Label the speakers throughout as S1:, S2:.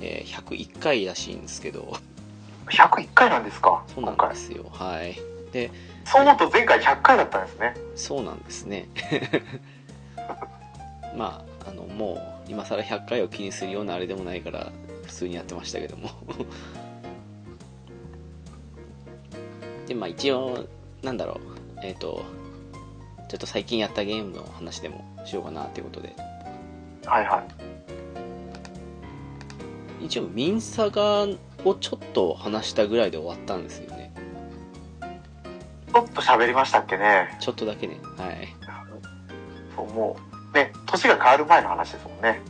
S1: えー101回らしいんですけど、
S2: 101回なんですか
S1: そうな
S2: 今
S1: んで
S2: 回
S1: すよ。はい。
S2: そう思うと前回100回だったんですね
S1: そうなんですね。 まあ、あの、もう、今更100回を気にするようなあれでもないから、普通にやってましたけども。 で、まあ一応、なんだろう、えっ、と、ちょっと最近やったゲームの話でもしようかなっていうことで。
S2: はいはい
S1: 一応、ミンサガをちょっと話したぐらいで終わったんですよね。
S2: ちょっと喋りましたっけね
S1: ちょっとだけね。はい。
S2: そうもうね年が変わる前の話ですもんね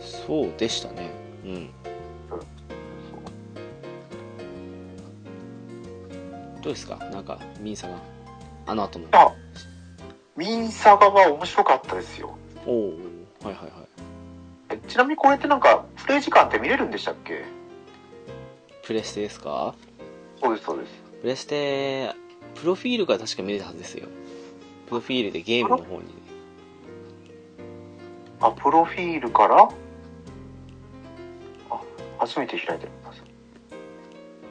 S1: そうでしたねうんどうですかなんかミンさんがあの後の
S2: あミンサガは面白かったですよ
S1: おおはいはいはい
S2: えちなみにこれってなんかプレイ時間って見れるんでしたっけ
S1: プレステですか
S2: そうですそうです
S1: プレステプロフィールが確か見れたはずですよプロフィールでゲームの方に
S2: あプロフィールからあ初めて開いてみます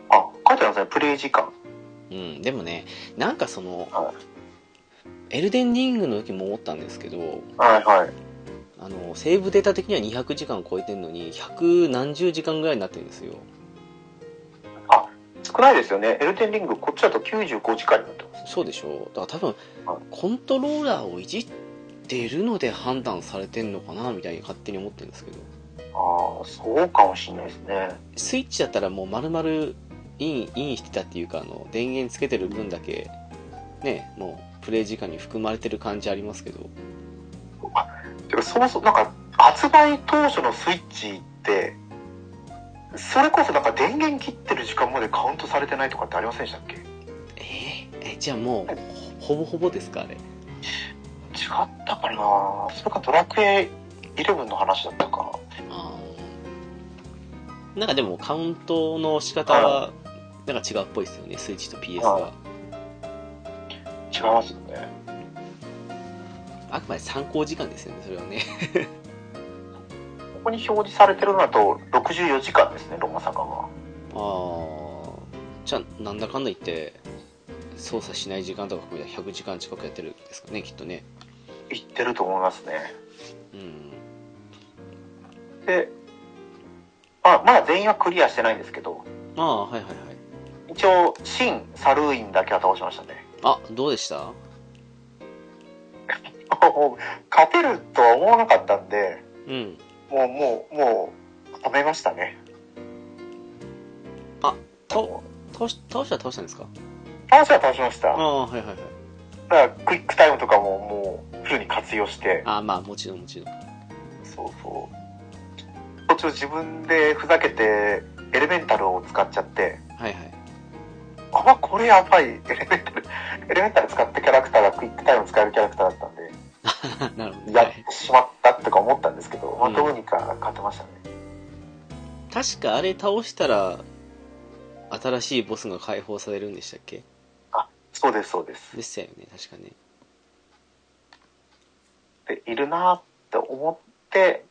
S2: あ書いてあるんですねプレイ時間
S1: うんでもねなんかその
S2: は
S1: エルデンリングの時も思ったんですけど
S2: はいはい
S1: あのセーブデータ的には200時間超えてるのに100何十時間ぐらいになってるんですよ
S2: 少ないですよねエルデンリングこっちだと95時間になってます
S1: そうでしょうだから多分
S2: は
S1: コントローラーをいじってるので判断されてんのかなみたいに勝手に思ってるんですけど
S2: ああそうかもしれないですね
S1: スイッチだったらもう丸々インインしてたっていうかあの電源つけてる分だけねもうプレイ時間に含まれてる感じありますけど
S2: てかそもそもなんか発売当初のスイッチってそれこそなんか電源切ってる時間までカウントされてないとかってありませんでしたっけ違
S1: えーえじゃあもうほほぼほぼですかあれ
S2: ったかなそれかドラクエ11の話だったか
S1: あーなんかでもカウントの仕方はなんか違うっぽいですよねスイッチと PS は
S2: は違いますよね
S1: あくまで参考時間ですよねそれはね
S2: ここに表示されてるのだと64時間ですねロマサガは
S1: ああじゃあなんだかんだ言って操作しない時間とか含めたら100時間近くやってるんですかねきっとね
S2: 言ってると思いますね
S1: うん
S2: であまだ全員はクリアしてないんですけど
S1: ああはいはいはい
S2: 一応新サルーインだけは倒しましたね
S1: あどうでした
S2: もう 勝てるとは思わなかったんで
S1: うん
S2: もう、もう、もう、止めましたね。
S1: 倒倒し倒したら倒したんですか
S2: 倒しは倒しました。
S1: あ
S2: だか
S1: あはいはいはい
S2: ら、クイックタイムとかも、もう、フルに活用して、
S1: ああまあもちろんもちろん
S2: そうそう。途中自分でふざけて、エレメンタルを使っちゃって、
S1: はいはい
S2: あ、これやばい、エレメンタル、エレメンタル使ったキャラクターがクイックタイム使えるキャラクターだったんで、
S1: あなるほど、
S2: や
S1: は
S2: っ
S1: い、
S2: てしまったとか思ったんですけど、まあ、
S1: うん
S2: どうにか勝てましたね。
S1: 確かあれ倒したら新しいボスが解放されるんでしたっけ
S2: そうです、そうです。
S1: でしたよね確かね
S2: で、いるなーって思って、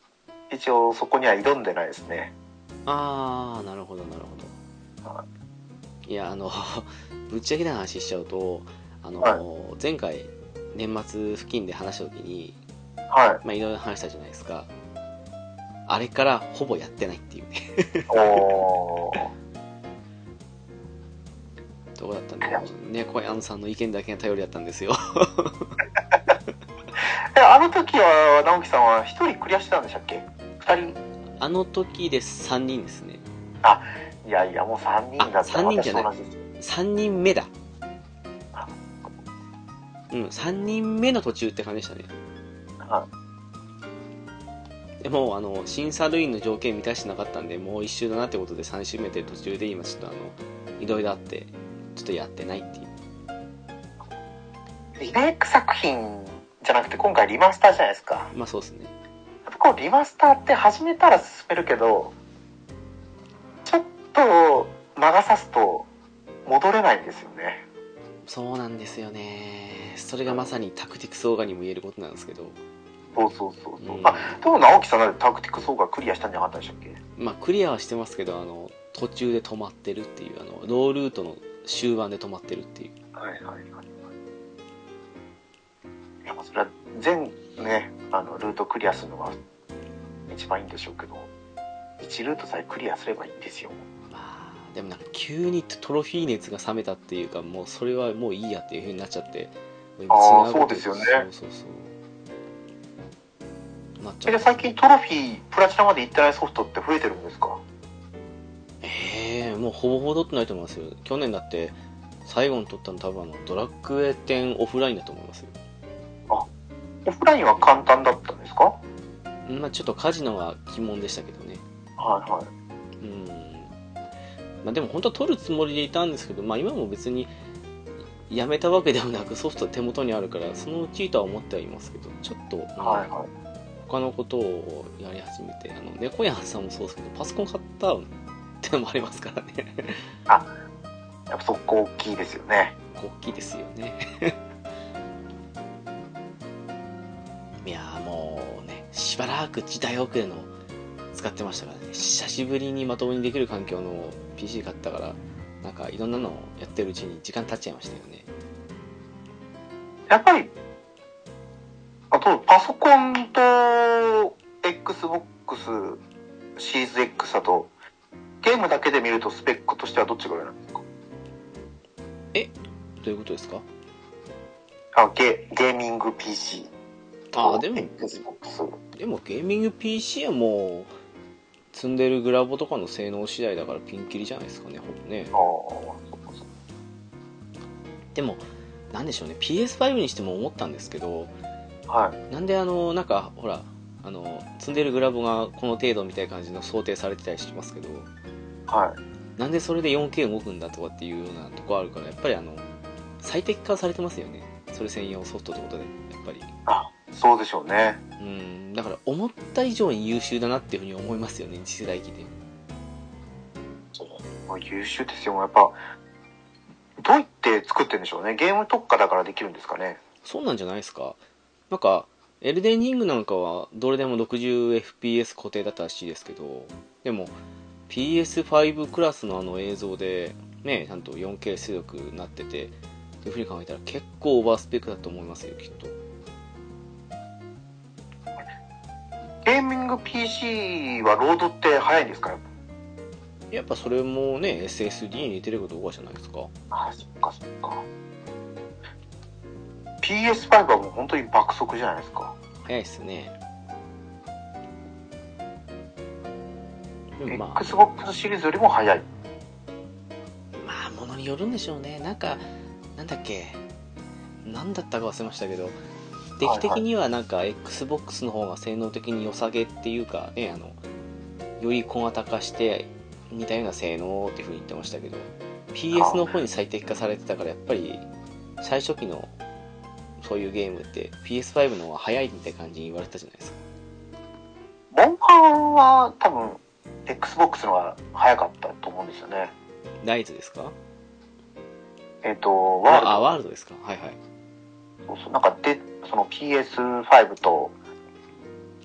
S2: 一応そこには挑んでないですね。
S1: ああなるほどなるほ
S2: はい
S1: どいやあの ぶっちゃけた話しちゃうとあの、
S2: は
S1: 前回年末付近で話した時に、
S2: は
S1: まあ、いろいろ話したじゃないですかあれからほぼやってないっていうね
S2: い。おー。
S1: とこだったんでね小山さんの意見だけが頼りだったんですよ
S2: え、あの時は、直樹さんは一人クリアしてたんでしたっけ二人
S1: あの時で3人ですね
S2: いやいや、もう三人だ
S1: あ
S2: った
S1: 三人じゃない
S2: 私と同じです
S1: 3人目だうん3人目の途中って感じでしたね
S2: は
S1: でもあの審査類の条件満たしてなかったんでもう1周だなってことで3周目で途中で今ちょっとあのいろいろあってちょっとやってないっていう
S2: いリメイク作品じゃなくて、今回リマスターじゃないですか。
S1: まあそうですね
S2: やっぱこうリマスターって始めたら進めるけどちょっと魔が差すと戻れないんですよね
S1: そうなんですよねそれがまさにタクティクスオーガにも言えることなんですけど、
S2: そうそうそう
S1: う
S2: そう、
S1: ん
S2: あでも直樹さんなんでタクティック総合クリアしたんじゃなかったでしたっけ
S1: まあクリアはしてますけどあの途中で止まってるっていうあのロールートの終盤で止まってるっていう
S2: はいはいはいいやまあそれは全ねあのルートクリアするのが一番いいんでしょうけど1ルートさえクリアすればいいんですよ
S1: まあでもなんか急にトロフィー熱が冷めたっていうかもうそれはもういいやっていうふうになっちゃって
S2: あー
S1: 違こと
S2: そうですよね
S1: そうそうそうなっち
S2: え
S1: ゃ
S2: で
S1: う
S2: 最近トロフィープラチナまでいってないソフトって増えてるんですか
S1: ええもうほぼほぼ取ってないと思いますよ去年だって最後に取ったの多分あのドラクエ10オフラインだと思いますよ
S2: オフラインは簡単だったんですかは
S1: まあちょっとカジノは鬼門でしたけどね
S2: いは
S1: う
S2: い
S1: んまあでも本当は取るつもりでいたんですけどまあ今も別にやめたわけでもなくソフトは手元にあるからそのうちとは思ってはいますけどちょっと、うん
S2: はいはい
S1: 他のことをやり始めてあの猫やんさんもそうですけどパソコン買ったってのもありますからね
S2: やっぱそこ大きいですよね。
S1: 大きいですよね いやーもうねしばらく時代遅れの使ってましたからね久しぶりにまともにできる環境の PC 買ったからなんかいろんなのをやってるうちに時間経っちゃいましたよね
S2: やっぱり、あと、パソコンと Xbox シーズ X だと、ゲームだけで見るとスペックとしてはどっちが上なんですか
S1: どういうことですか
S2: あゲゲーミング PC
S1: あ
S2: と
S1: あでも
S2: Xbox。
S1: でもゲーミング PC はもう積んでるグラボとかの性能次第だからピンキリじゃないですかねほぼね
S2: ああ、そうかそう
S1: でもなんでしょうね PS5 にしても思ったんですけど
S2: かはい。
S1: なんであのなんかほらあの積んでるグラボがこの程度みたいな感じの想定されてたりしますけど
S2: はい。
S1: なんでそれで 4K 動くんだとかっていうようなとこあるからやっぱりあの最適化されてますよねそれ専用ソフトってことでやっぱり
S2: あ、そうでしょうね。
S1: うんだから思った以上に優秀だなっていうふうに思いますよね次世代機で
S2: もう優秀ですよ。やっぱ、どうやって作ってるんでしょうね。ゲーム特化だからできるんですかね。
S1: そうなんじゃないですかなんかエルデンリングなんかはどれでも 60fps 固定だったらしいですけどでも PS5 クラスのあの映像でねちゃんと 4K 出力になっててっていうふうに考えたら結構オーバースペックだと思いますよきっと
S2: ゲーミング PC はロードって早いんですかやっぱ
S1: やっぱそれもね SSD に似てること多いじゃないですか
S2: あそっかそっか PS5 はもう本当に爆速じゃないですか
S1: 早いっすねでもまあ
S2: XBOX シリーズよりも早い
S1: まあ、ものによるんでしょうね、なんか、なんだっけ、なんだったか忘れましたけど、出来的にはなんか、XBOX の方が性能的に良さげっていうか、ね、あのより小型化して、似たような性能っていうふうに言ってましたけど、PS の方に最適化されてたから、やっぱり、最初期のそういうゲームって、PS5 の方が早いみたいな感じに言われてたじゃないですか。
S2: モンハンは多分 XBOX の方が早かったと思うんですよね
S1: ライズですか
S2: えっ、とワ
S1: あ、
S2: ー
S1: ワールドですか。はいはい。
S2: ルドそうそうなんかでその PS5 と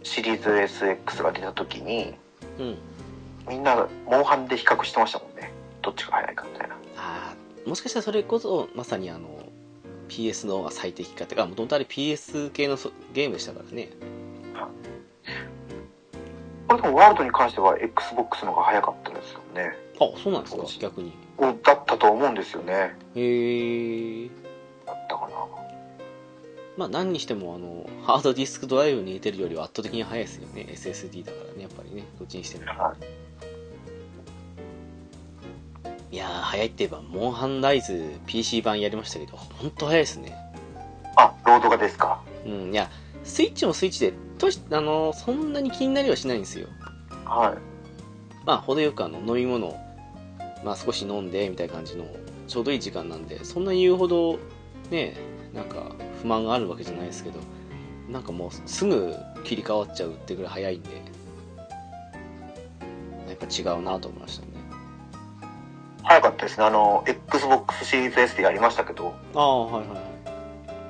S2: シリーズ SX が出た時に
S1: うん。
S2: みんなモンハンで比較してましたもんねどっちが早いかみたいな
S1: あーもしかしたらそれこそまさにあの PS の方が最適化ってかもともとあれ PS 系のそゲームでしたからね
S2: これでもワールドに関しては XBOX の方が早かったんですよね
S1: あそうなんですか逆に
S2: おだったと思うんですよね
S1: へえ
S2: だったかな
S1: まあ何にしてもあのハードディスクドライブに入れてるよりは圧倒的に早いですよね SSD だからねやっぱりねどっちにしても
S2: はい
S1: やー早いって言えばモンハンライズ PC 版やりましたけどほんと早いですね
S2: あロードがですか
S1: うんいやスイッチもスイッチでとしあのそんなに気になりはしないんですよ
S2: はい
S1: まあ程よくあの飲み物をまあ少し飲んでみたいな感じのちょうどいい時間なんでそんなに言うほどねなんか不満があるわけじゃないですけどなんかもうすぐ切り替わっちゃうってぐらい早いんでやっぱ違うなと思いましたね
S2: 早かったですねあの XBOX シリーズ S でやりましたけど
S1: ああはいはいは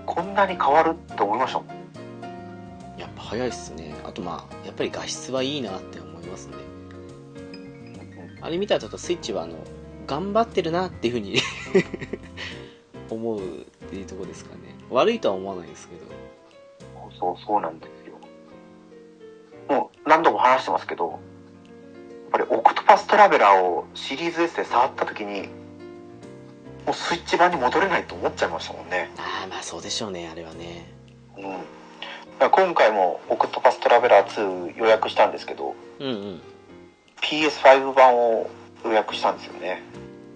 S2: こんなに変わるって思いましたもん
S1: いやっぱ早いっすねあとまあやっぱり画質はいいなって思いますねあれ見たらちょっとスイッチはあの頑張ってるなっていうふうに 思うっていうとこですかね悪いとは思わないですけど
S2: そうそうなんですよもう何度も話してますけどやっぱりオクトパストラベラーをシリーズ S で触った時にもうスイッチ版に戻れないと思っちゃいましたもんね
S1: ああまあそうでしょうねあれはね
S2: うんだから今回もオクトパストラベラー2予約したんですけど
S1: うん
S2: PS5 版を予約したんですよね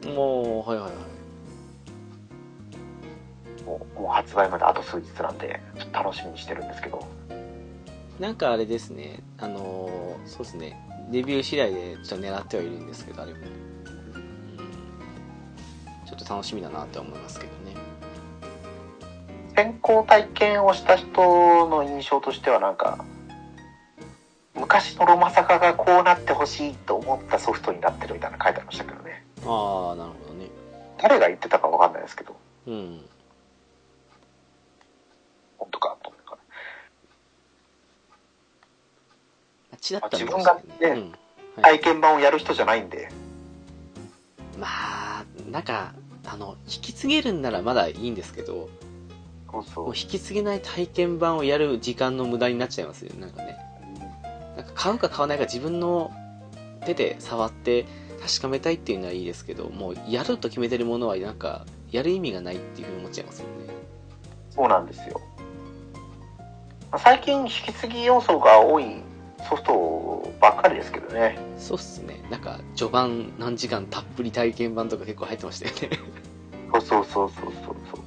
S1: うんもうはいはいはい
S2: もうもう発売まであと数日なんでちょっと楽しみにしてるんですけど
S1: なんかあれですねあのーそうですねデビュー次第でちょっと狙ってはいるんですけどあれも、うん、ちょっと楽しみだなって思いますけどね
S2: 先行体験をした人の印象としてはなんか昔のロマサカがこうなってほしいと思ったソフトになってるみたいなの書いてありましたけどね
S1: ああなるほどね
S2: 誰が言ってたかわかんないですけど
S1: うん
S2: 本当かと思うから
S1: あっちだったら
S2: まあ自分がね
S1: どうしたらいいのうんはい
S2: 体験版をやる人じゃないんで
S1: まあなんかあの引き継げるんならまだいいんですけど
S2: そうそ
S1: もう引き継げない体験版をやる時間の無駄になっちゃいますよねなんかねなんか買うか買わないか自分の手で触って確かめたいっていうのはいいですけどもうやると決めてるものはなんかやる意味がないっていうふうに思っちゃいますよね
S2: そうなんですよまあ最近引き継ぎ要素が多いソフトばっかりですけどね
S1: そうっすねなんか序盤何時間たっぷり体験版とか結構入ってましたよね
S2: そうそうそうそうそうそう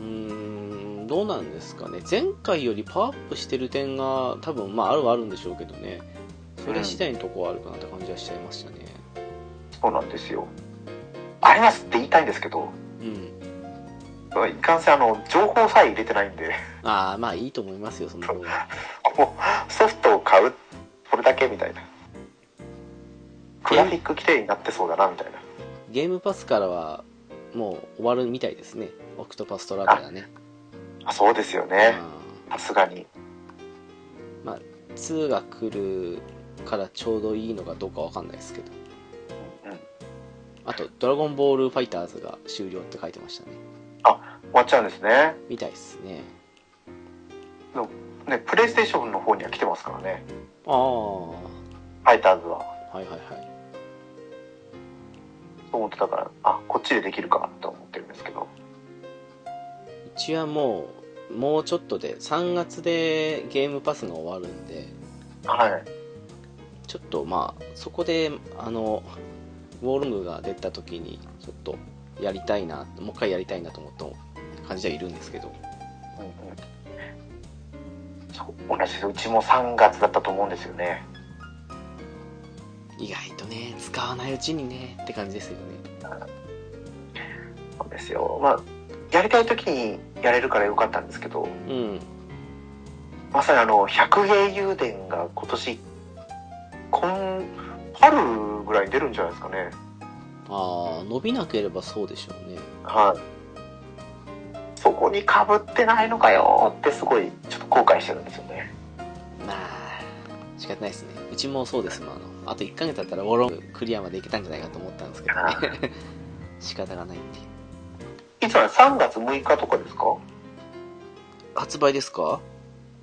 S1: うーんどうなんですかね前回よりパワーアップしてる点が多分まああるはあるんでしょうけどねそれ次第のとこはあるかなって感じはしちゃいましたね
S2: そうなんですよありますって言いたいんですけど
S1: うん
S2: いかんせんあの情報さえ入れてないんで
S1: ああまあいいと思いますよその方が
S2: もうソフトを買うそれだけみたいなグラフィック規定になってそうだなみたいな
S1: ゲームパスからはもう終わるみたいですねオクトパストラベラーね
S2: あそうですよ
S1: う
S2: ね
S1: ん
S2: さすがに
S1: 2が来るからちょうどいいのかどうかわかんないですけど
S2: うん
S1: あと「ドラゴンボールファイターズ」が終了って書いてましたね
S2: 終わっちゃうんですね
S1: みたいですね
S2: ねプレイステーションの方には来てますからね
S1: ああは
S2: ファイターズはい
S1: はいはい
S2: そう思ってたからあこっちでできるかと思ってるんですけど
S1: うちはもうもうちょっとで3月でゲームパスが終わるんで
S2: はい
S1: ちょっとまあそこであのウォールングが出た時にちょっとやりたいなもう一回やりたいなと思った感じではいるんですけど
S2: うんうんそう同じですうちも3月だったと思うんですよね
S1: 意外とね使わないうちにねって感じですよね
S2: そうですよまあやりたい時にやれるからよかったんですけど
S1: うん
S2: まさにあの百芸油田が今年今春ぐらいに出るんじゃないですかね
S1: ああ伸びなければそうでしょうね
S2: はいそこにかぶってないのかよってすごいちょっと後悔してるんですよね
S1: まあし仕方ないですねうちもそうですもんあのあと1ヶ月だったらウォロンクリアまでいけたんじゃないかと思ったんですけどね仕方がないんで
S2: いつは3月6日とかですか
S1: 発売ですか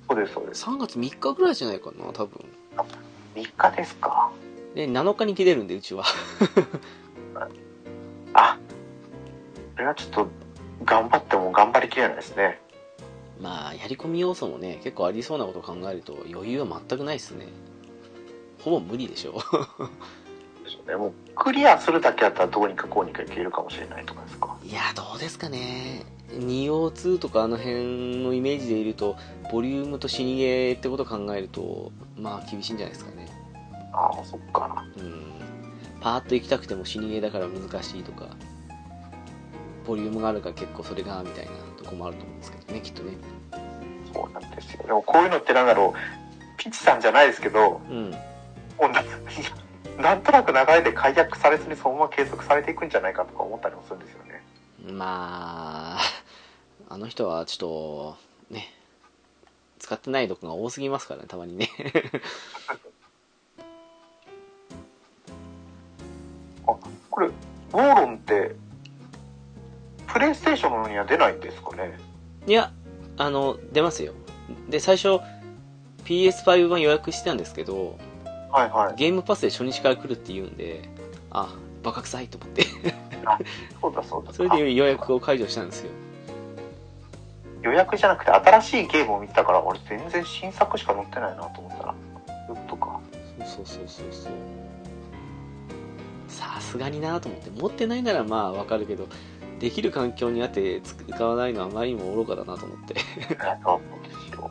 S2: そうですそうです
S1: 3月3日ぐらいじゃないかな多分
S2: 3日ですか
S1: で7日に切れるんでうちは
S2: あそれはちょっと頑張っても頑張りきれないですね
S1: まあやり込み要素もね結構ありそうなことを考えると余裕は全くないですねほぼ無理でしょ
S2: でしょうねもうクリアするだけだったらどうにかこうにかいけるかもしれないとかですか
S1: いやどうですかね 2O2 とかあの辺のイメージでいるとボリュームと死にゲーってことを考えるとまあ厳しいんじゃないですかね
S2: ああそっか
S1: うんパーッと行きたくても死にゲーだから難しいとかボリュームがあるから結構それがみたいなとこもあると思うんですけどねきっとね
S2: そうなんですよでもこういうのってなんだろうピッチさんじゃないですけど
S1: うん
S2: もうな なんとなく流れで解約されずにそのまま継続されていくんじゃないかとか思ったりもするんですよね
S1: まあ、 あの人はちょっと、ね、使ってないとこが多すぎますからね、たまにね。
S2: これウォーロンってプレイステーションには出ないんですかね
S1: いや、あの、出ますよ。で、最初、PS5 版予約してたんですけど、
S2: はいはい
S1: ゲームパスで初日から来るって言うんで、あ、バカ臭いと思って、
S2: そうだそうだ
S1: それで予約を解除したんですよ。
S2: 予約じゃなくて新しいゲームを見てたから俺全然新作しか載ってないなと思ったらそういうこと か
S1: そうそうそうそうそう。さすがになと思って、持ってないならまあわかるけど、できる環境にあって使わないのはあまりにも愚かだなと思って。
S2: そうなんですよ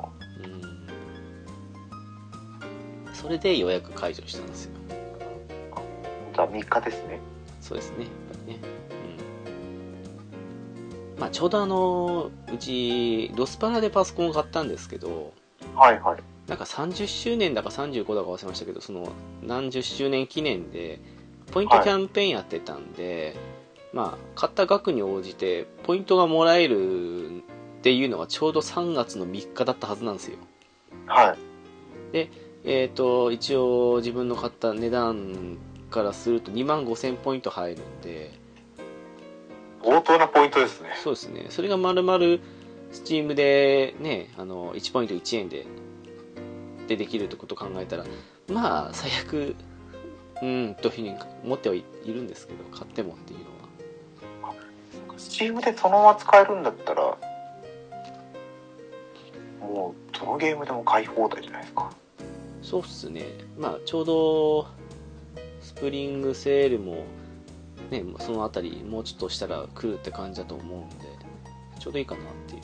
S1: うんそれで予約解除したんですよ
S2: じゃあ3日ですね
S1: そうですねやっぱりねうんまあちょうどあのうちロスパラでパソコンを買ったんですけど
S2: はいはい
S1: なんか30周年だか35だか忘れましたけどその何十周年記念でポイントキャンペーンやってたんで、まあ買った額に応じてポイントがもらえるっていうのがちょうど3月の3日だったはずなんですよ
S2: はい
S1: えー、と一応自分の買った値段からすると2万5000ポイント入るんで
S2: 冒頭なポイントですね
S1: そうですねそれがまるまる Steam でねあの1ポイント1円ででできるってことを考えたらまあ最悪うんというふうに思ってはいいるんですけど買ってもっていうのは
S2: Steam でそのまま使えるんだったらもうどのゲームでも買い放題じゃないですか
S1: そうっすねまあちょうどスプリングセールもねそのあたりもうちょっとしたら来るって感じだと思うんでちょうどいいかなっていう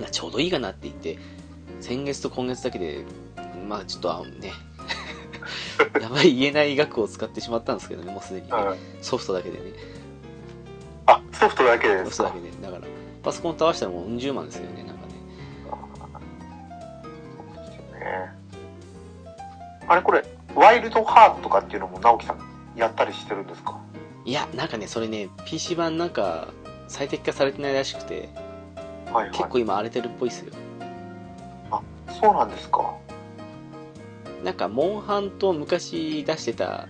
S1: いやちょうどいいかなって言って先月と今月だけでまあちょっとあ ねやばい言えない額を使ってしまったんですけどねもうすでにね、
S2: はい
S1: ソフトだけでね
S2: あソフトだけで
S1: ソフ
S2: す
S1: トだ
S2: か
S1: けでだからパソコン倒したらもううん十万ですよねなんかね
S2: ねあれこれワイルドハートとかっていうのも直樹さんやったりしてるんですか
S1: いやなんかねそれね PC 版なんか最適化されてないらしくて
S2: はいは
S1: 結構今荒れてるっぽいっすよ
S2: いそうなんですか
S1: なんかモンハンと昔出してた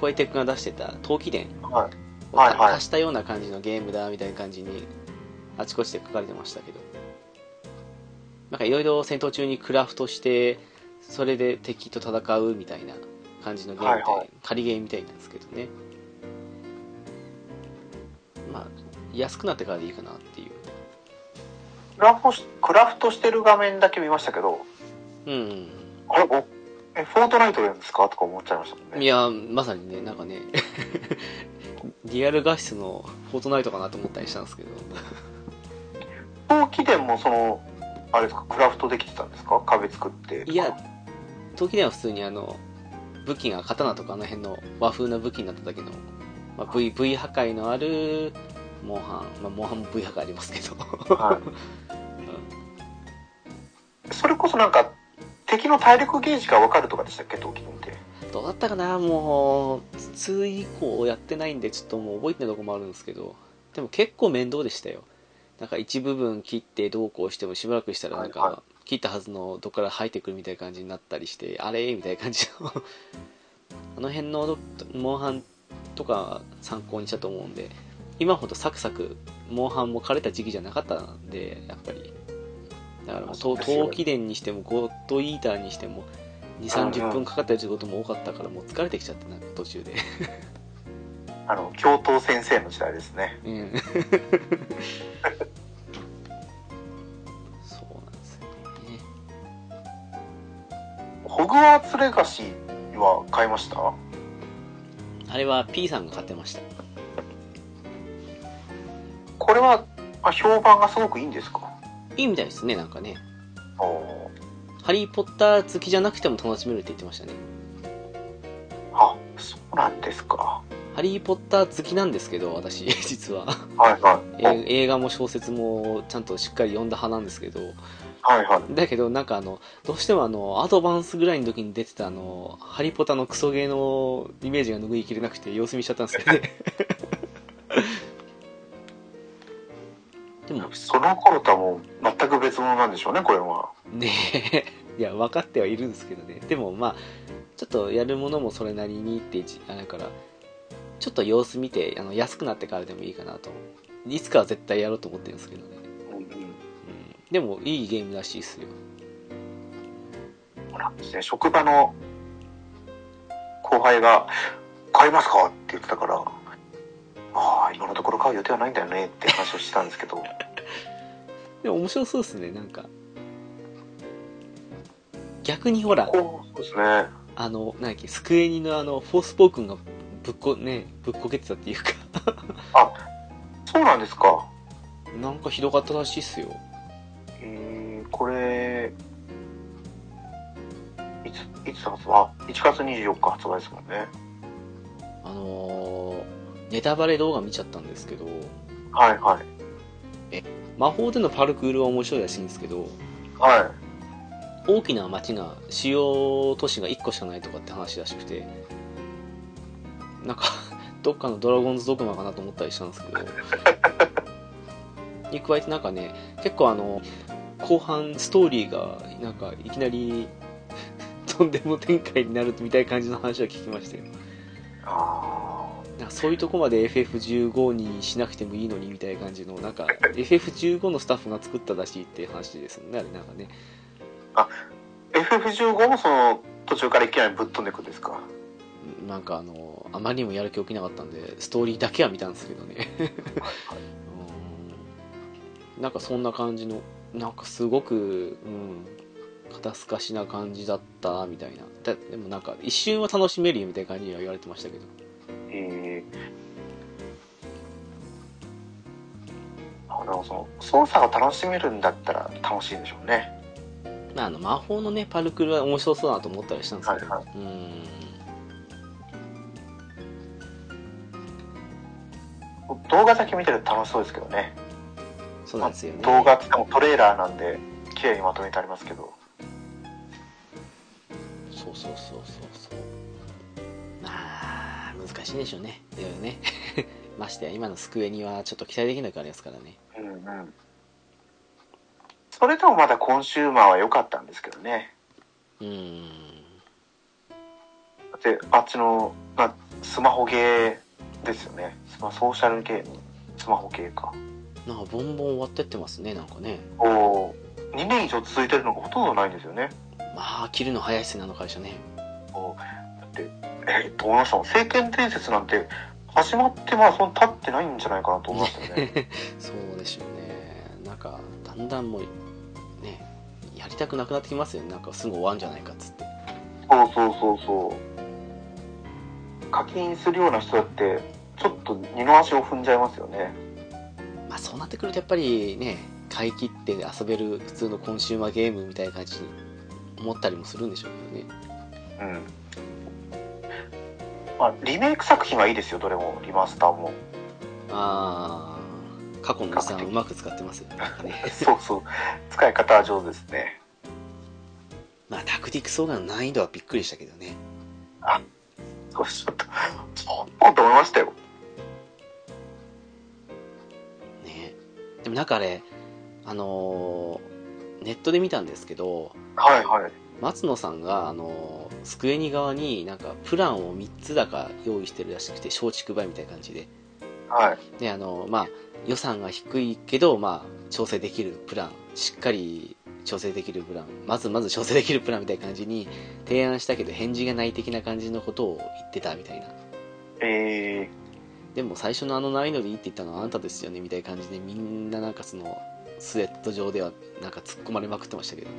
S1: コエテクが出してた陶器伝
S2: は
S1: を
S2: はいはい
S1: 足したような感じのゲームだみたいな感じにあちこちで書かれてましたけどなんかいろいろ戦闘中にクラフトしてそれで敵と戦うみたいな感じのゲームで、
S2: はいは
S1: 仮ゲームみたいなんですけどねまあ安くなってからでいいかなっていう
S2: クラフトしクラフトしてる画面だけ見ましたけど
S1: うんうん
S2: あれおえフォートナイトなんですかとか思っちゃいましたもんね
S1: いやまさにねなんかね リアル画質のフォートナイトかなと思ったりしたんですけど
S2: 陶器伝もそのあれですかクラフトできてたんですか壁作って
S1: いや陶器では普通にあの武器が刀とかあの辺の和風な武器になっただけの、まあ、v, v 破壊のあるモンハン、まあ、モンハンも V 破壊ありますけど
S2: はい それこそなんか敵の体力ゲージが分かるとかでしたっけ陶器伝って
S1: どうだったかなもう2以降やってないんでちょっともう覚えてないとこもあるんですけどでも結構面倒でしたよなんか一部分切ってどうこうしてもしばらくしたらなん
S2: はい
S1: か切ったはずのどこから生えてくるみたいな感じになったりしてあれみたいな感じの あの辺のどモンハンとか参考にしたと思うんで今ほどサクサクモンハンも枯れた時期じゃなかったんでやっぱりだからもう
S2: そう
S1: 陶
S2: ですよ
S1: 陶器殿にしてもゴッドイーターにしても2 3 0分かかったりすることも多かったからもう疲れてきちゃってなんか途中で
S2: あの教頭先生の時代ですね
S1: うんそうなんですよね
S2: ホグワーツレガシーは買いました
S1: あれは P さんが買ってました
S2: これはあ評判がすごくいいんですか
S1: いいみたいですねなんかね
S2: おお
S1: ハリー・ポッター好きじゃなくても楽しめるって言ってましたね
S2: あそうなんですか
S1: ハリー・ポッター好きなんですけど私 実は
S2: はいは
S1: え
S2: い、
S1: ー映画も小説もちゃんとしっかり読んだ派なんですけど
S2: はいはい
S1: だけどなんかあのどうしてもあのアドバンスぐらいの時に出てたあのハリポタのクソゲーのイメージが拭いきれなくて様子見しちゃったんですけどねでも
S2: その頃とはもう全く別物なんでしょうねこれは
S1: ね えいや分かってはいるんですけどねでもまあちょっとやるものもそれなりにってじあれだからちょっと様子見てあの安くなってからでもいいかなといつかは絶対やろうと思ってるんですけどね、うん、でもいいゲームらしいですよ
S2: ほらですね職場の後輩が「買いますか?」って言ってたから「ああ今のところ買う予定はないんだよね」って話をしてたんですけど
S1: でも面白そうですねなんか逆にほら
S2: こ うそうですね
S1: あの何だっけスクエニのあのフォースポークンがぶっこねぶっこけてたっていうか
S2: そうなんですか
S1: なんかひどかったらしいっすよ
S2: えー、これいついつ発売あ1月24日発売ですもんね
S1: あのーネタバレ動画見ちゃったんですけど
S2: はいはい
S1: 魔法でのパルクールは面白いらしいんですけど
S2: はい
S1: 大きな町が主要都市が1個しかないとかって話らしくてなんか どっかのドラゴンズドグマかなと思ったりしたんですけどに加えてなんかね結構あの後半ストーリーがなんかいきなり とんでも展開になるみたいな感じの話は聞きましたよ
S2: あ
S1: なんかそういうとこまで FF15 にしなくてもいいのにみたいな感じのなんか FF15 のスタッフが作ったらしいっていう話ですよねあれなんかね
S2: ー FF15 もその途中からいきなりぶっ飛んでいくんですか
S1: なんかあのあまりにもやる気起きなかったんでストーリーだけは見たんですけどねうんなんかそんな感じのなんかすごく、うん、肩透かしな感じだったなみたいなだでもなんか一瞬は楽しめるよみたいな感じには言われてましたけど
S2: えーあでもその操作が楽しめるんだったら楽しいんでしょうね
S1: まああの魔法のねパルクールは面白そうだなと思ったりしたんですけど、
S2: はいは動画だけ見てると楽しそうですけどね
S1: うんそうなんですよね
S2: 動画っつってもトレーラーなんで綺麗にまとめてありますけど
S1: そうそうそうそうそうまあ難しいでしょうねだよね ましてや今のスクエニはちょっと期待できなくありますからね
S2: うんうんそれでもまだコンシューマーは良かったんですけどね
S1: うーん
S2: だってあっちの、まあ、スマホゲーですよねスマソーシャルゲームスマホゲーか
S1: なんかボンボン終わってってますねなんかね
S2: おお2年以上続いてるのがほとんどないんですよね
S1: まあ切るの早いっすねあの会社ね
S2: おーだってえーっと思いましたもん聖剣伝説なんて始まってまあその経ってないんじゃないかなと思いましたよ ね
S1: そうでしょうねなんかだんだんもうねやりたくなくなってきますよねなんかすぐ終わんじゃないかっつって
S2: そうそうそうそう課金するような人だってちょっと二の足を踏んじゃいますよね
S1: まあそうなってくるとやっぱりね買い切って遊べる普通のコンシューマーゲームみたいな感じに思ったりもするんでしょうけどね
S2: うんまあリメイク作品はいいですよどれもリマスターも
S1: ああ過去の遺産をうまく使ってますよねなんかね
S2: そうそう使い方は上手ですね
S1: まあタクティクスオーガの難易度はびっくりしたけどね
S2: 少しちょっとちょっとと思いましたよ
S1: ねでもなんかあれあのネットで見たんですけど
S2: はいはい。
S1: 松野さんがあのスクエニ側になんかプランを3つだか用意してるらしくて松竹梅みたいな感じで
S2: はい。
S1: であの、まあ、予算が低いけど、まあ、調整できるプランしっかり調整できるプランまずまず調整できるプランみたいな感じに提案したけど返事がない的な感じのことを言ってたみたいな
S2: え
S1: でも最初のあの難易度でいいって言ったのはあなたですよねみたいな感じでみんななんかそのスレッド上ではなんか突っ込まれまくってましたけどね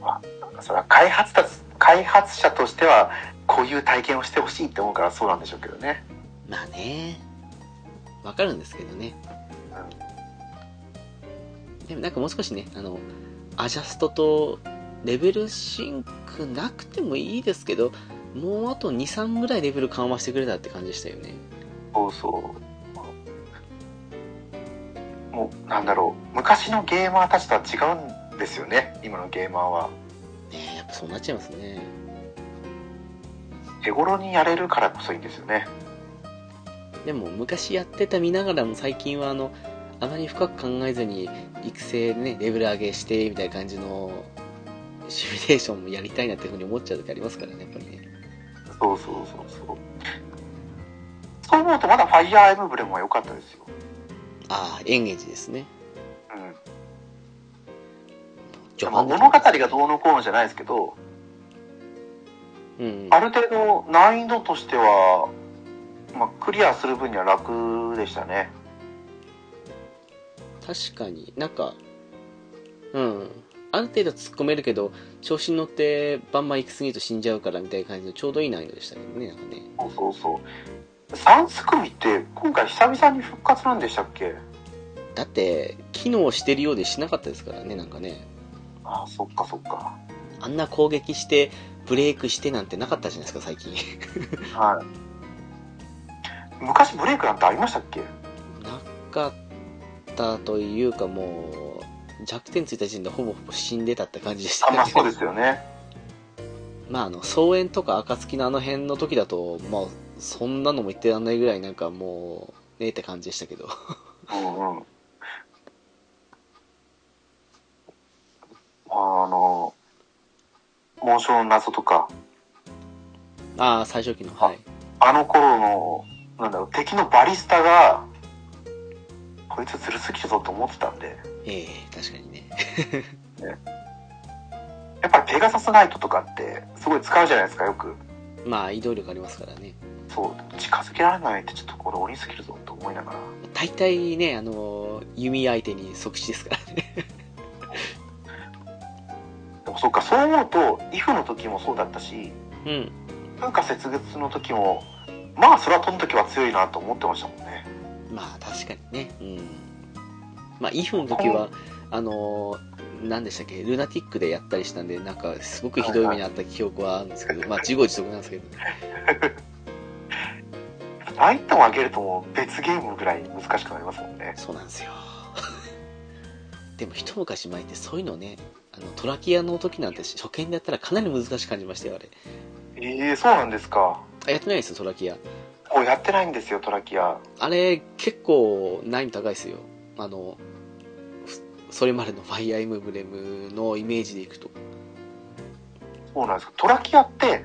S2: ー、それは開発た開発者としては、こういう体験をしてほしいって思うからそうなんでしょうけどね。
S1: まあねわかるんですけどねでもなんかもう少しねあのアジャストとレベルシンクなくてもいいですけどもうあと23ぐらいレベル緩和してくれたって感じでしたよね
S2: そうそう。もう、なんだろう。昔のゲーマーたちとは違うんですよね。今のゲーマーは。
S1: ねえやっぱそうなっちゃいますね
S2: 手頃にやれるからこそいいんですよね。
S1: でも昔やってた見ながらも最近はあのあまり深く考えずに育成ねレベル上げしてみたいな感じのシミュレーションもやりたいなっていうふうに思っちゃう時ありますからねやっぱりね
S2: そうそうそうそう。そう思うとまだファイアーエムブレムは良かったですよ。
S1: ああエンゲージですね
S2: うん。
S1: 序
S2: まあ
S1: 盤
S2: 物語がどうのこうのじゃないですけど、
S1: う、うん、
S2: ある程度難易度としては、まあ、クリアする分には楽でしたね。
S1: 確かになんかうんある程度突っ込めるけど調子に乗ってバンバン行き過ぎると死んじゃうからみたいな感じのちょうどいい難易度でしたけどねなんかね
S2: そうそうそう。三すくみって今回久々に復活なんでしたっけ
S1: だって機能してるようでしなかったですからねなんかね
S2: ああ、そっかそっか。
S1: あんな攻撃してブレイクしてなんてなかったじゃないですか最近
S2: はい。昔ブレイクなんてありましたっけ
S1: なかったというかもう弱点ついた時点でほぼほぼ死んでたって感じでした
S2: あ、
S1: ね
S2: まあそうですよね。
S1: まああの草園とか暁のあの辺の時だとまあそんなのも言ってらんないぐらいなんかもうねえって感じでしたけど
S2: うんうん。まああの、紋章の謎とか、
S1: ああ最初期のはい
S2: あの頃の、なんだろう、敵のバリスタが、こいつずるすぎるぞと思ってたんで、
S1: ええ確かにね
S2: やっぱりペガサスナイトとかって、すごい使うじゃないですか、よく。
S1: まあ移動力ありますからね
S2: そう、近づけられないって、ちょっとこれ鬼すぎるぞと思いながら。
S1: 大体ねあの弓相手に即死ですからね
S2: でもそうか、そう思うと、イフの時もそうだったし、
S1: うん
S2: 文化節月の時も、まあ空飛ぶ時は強いなと思ってましたもんね。
S1: まあ確かにねうんまあイフの時はあの何でしたっけルナティックでやったりしたんでなんかすごくひどい目にあった記憶はあるんですけどまあ自業自得なんですけど
S2: ライトを上げるともう別ゲームぐらい難しくなりますもんね。
S1: そうなんですよ でも一昔前ってそういうのねあのトラキアの時なんて初見でやったらかなり難しく感じましたよあれ
S2: ええそうなんですか。
S1: あやってないですよトラキア
S2: もうやってないんですよ、トラキア。
S1: あれ結構難易度高いですよあのふそれまでのファイアーエムブレムのイメージでいくと
S2: そうなんですか。トラキアって、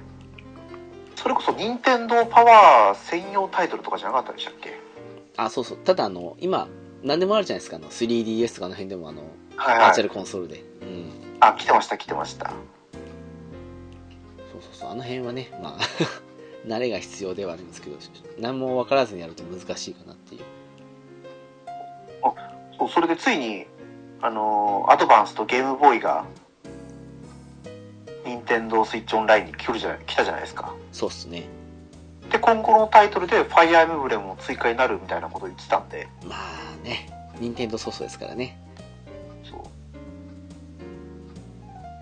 S2: それこそ任天堂パワー専用タイトルとかじゃなかったでしたっけ
S1: あそうそうただあの今何でもあるじゃないですかあの 3DS とかあの辺でもあの
S2: はい
S1: バー
S2: は
S1: チャ
S2: い。
S1: ルコンソールで、うん
S2: あ、来てました、来てました。
S1: そうそうそうあの辺はねまあ 慣れが必要ではあるんですけど何も分からずにやると難しいかなっていう
S2: そう、それでついに、あのーアドバンスとゲームボーイが、任天堂スイッチオンラインに来るじゃない、来たじゃないですか。
S1: そうっすね
S2: で、今後のタイトルで、ファイアーエムブレムも追加になるみたいなこと言ってたんで、
S1: まあね、任天堂ソフトですからね。
S2: そう。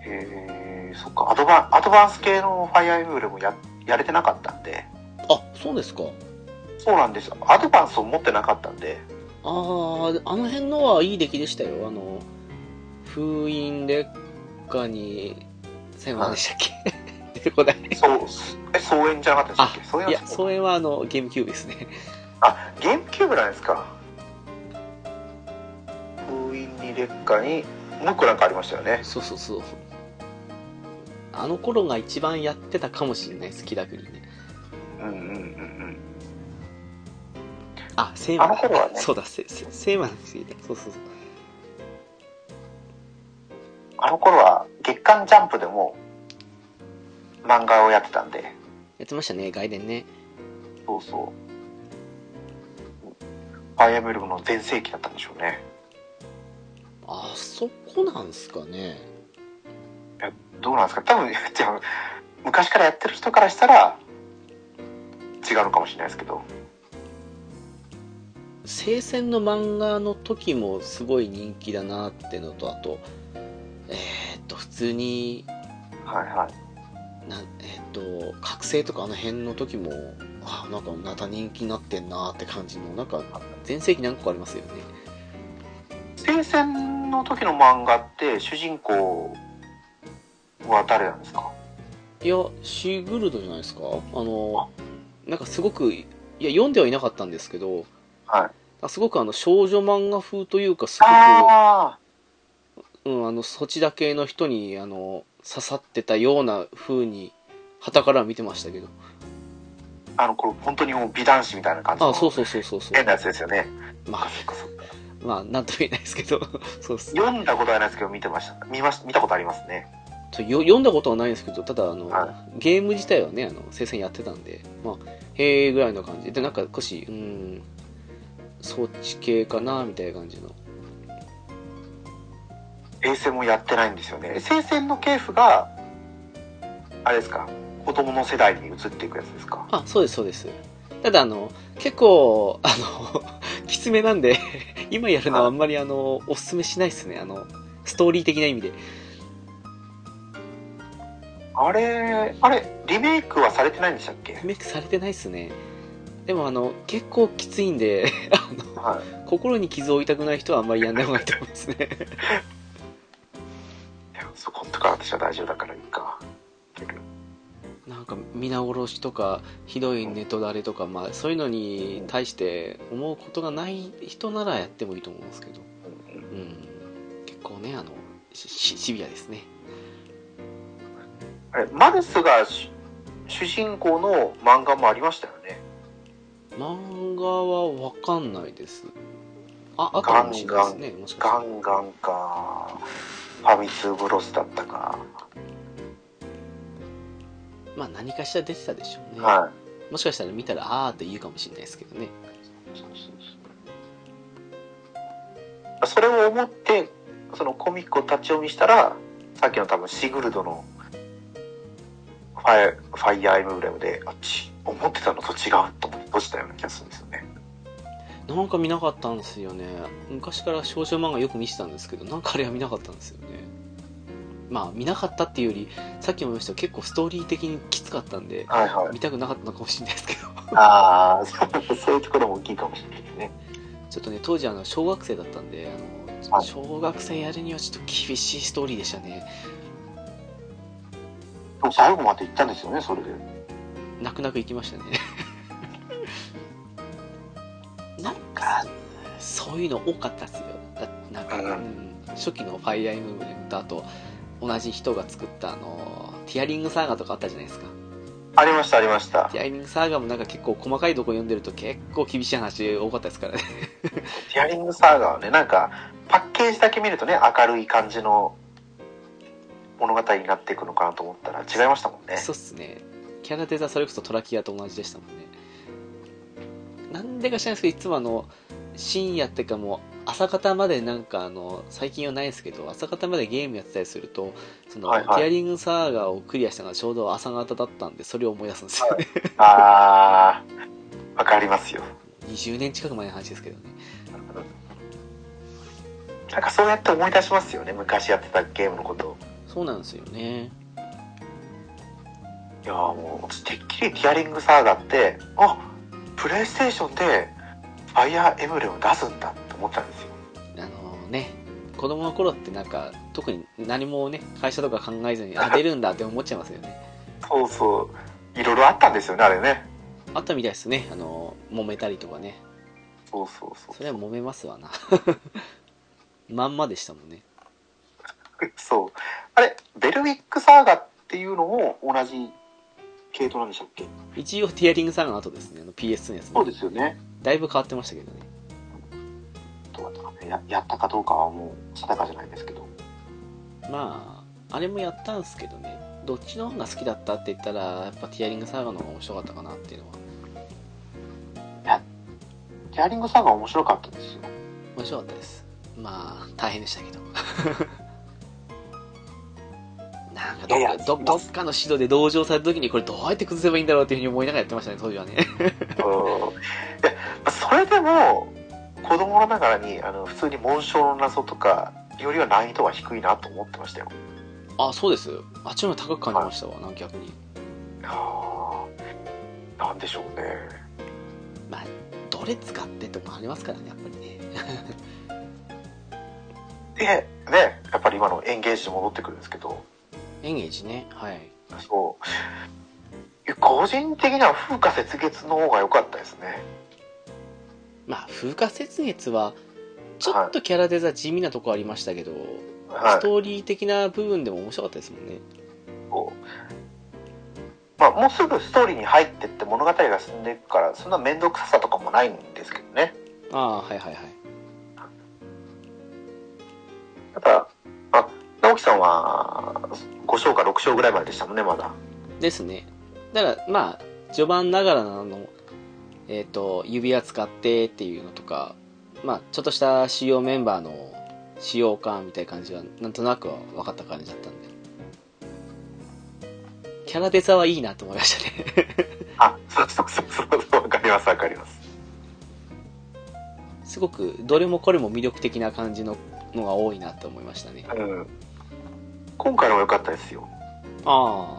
S2: えー、そっか、アドバン、アドバンス系のファイアーエムブレムや、やれてなかったんで、
S1: あ、そうですか。
S2: そうなんです。アドバンスを持ってなかったんで、
S1: あー、あの辺のはいい出来でしたよ。あの、封印劣化に、千万でしたっけ出てこない。
S2: そう、え、総演じゃなかったでしたっけ
S1: い
S2: 総
S1: や、
S2: 演
S1: それはあの、ゲームキューブですね。
S2: あ、ゲームキューブなんですか。封印月間にもう一個なんかありましたよね
S1: そうそうそうあの頃が一番やってたかもしれない好きだくりね
S2: うんうんうんうん
S1: あセーマ
S2: あの頃はね
S1: そうだセセセーマの好きだそうそうそう
S2: あの頃は月刊ジャンプでも漫画をやってたんで
S1: やってましたね外伝ね
S2: そうそうファイアムエルムの全盛期だったんでしょうね
S1: あそこなんすかね
S2: どうなんですか多分 じゃあ昔からやってる人からしたら違うのかもしれないですけど
S1: 聖戦の漫画の時もすごい人気だなってのとあとえー、っと普通に
S2: はいはい
S1: なんえーっと覚醒とかあの辺の時もあなんかまた人気になってんなって感じのなんか全盛期何個かありますよね
S2: 聖戦の時の漫画って主人公は誰なんですか
S1: いやシーグルドじゃないですかあのなんかすごくいや読んではいなかったんですけど
S2: はい
S1: あすごくあの少女漫画風というかすごく
S2: あ
S1: うん、あのそちだけの人にあの刺さってたような風に傍からは見てましたけど
S2: ああのこれ本当にもう美男子みたいな感じ
S1: あ
S2: の
S1: そうそうそうそうそう
S2: 変なやつですよね
S1: まあまあなんとも言えないですけど そうっす
S2: 読んだことはないですけど見てました見まし見たことありますね
S1: とよ読んだことはないんですけどただあの、
S2: は
S1: ゲーム自体はねあの生産やってたんでまあへえぐらいの感じでなんか少しうんそっち系かなみたいな感じの
S2: 聖戦もやってないんですよね聖戦の系譜があれですか子供の世代に移っていくやつですか
S1: あそうですそうですただあの結構 あのきつめなんで 今やるのはあんまりあのおすすめしないですねあのストーリー的な意味で
S2: あれあれリメイクはされてないんでしたっけ
S1: リメイクされてないっすねでもあの結構きついんであの
S2: はい
S1: 心に傷を負いたくない人はあんまりやんない方がいいと思いますね
S2: いやそこんとか私は大丈夫だからいいか
S1: なんか皆殺しとかひどいネトだれとか、まあ、そういうのに対して思うことがない人ならやってもいいと思うんですけど、うん、結構ねあのししシビアですね
S2: あれマルスが主主人公の漫画もありましたよね
S1: 漫画はわかんないですああったかもしれないですねもしか
S2: ガ
S1: し
S2: ンガンかファミ通ブロスだったか、
S1: てまあ何かしら出てたでしょうね、
S2: はい
S1: もしかしたら見たらあーって言うかもしれないですけどね
S2: それを思ってそのコミックを立ち読みしたらさっきの多分シグルドのファイファイアーエムブレムであっち思ってたのと違うと思って閉じたような気がするんですよね
S1: なんか見なかったんですよね昔から少女漫画よく見てたんですけどなんかあれは見なかったんですよねまあ見なかったっていうよりさっきも言いましたけど結構ストーリー的にきつかったんで
S2: はいは
S1: 見たくなかったのかもしれないですけど
S2: ああそうそういうところも大きいかもしれないですね
S1: ちょっとね当時あの小学生だったんであの
S2: はい
S1: 小学生やるにはちょっと厳しいストーリーでしたね
S2: でも最後まで行ったんですよねそれで
S1: 泣く泣く行きましたね なんかそういうの多かったっすよだなんか、
S2: うん
S1: うん初期の「ファイアーエムブレム」とあと同じ人が作ったあのティアリングサーガとかあったじゃないですか
S2: ありましたありました
S1: ティアリングサーガもなんか結構細かいとこ読んでると結構厳しい話多かったですからね
S2: ティアリングサーガーはねなんかパッケージだけ見るとね明るい感じの物語になっていくのかなと思ったら違いましたもんね
S1: そうっすねキャラデザそれこそトラキアと同じでしたもんねなんでか知らないですけどいつもあの深夜ってかもう朝方までなんかあの最近はないですけど朝方までゲームやってたりするとその、
S2: はいはい
S1: ティアリングサーガーをクリアしたのがちょうど朝方だったんでそれを思い出すんですよね、
S2: ああわかりますよ
S1: 20年近く前の話ですけどね
S2: なんかそうやって思い出しますよね昔やってたゲームのことを
S1: そうなんですよね
S2: いやーもう私てっきりティアリングサーガーってあプレイステーションでファイアーエムレム出すんだって思ったんですよ
S1: あのね子供の頃ってなんか特に何もね会社とか考えずにあ出るんだって思っちゃいますよね
S2: そうそういろいろあったんですよねあれね
S1: あったみたいですねあの揉めたりとかね
S2: そうそうそう
S1: それは揉めますわな まんまでしたもんね
S2: そう。あれ、ベルウィックサーガっていうのも同じ系統なんでしたっけ
S1: 一応ティアリングさんの後ですねあの PS2 のやつ
S2: そ
S1: も
S2: うですよね。
S1: だいぶ変わってましたけどね
S2: どうだったかねや。やったかどうかはもう定かじゃないですけど。
S1: まああれもやったんですけどねどっちの方が好きだったって言ったらやっぱティアリングサーガの方が面白かったかなっていうのは
S2: ティアリングサーガ面白かったですよ。
S1: 面白かったですまあ大変でしたけど なんかどっ
S2: いやい
S1: か
S2: や
S1: どどっかの指導で同情された時にこれどうやって崩せばいいんだろうっていうふうに思いながらやってましたね当時はね
S2: うん いやそれでも子供のながらにあの普通に紋章の謎とかよりは難易度は低いなと思ってましたよ
S1: あそうですあっちの方が高く感じましたわなんか逆に
S2: あーなんでしょうね
S1: まあどれ使ってとかありますからねやっぱりね
S2: でねやっぱり今のエンゲージに戻ってくるんですけど
S1: エンゲージねはい
S2: そういや個人的には風化雪月の方が良かったですね
S1: まあ風化雪月はちょっとキャラデザ地味なとこありましたけど、ス
S2: はい
S1: トーリー的な部分でも面白かったですもんね
S2: こうまあ、もうすぐストーリーに入ってって物語が進んでいくからそんな面倒くささとかもないんですけどね
S1: ああはいはいはい
S2: ただ、あ、直樹さんは5章か6章ぐらいまででしたもんね、まだ。
S1: ですねだからまあ序盤ながらのあのえっ、と指輪使ってっていうのとかまあちょっとした主要メンバーの使用感みたいな感じはなんとなくは分かった感じだったんでキャラデザはいいなと思いましたね
S2: あ、そうそうそうそうそう、わかります、わかります。
S1: すごくどれもこれも魅力的な感じののが多いなと思いましたね
S2: うん。今回のも良かったですよ。
S1: あ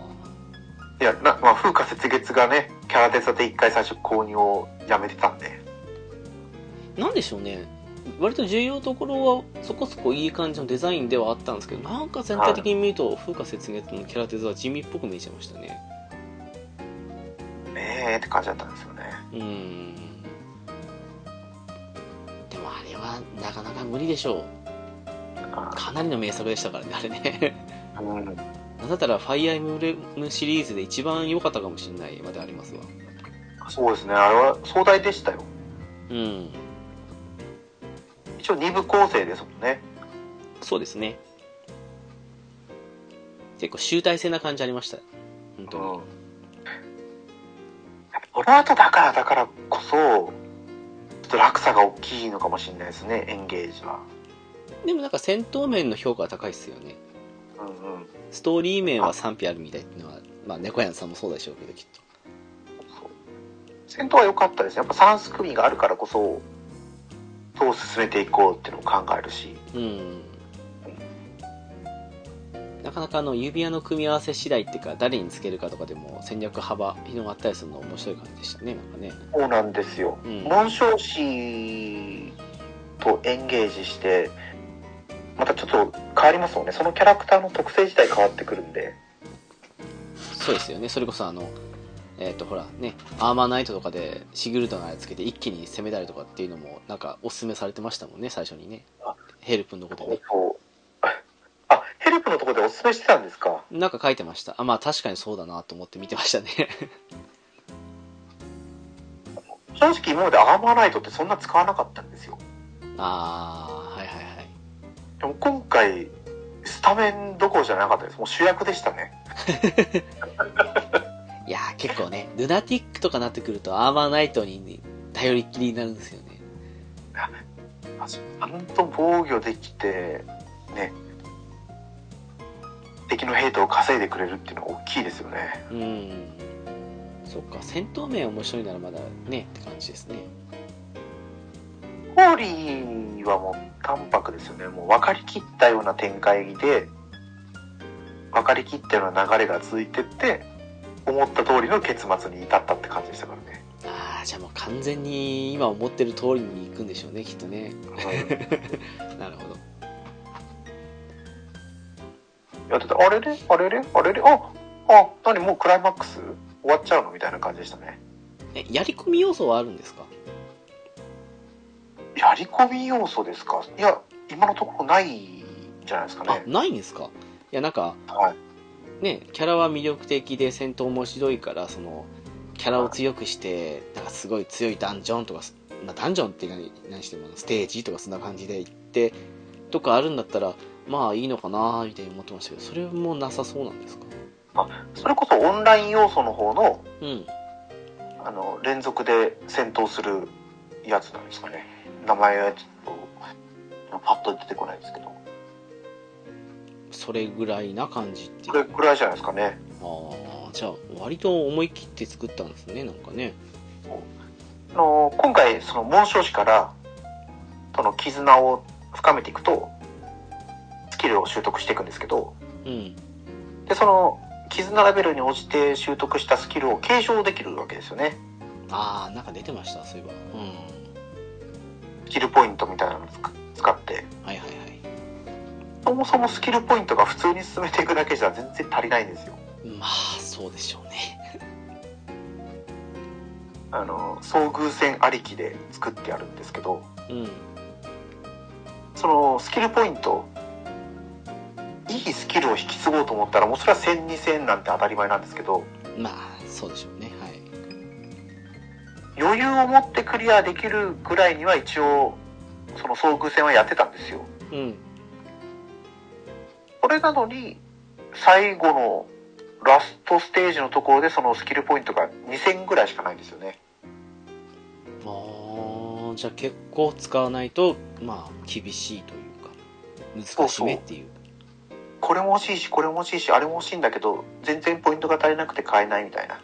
S2: いや、なまあ、風化雪月がね、キャラデザで一回最初購入をやめてたんで。
S1: あなんでしょうね割と重要ところはそこそこいい感じのデザインではあったんですけどなんか全体的に見ると風花雪月のキャラデザは地味っぽく見えちゃいましたね
S2: ねえって感じだったんですよね。
S1: うーんでもあれはなかなか無理でしょう
S2: あ
S1: かなりの名作でしたからねあれね
S2: うん。
S1: なんだったら「ファイアーエムレム」シリーズで一番良かったかもしれないまでありますわ
S2: そうですね、あれは壮大でしたよ。
S1: うん
S2: 一応二部構成ですもんね。
S1: そうですね結構集大成な感じありました本当に
S2: うんこの後だからだからこそ、ちょっと落差が大きいのかもしれないですね、エンゲージは。
S1: でもなんか戦闘面の評価は高いですよね
S2: うんうん。
S1: ストーリー面は賛否あるみたいっていうのはまあ猫やんさんもそうでしょうけどきっと
S2: そう戦闘は良かったですね。やっぱ三すくみがあるからこそ、どう進めていこうっていうのを考えるし。
S1: うんなかなかあの指輪の組み合わせ次第っていうか誰につけるかとかでも戦略幅広がったりするの面白い感じでしたねなんかね
S2: そうなんですよ。
S1: うん
S2: 紋章師とエンゲージして、またちょっと変わりますもんね。そのキャラクターの特性自体変わってくるんで。
S1: そうですよねそれこそあのえっ、とほらねアーマーナイトとかでシグルトのあれつけて一気に攻めたりとかっていうのもなんかおすすめされてましたもんね最初にね
S2: あ
S1: ヘルプのことでね
S2: そうあ、ヘルプのところでおすすめしてたんですか。
S1: なんか書いてましたあまあ確かにそうだなと思って見てましたね
S2: 正直今までアーマーナイトってそんな使わなかったんですよ
S1: ああはいはいはい
S2: でも今回スタメンどころじゃなかったですもう主役でしたね
S1: いやー結構ね、ルナティックとかなってくると、アーマーナイトに頼りっきりになるんですよね。
S2: あちゃんと防御できてね敵のヘイトを稼いでくれるっていうのは大きいですよね
S1: うーん。そっか、戦闘面面白いならまだね、って感じですね。
S2: ホーリーはもう淡白ですよねもう分かりきったような展開で分かりきったような流れが続いてって思った通りの結末に至ったって感じでしたからね
S1: ああ、じゃあもう完全に今思ってる通りに行くんでしょうね、きっとね。なるほど。
S2: やってて、あれれあれれあれれあ、あ、何もうクライマックス終わっちゃうのみたいな感じでしたね。
S1: え、やり込み要素はあるんですか
S2: やり込み要素ですかいや、今のところないんじゃないですか
S1: あ
S2: ね。
S1: ないんですかいやなんか
S2: はい。
S1: ねキャラは魅力的で戦闘面白いからそのキャラを強くしてなんかすごい強いダンジョンとかなダンジョンって何何してもステージとかそんな感じで行ってとかあるんだったらまあいいのかなみたいに思ってましたけどそれもなさそうなんですか
S2: それこそオンライン要素の方の、
S1: うん
S2: あの、連続で戦闘するやつなんですかね。名前はちょっと、パッと出てこないですけど。
S1: それぐらいな感じってい
S2: そうれぐらいじゃないですかね。
S1: ああじゃあ割と思い切って作ったんですねなんかね
S2: あの、今回、その、紋章師から、との絆を深めていくと、スキルを習得していくんですけど、
S1: うん
S2: で、その、絆レベルに応じて習得したスキルを継承できるわけですよね。
S1: ああなんか出てましたそういえばうん
S2: スキルポイントみたいなのを使使って
S1: はいはいはい
S2: そもそもスキルポイントが普通に進めていくだけじゃ全然足りないんですよ
S1: まあそうでしょうね
S2: あの遭遇戦ありきで作ってあるんですけど
S1: うん
S2: そのスキルポイントいいスキルを引き継ごうと思ったらもうそれは10002000なんて当たり前なんですけど
S1: まあそうでしょうねはい
S2: 余裕を持ってクリアできるぐらいには一応その遭遇戦はやってたんですよ
S1: うん
S2: これなのに最後のラストステージのところでそのスキルポイントが2000ぐらいしかないんですよね
S1: ああじゃあ結構使わないとまあ厳しいというか難しめっていう
S2: これも欲しいしこれも欲しいしあれも欲しいんだけど全然ポイントが足りなくて買えないみたいな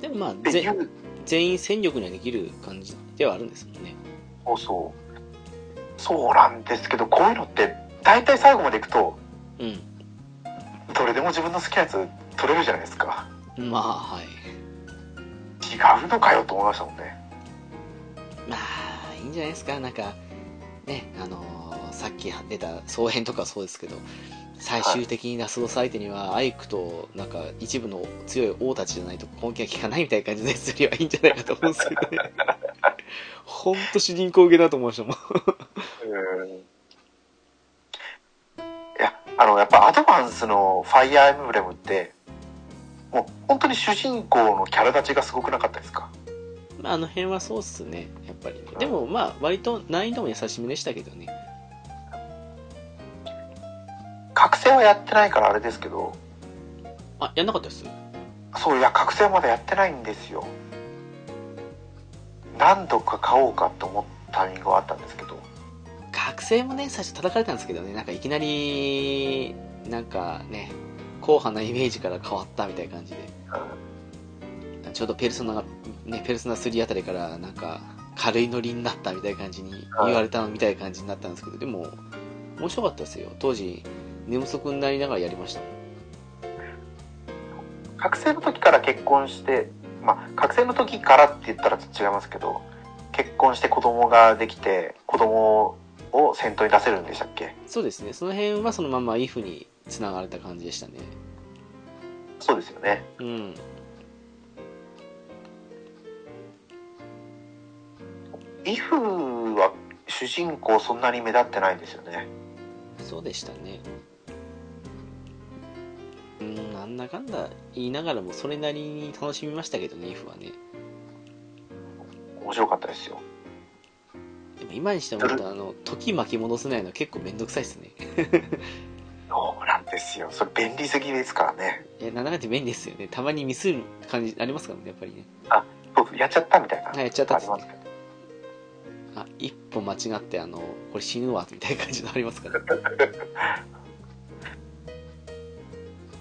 S1: でもまあ
S2: で
S1: ぜ
S2: いう
S1: 全員戦力にはできる感じではあるんですもんね
S2: そうそうそうなんですけどこういうのって大体最後までいくと
S1: う
S2: どれでも自分の好きなやつ取れるじゃないですか
S1: んまあはい
S2: 違うのかよと思いましたもんね
S1: まあいいんじゃないですかなんかねあのーさっき出た総編とかそうですけど最終的にラスボス相手にはアイクとなんか一部の強い王たちじゃないと根気が効かないみたいな感じでするよりはいいんじゃないかと思うんですけど ねほんと主人公ゲだと思いましたもん
S2: いやあのやっぱアドバンスのファイアーエムブレムってもう本当に主人公のキャラ立ちがすごくなかったですか
S1: まああの辺はそうっすねやっぱりでもまあ割と難易度も優しめでしたけどね
S2: 覚醒はやってないからあれですけど
S1: あやんなかったです
S2: そういや覚醒はまだやってないんですよ何度か買おうかと思ったタイミングはあったんですけど
S1: 学生もね最初叩かれたんですけどねなんかいきなりなんかね硬派なイメージから変わったみたいな感じでちょうどペルソナがねペルソナ3あたりからなんか軽いノリになったみたいな感じに
S2: はい
S1: 言われたみたいな感じになったんですけどでも面白かったですよ当時寝不足になりながらやりましたもん
S2: 覚醒の時から結婚してまあ覚醒の時からって言ったらちょっと違いますけど結婚して子供ができて子供を先頭に出せるんでしたっけ
S1: そうですねその辺はそのままイフに繋がれた感じでしたね
S2: そうですよね
S1: うん
S2: イフは主人公そんなに目立ってないんですよね
S1: そうでしたねうんなんだかんだ言いながらもそれなりに楽しみましたけどね IF はね
S2: 面白かったですよ
S1: でも今にして思うとあの時巻き戻せないのは結構めんどくさいですね
S2: そうなんですよそれ便利すぎですからね
S1: いやなんだかんだ便利ですよねたまにミスる感じありますからねやっぱりね
S2: そうやっちゃったみたいな
S1: あやっちゃったっ
S2: あ
S1: つ
S2: り
S1: っ
S2: ます
S1: て
S2: けど
S1: あ一歩間違ってあのこれ死ぬわみたいな感じのありますから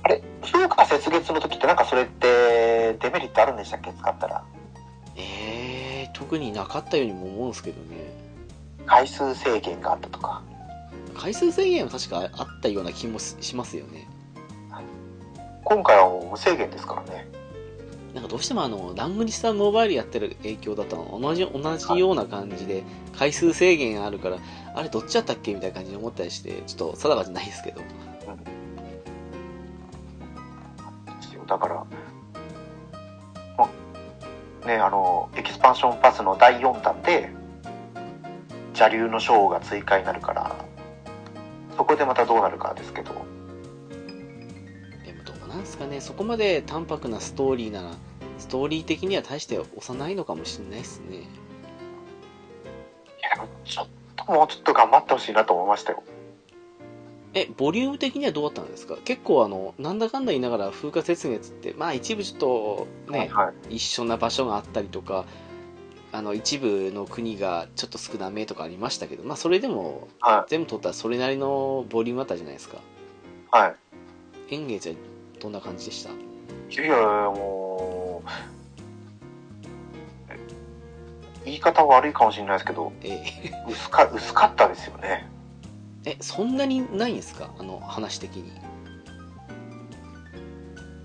S2: あれ評価雪月の時ってなんかそれってデメリットあるんでしたっけ使ったら
S1: えー、特になかったようにも思うんですけどね
S2: 回数制限があったとか
S1: 回数制限は確かあったような気もししますよね
S2: 今回はもう無制限ですからね
S1: なんかどうしてもあのラングニスタモバイルやってる影響だと同じ同じような感じで回数制限あるからあれどっちやったっけみたいな感じに思ったりしてちょっと定かじゃないですけど
S2: だからまねあのエキスパンションパスの第4弾で邪流の章が追加になるからそこでまたどうなるかですけど
S1: でもどうなんですかねそこまで淡白なストーリーならストーリー的には大して幼いのかもしれないですね
S2: いやでもちょっともうちょっと頑張ってほしいなと思いましたよ
S1: えボリューム的にはどうだったんですか結構あのなんだかんだ言いながら風化雪月ってまあ一部ちょっとね
S2: はい、
S1: 一緒な場所があったりとかあの一部の国がちょっと少なめとかありましたけどまあそれでも
S2: は
S1: 全部取ったらそれなりのボリュームあったじゃないですか
S2: はい
S1: 演芸じゃどんな感じでした
S2: いやいやいやもうえ言い方悪いかもしれないですけど
S1: ええ
S2: 薄か薄かったですよね
S1: えそんなにないんですかあの話的に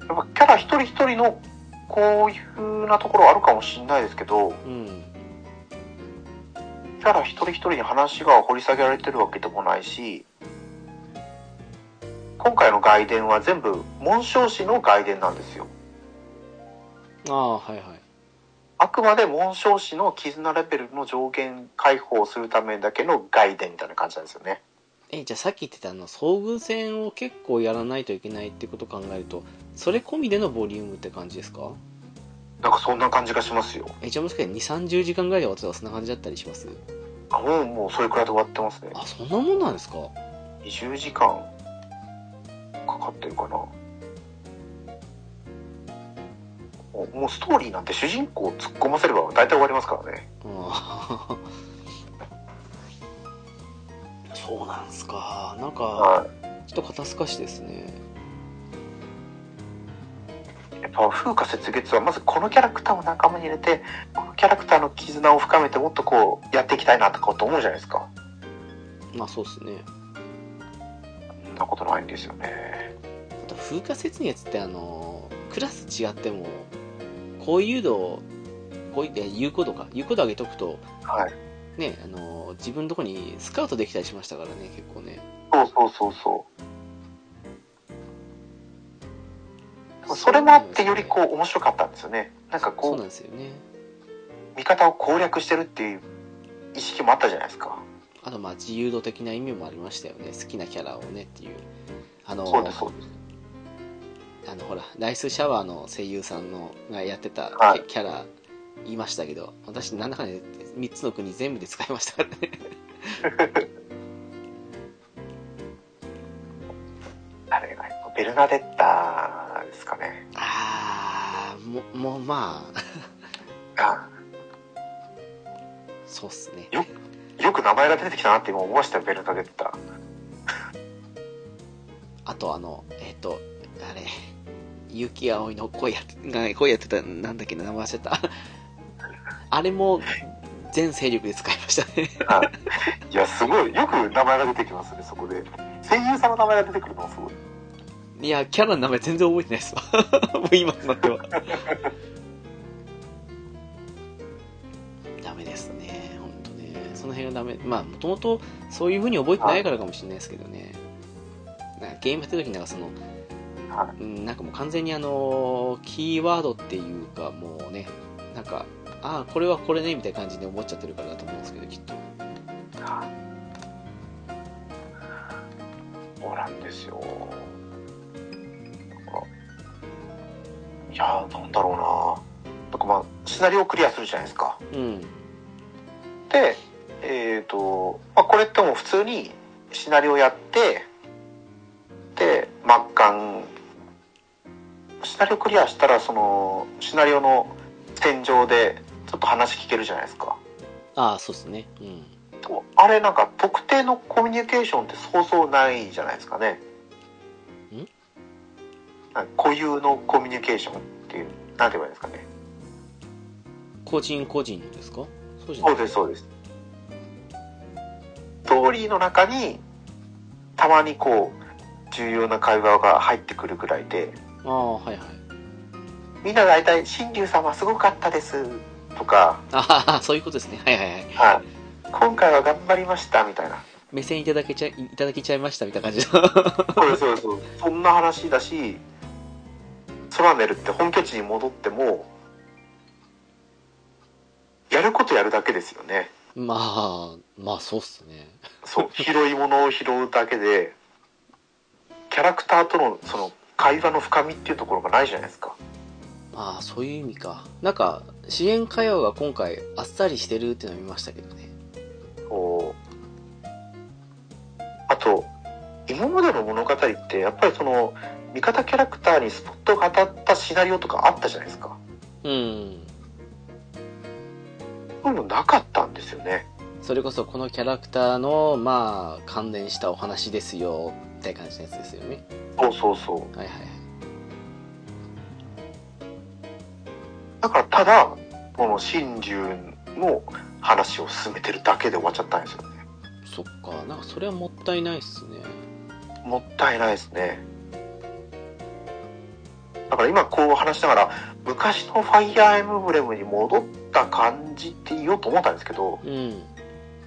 S2: やっぱキャラ一人一人のこういう風なところあるかもしれないですけど
S1: うん
S2: キャラ一人一人に話が掘り下げられてるわけでもないし今回の外伝は全部紋章師の外伝なんですよ
S1: ああはいはい
S2: あくまで紋章師の絆レベルの上限解放をするためだけの外伝みたいな感じなんですよね
S1: えじゃあさっき言ってたあの遭遇戦を結構やらないといけないってことを考えるとそれ込みでのボリュームって感じですか
S2: なんかそんな感じがしますよ
S1: えじゃあもしかして2 3 0時間ぐらいで終わってたらそんな感じだったりします
S2: あもうもうそれくらいで終わってますね
S1: あそんなもんなんですか
S2: 20時間かかってるかなもうもうストーリーなんて主人公を突っ込ませれば大体終わりますからね
S1: あーそうなんですかなんか
S2: は
S1: ちょっと肩透かしですね
S2: いやっぱ風化雪月はまずこのキャラクターを仲間に入れてこのキャラクターの絆を深めてもっとこうやっていきたいなとかと思うじゃないですか
S1: まあそうですね
S2: そんなことないんですよね
S1: あと風化雪月ってあのクラス違っても高誘導こういや有効度か有効度上げとくと
S2: はい
S1: ねあの自分のとこにスカウトできたりしましたからね結構ね
S2: そうそうそうそうそれもあってよりこう面白かったんですよねなんか
S1: そ
S2: こ
S1: う
S2: う
S1: なんですよね
S2: 味方を攻略してるっていう意識もあったじゃないですか
S1: あとまあ自由度的な意味もありましたよね好きなキャラをねっていうあの
S2: そうですそうです
S1: あのほらライスシャワーの声優さんのがやってた
S2: はい
S1: キャラいましたけど、私なんだかんだで3つの国全部で使いましたからね
S2: あれがベルナデッタですかね
S1: ああももうまあ
S2: あ
S1: そうっすね
S2: よく名前が出てきたなって今思いましたよベルナデッタ
S1: あとあのえっ、とあれ結城葵の声やって声やってたなんだっけな名前忘れたあれも全勢力で使いましたね
S2: いやすごいよく名前が出てきますねそこで声優さんの名前が出てくるのもすごい
S1: いやキャラの名前全然覚えてないですわ もう今となっては ダメですね本当ねその辺がダメまあもともとそういうふうに覚えてないからかもしれないですけどね、なんかゲームやってる時なんかその、
S2: は
S1: うんなんかもう完全にあのキーワードっていうかもうねなんかああこれはこれねみたいな感じで思っちゃってるからだと思うんですけどきっと
S2: そうなんですよだからいやーなんだろうななんかまあシナリオをクリアするじゃないですか
S1: うん
S2: でえっ、と、まあ、これってもう普通にシナリオやってで末巻シナリオクリアしたらそのシナリオの戦場でちょっと話聞けるじゃないですか
S1: ああそうですねうん
S2: でもあれなんか特定のコミュニケーションってそうそうないじゃないですかね
S1: ん
S2: なんか固有のコミュニケーションっていうなんて言えばいいんですかね
S1: 個人個人ですかそうじゃな
S2: そう
S1: い
S2: ですそうですストーリーの中にたまにこう重要な会話が入ってくるぐらいで
S1: ああはいはい
S2: みんな大体「新竜様すごかったです」とか
S1: ああそういうことですねはいはいはい
S2: 「はい、今回は頑張りました」みたいな
S1: 目線いただけちゃいいただけちゃいましたみたいな感じの
S2: そうですそうですそうですそんな話だしソラネルって本拠地に戻ってもやることやるだけですよね
S1: まあまあそうっすね
S2: そう拾い物を拾うだけでキャラクターとのその会話の深みっていうところがないじゃないですか
S1: まあそういう意味かなんか支援会話が今回あっさりしてるっていうのは見ましたけどね
S2: こうあと今までの物語ってやっぱりその味方キャラクターにスポットが当たったシナリオとかあったじゃないですか
S1: うん
S2: そういうのなかったんですよね
S1: それこそこのキャラクターのまあ関連したお話ですよって感じのやつですよね
S2: そうそうそう
S1: はいはいはい
S2: だからただこの真珠の話を進めてるだけで終わっちゃったんですよね
S1: そっかなんかそれはもったいないっすね
S2: もったいないですねだから今こう話しながら昔のファイアーエムブレムに戻った感じって言おうと思ったんですけど
S1: うん
S2: い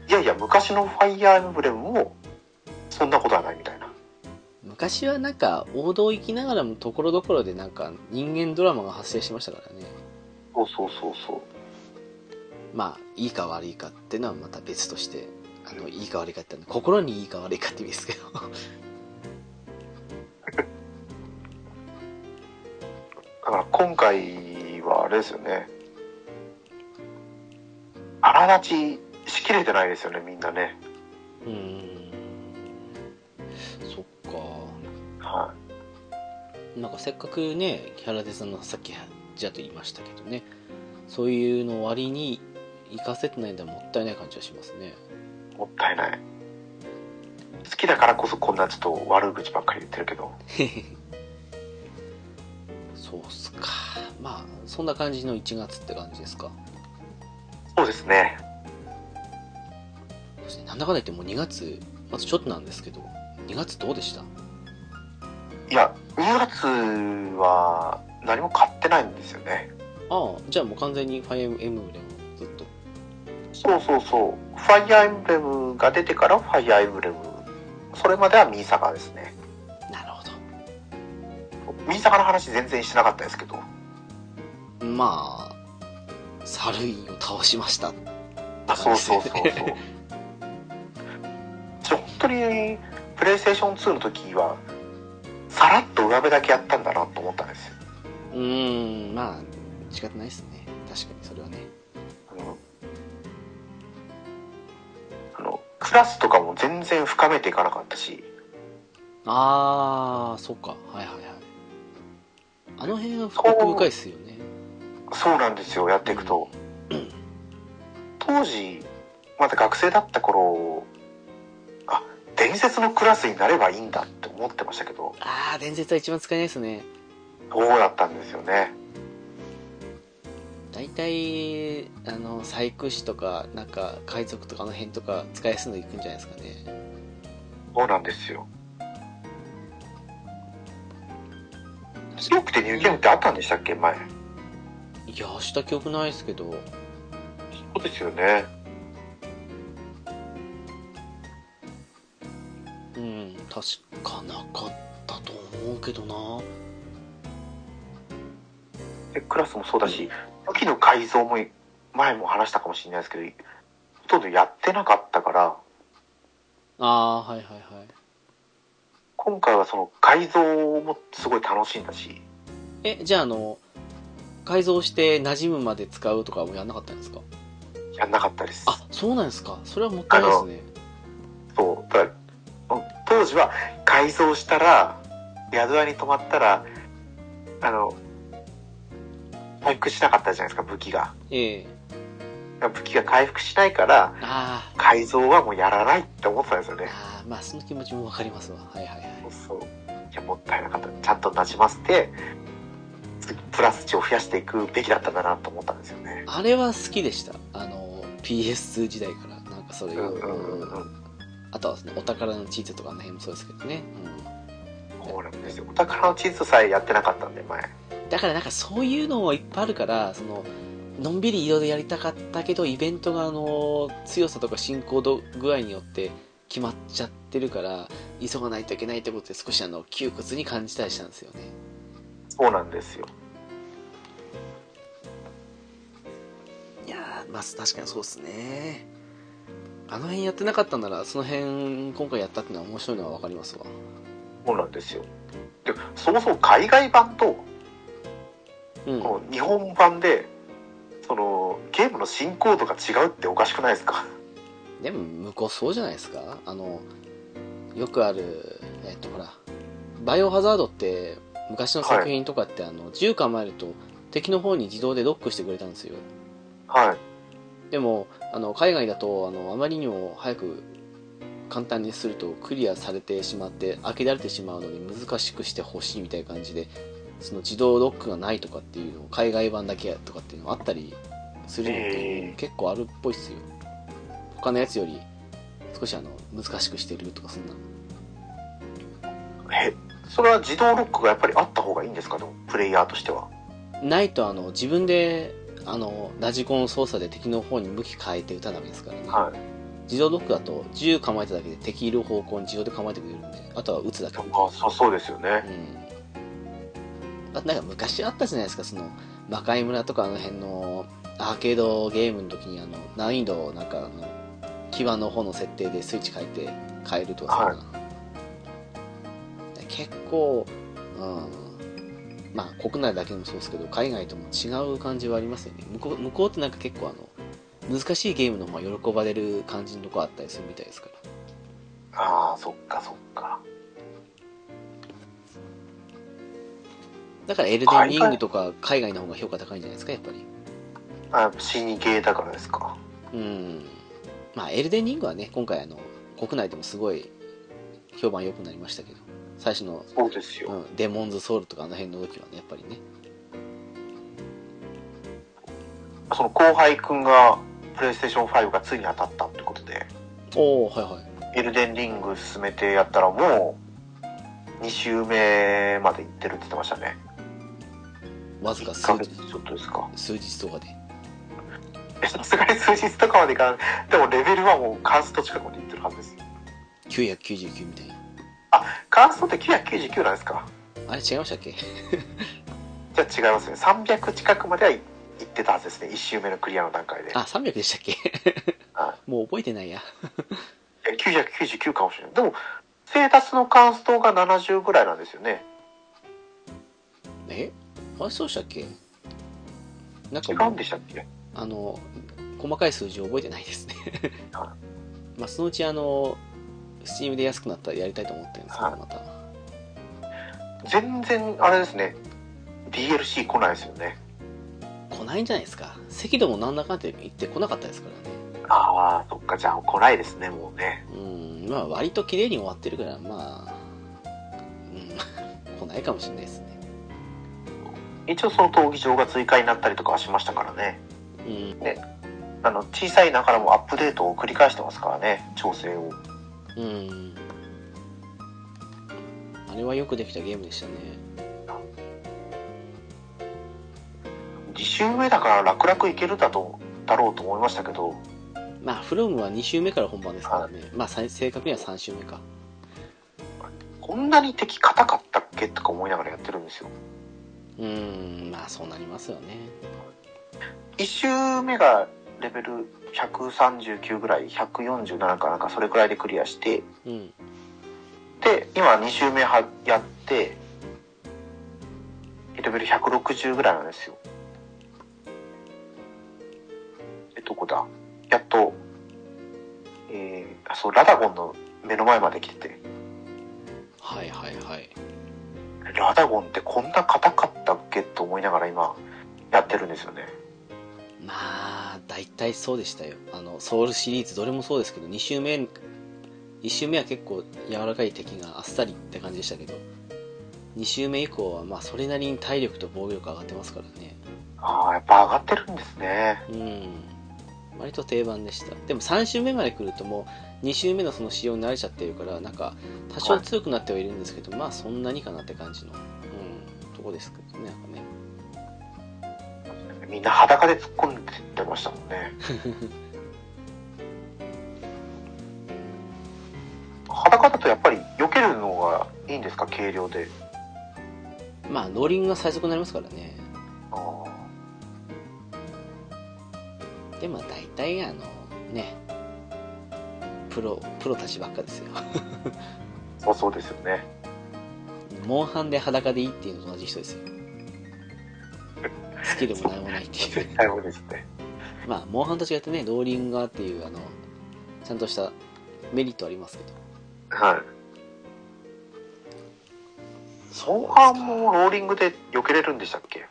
S2: やいや昔のファイアーエムブレムもそんなことはないみたいな
S1: 昔はなんか王道行きながらもところどころでなんか人間ドラマが発生しましたからね
S2: そうそうそうそう
S1: まあいいか悪いかっていうのはまた別としてあのいいか悪いかってのは心にいいか悪いかって意味ですけど
S2: だから今回はあれですよね腹立ちしきれてないですよねみんなね
S1: うーんそっか
S2: はい
S1: なんかせっかくね原手さんのさっきじゃと言いましたけどねそういうの割に行かせてないんだもったいない感じはしますね
S2: もったいない好きだからこそこんなちょっと悪口ばっかり言ってるけど
S1: そうっすかまあそんな感じの1月って感じですか
S2: そうですね
S1: そしてなんだかんだ言ってもう2月まずちょっとなんですけど2月どうでした
S2: いや2月は何も買ってないんですよね
S1: ああじゃあもう完全にファイアエムブレムをずっと
S2: そうそうそうファイアーエンブレムが出てからファイアーエンブレムそれまではミーサガですね
S1: なるほ
S2: ミーサガの話全然してなかったですけど
S1: どまあサルインを倒しましたって
S2: あそうそうそう
S1: 感
S2: そう
S1: じですね
S2: ちょ本当にプレイステーション2の時はさらっと上辺だけやったんだなと思ったんですよ
S1: うーんまあ仕方ないですね確かにそれはね
S2: あのあのクラスとかも全然深めていかなかったし
S1: ああそっかはいはいはいあの辺は奥深いっすよね
S2: そうなんですよやっていくと、当時まだ学生だった頃あ伝説のクラスになればいいんだって思ってましたけど
S1: ああ伝説は一番使えないですね
S2: そうだったんですよね
S1: 大体あの細工師とかなんか海賊とかあの辺とか使いやすいの行くんじゃないですかね
S2: そうなんですよ強くてニューゲームってあったんでしたっけ前
S1: いやした記憶ないですけど
S2: そうですよね
S1: うん確かなかったと思うけどな
S2: でクラスもそうだし武器の改造も前も話したかもしれないですけどほとんどやってなかったから
S1: ああーはいはいはい
S2: 今回はその改造もすごい楽しんだし
S1: えじゃああの改造して馴染むまで使うとかもやんなかったんですか
S2: やんなかったです
S1: あそうなんですかそれはもったいないですね
S2: そうだから当時は改造したら宿屋に泊まったらあの回復しなかったじゃないですか武器が
S1: ええ
S2: 武器が回復しないから
S1: あー
S2: 改造はもうやらないって思ってたんですよね
S1: あーまあその気持ちもわかりますわはいはいはい
S2: そういやもったいなかったちゃんとなじませて次プラス値を増やしていくべきだったんだなと思ったんですよね
S1: あれは好きでしたあの PS2 時代からなんかそれ
S2: う
S1: を、
S2: んうんうんうん
S1: あとはそのお宝の地図とかあの辺もそうですけどね、
S2: そうなんですよお宝の地図さえやってなかったんで前
S1: うん、だからなんかそういうのはいっぱいあるからそののんびり移動でやりたかったけどイベントがあの強さとか進行度具合によって決まっちゃってるから急がないといけないってことで少しあの窮屈に感じたりしたんですよね
S2: そうなんですよ
S1: いやーまあ確かにそうっすねあの辺やってなかったならその辺今回やったっていうのは面白いのは分かりますわ
S2: そうなんですよでそもそも海外版と
S1: うん
S2: この日本版でそのゲームの進行度が違うっておかしくないですか
S1: でも向こうそうじゃないですかあのよくあるえっとほら「バイオハザード」って昔の作品とかって、あの銃構えると敵の方に自動でロックしてくれたんですよ
S2: はい
S1: でもあの海外だとあのあまりにも早く簡単にするとクリアされてしまって開けられてしまうので難しくしてほしいみたいな感じでその自動ロックがないとかっていうのを海外版だけやとかっていうのあったりするの
S2: へ
S1: って
S2: ー
S1: 結構あるっぽいっすよ他のやつより少しあの難しくしてるとかそんな
S2: えそれは自動ロックがやっぱりあった方がいいんですかでもプレイヤーとしては
S1: ないとあの自分であのラジコン操作で敵の方に向き変えて撃たなきゃですからね、
S2: はい
S1: 自動ロックだと銃構えただけで敵いる方向に自動で構えてくれるんであとは撃つだけ
S2: あそうそうですよね
S1: うん、あなんか昔あったじゃないですかその魔界村とかあの辺のアーケードゲームの時にあの難易度をなんかあの基盤の方の設定でスイッチ変えて変えるとかさ、結構、うん、まあ国内だけでもそうですけど海外とも違う感じはありますよね向こう向こうってなんか結構あの難しいゲームの方が喜ばれる感じのとこあったりするみたいですから
S2: ああそっかそっか
S1: だからエルデンリングとか海外の方が評価高いんじゃないですかやっぱり
S2: あやっぱ死にゲーだからですか
S1: うんまあエルデンリングはね今回あの国内でもすごい評判良くなりましたけど最初の、
S2: そうですよ、
S1: うん、デモンズソウルとかあの辺の時はねやっぱりね
S2: その後輩くんがプレイステーション5がついに当たったってことで
S1: おおはいはい
S2: エルデンリング進めてやったらもう2周目まで行ってるって言ってましたね
S1: わずか
S2: 1
S1: 数
S2: ヶ
S1: 日
S2: 月ちょっとですか
S1: 数日とかで
S2: えさすがに数日とかまでいかないでもレベルはもうカースト近くまで行ってるはずです
S1: 999みたいな
S2: カーストって999なんですか
S1: あれ違いましたっ け
S2: じゃあ違いますね300近くまでは行ってたはずですね1周目のクリアの段階で
S1: あ300でしたっけ
S2: は
S1: もう覚えてないや
S2: い999かもしれないでもセータスのカーストが70ぐらいなんですよね
S1: えあれそうでしたっけなん
S2: 違
S1: か
S2: う
S1: もうん
S2: でしたっけ
S1: あの細かい数字覚えてないですね
S2: は
S1: まあそのうちあの Steam で安くなったらやりたいと思ってるんですけど
S2: はい
S1: また
S2: 全然あれですね DLC 来ないですよね
S1: 来ないんじゃないですか赤道もなんだかんだ言ってこなかったですからね
S2: ああそっかじゃあ来ないですねもうね
S1: うんまあ割と綺麗に終わってるからまあうん 来ないかもしれないですね
S2: 一応その闘技場が追加になったりとかはしましたからね
S1: うん
S2: あの小さいながらもアップデートを繰り返してますからね調整を
S1: うんあれはよくできたゲームでしたね
S2: 2周目だから楽々いけるだとだろうと思いましたけど
S1: まあフロムは2周目から本番ですからねまあさい正確には3周目か
S2: こんなに敵硬かったっけとか思いながらやってるんですよ
S1: うんまあそうなりますよね
S2: 1周目がレベル139ぐらい147かなんかそれくらいでクリアして
S1: うん
S2: で今2周目はやってレベル160ぐらいなんですよえどこだやっとえー、あそうラダゴンの目の前まで来てて
S1: はいはいはい
S2: ラダゴンってこんな硬かったっけと思いながら今やってるんですよね
S1: まあ大体そうでしたよあのソウルシリーズどれもそうですけど2周目1周目は結構柔らかい敵があっさりって感じでしたけど2周目以降はまあそれなりに体力と防御力上がってますからね
S2: ああやっぱ上がってるんですね
S1: うん割と定番でしたでも3周目まで来るともう2周目のその仕様に慣れちゃってるからなんか多少強くなってはいるんですけど、まあそんなにかなって感じの、うん、とこですけどねなんかね
S2: みんな裸で突っ込んでってましたもん ね裸だとやっぱり避けるのがいいんですか軽量で
S1: まあ農輪が最速になりますからね
S2: あー
S1: でまあ大体あのねプロプロたちばっかですよ
S2: そうそうですよ ね
S1: モンハンで裸でいいっていうのと同じ人ですよスキルも何もないっていう
S2: 絶対多いですね
S1: まあモンハンと違ってねローリングがっていうあのちゃんとしたメリットありますけど
S2: はいモンハンもローリングで避けれるんでしたっけ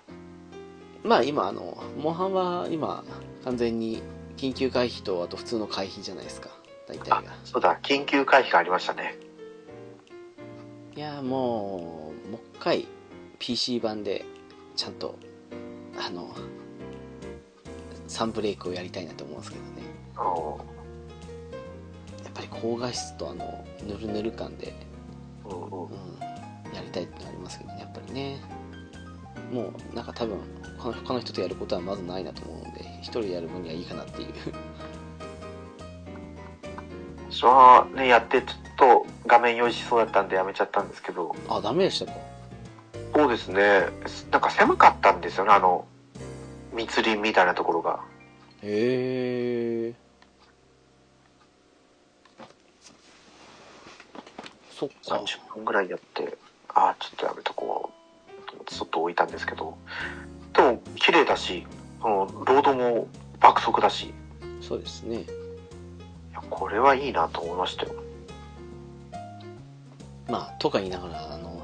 S1: まあ今あのモンハンは今完全に緊急回避とあと普通の回避じゃないですか大体が
S2: あそうだ緊急回避がありましたね
S1: いやーもうもう一回 PC 版でちゃんとあのサンブレイクをやりたいなと思うんですけどね
S2: あの
S1: やっぱり高画質とあのぬるぬる感で、
S2: うんうん
S1: うん、やりたいってのありますけどねやっぱりねもうなんか多分他の他の人とやることはまずないなと思うんで一人でやる分にはいいかなっていう
S2: 私はねやってちょっと画面用意しそうだったんでやめちゃったんですけど
S1: あダメでしたか
S2: そうですねなんか狭かったんですよねあの密林みたいなところが
S1: へえそっか
S2: 30分ぐらいやってああちょっとやめとこうと思って外置いたんですけどでも綺麗だしそのロードも爆速だしい
S1: そうですね
S2: やこれはいいなと思いましたよ
S1: まあとか言いながらあの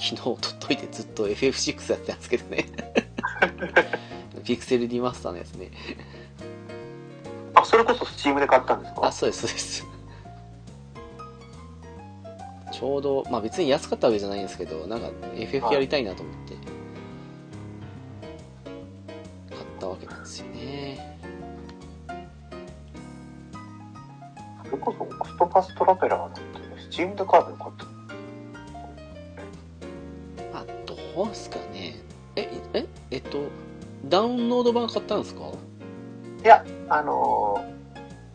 S1: 昨日おとといでずっと FF6 やってたんですけどね ピクセルリマスターのやつね
S2: あそれこそスチームで買ったんです
S1: あ
S2: か
S1: そうですそうですちょうどまあ別に安かったわけじゃないんですけどなんか FF やりたいなと思って買ったわけなんですよね
S2: それこそオクストパストラベラーなんてスチームで買えばよかった
S1: まあどうすかねえええっとダウンロード版買ったんですか
S2: いやあの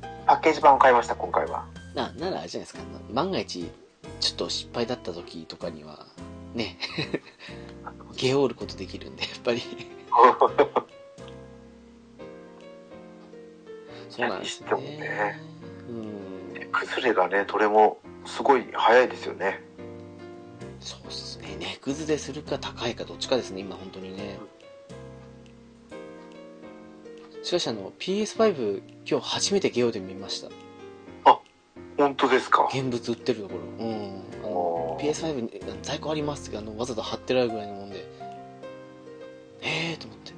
S2: ーパッケージ版を買いました今回は
S1: なならあれじゃないですか万が一ちょっと失敗だった時とかにはね ゲオーることできるんでやっぱり そうなんです
S2: いやにしても
S1: ね
S2: ね
S1: うん
S2: 崩れがねどれもすごい早いですよね
S1: そうですね値崩れするか高いかどっちかですね今本当にねしかしあの PS5 今日初めてゲオで見ました
S2: 本当ですか
S1: 現物売ってるところうんあの
S2: おー
S1: PS5 にあの在庫ありますってあのわざと貼ってるぐらいのもんでええー、と思って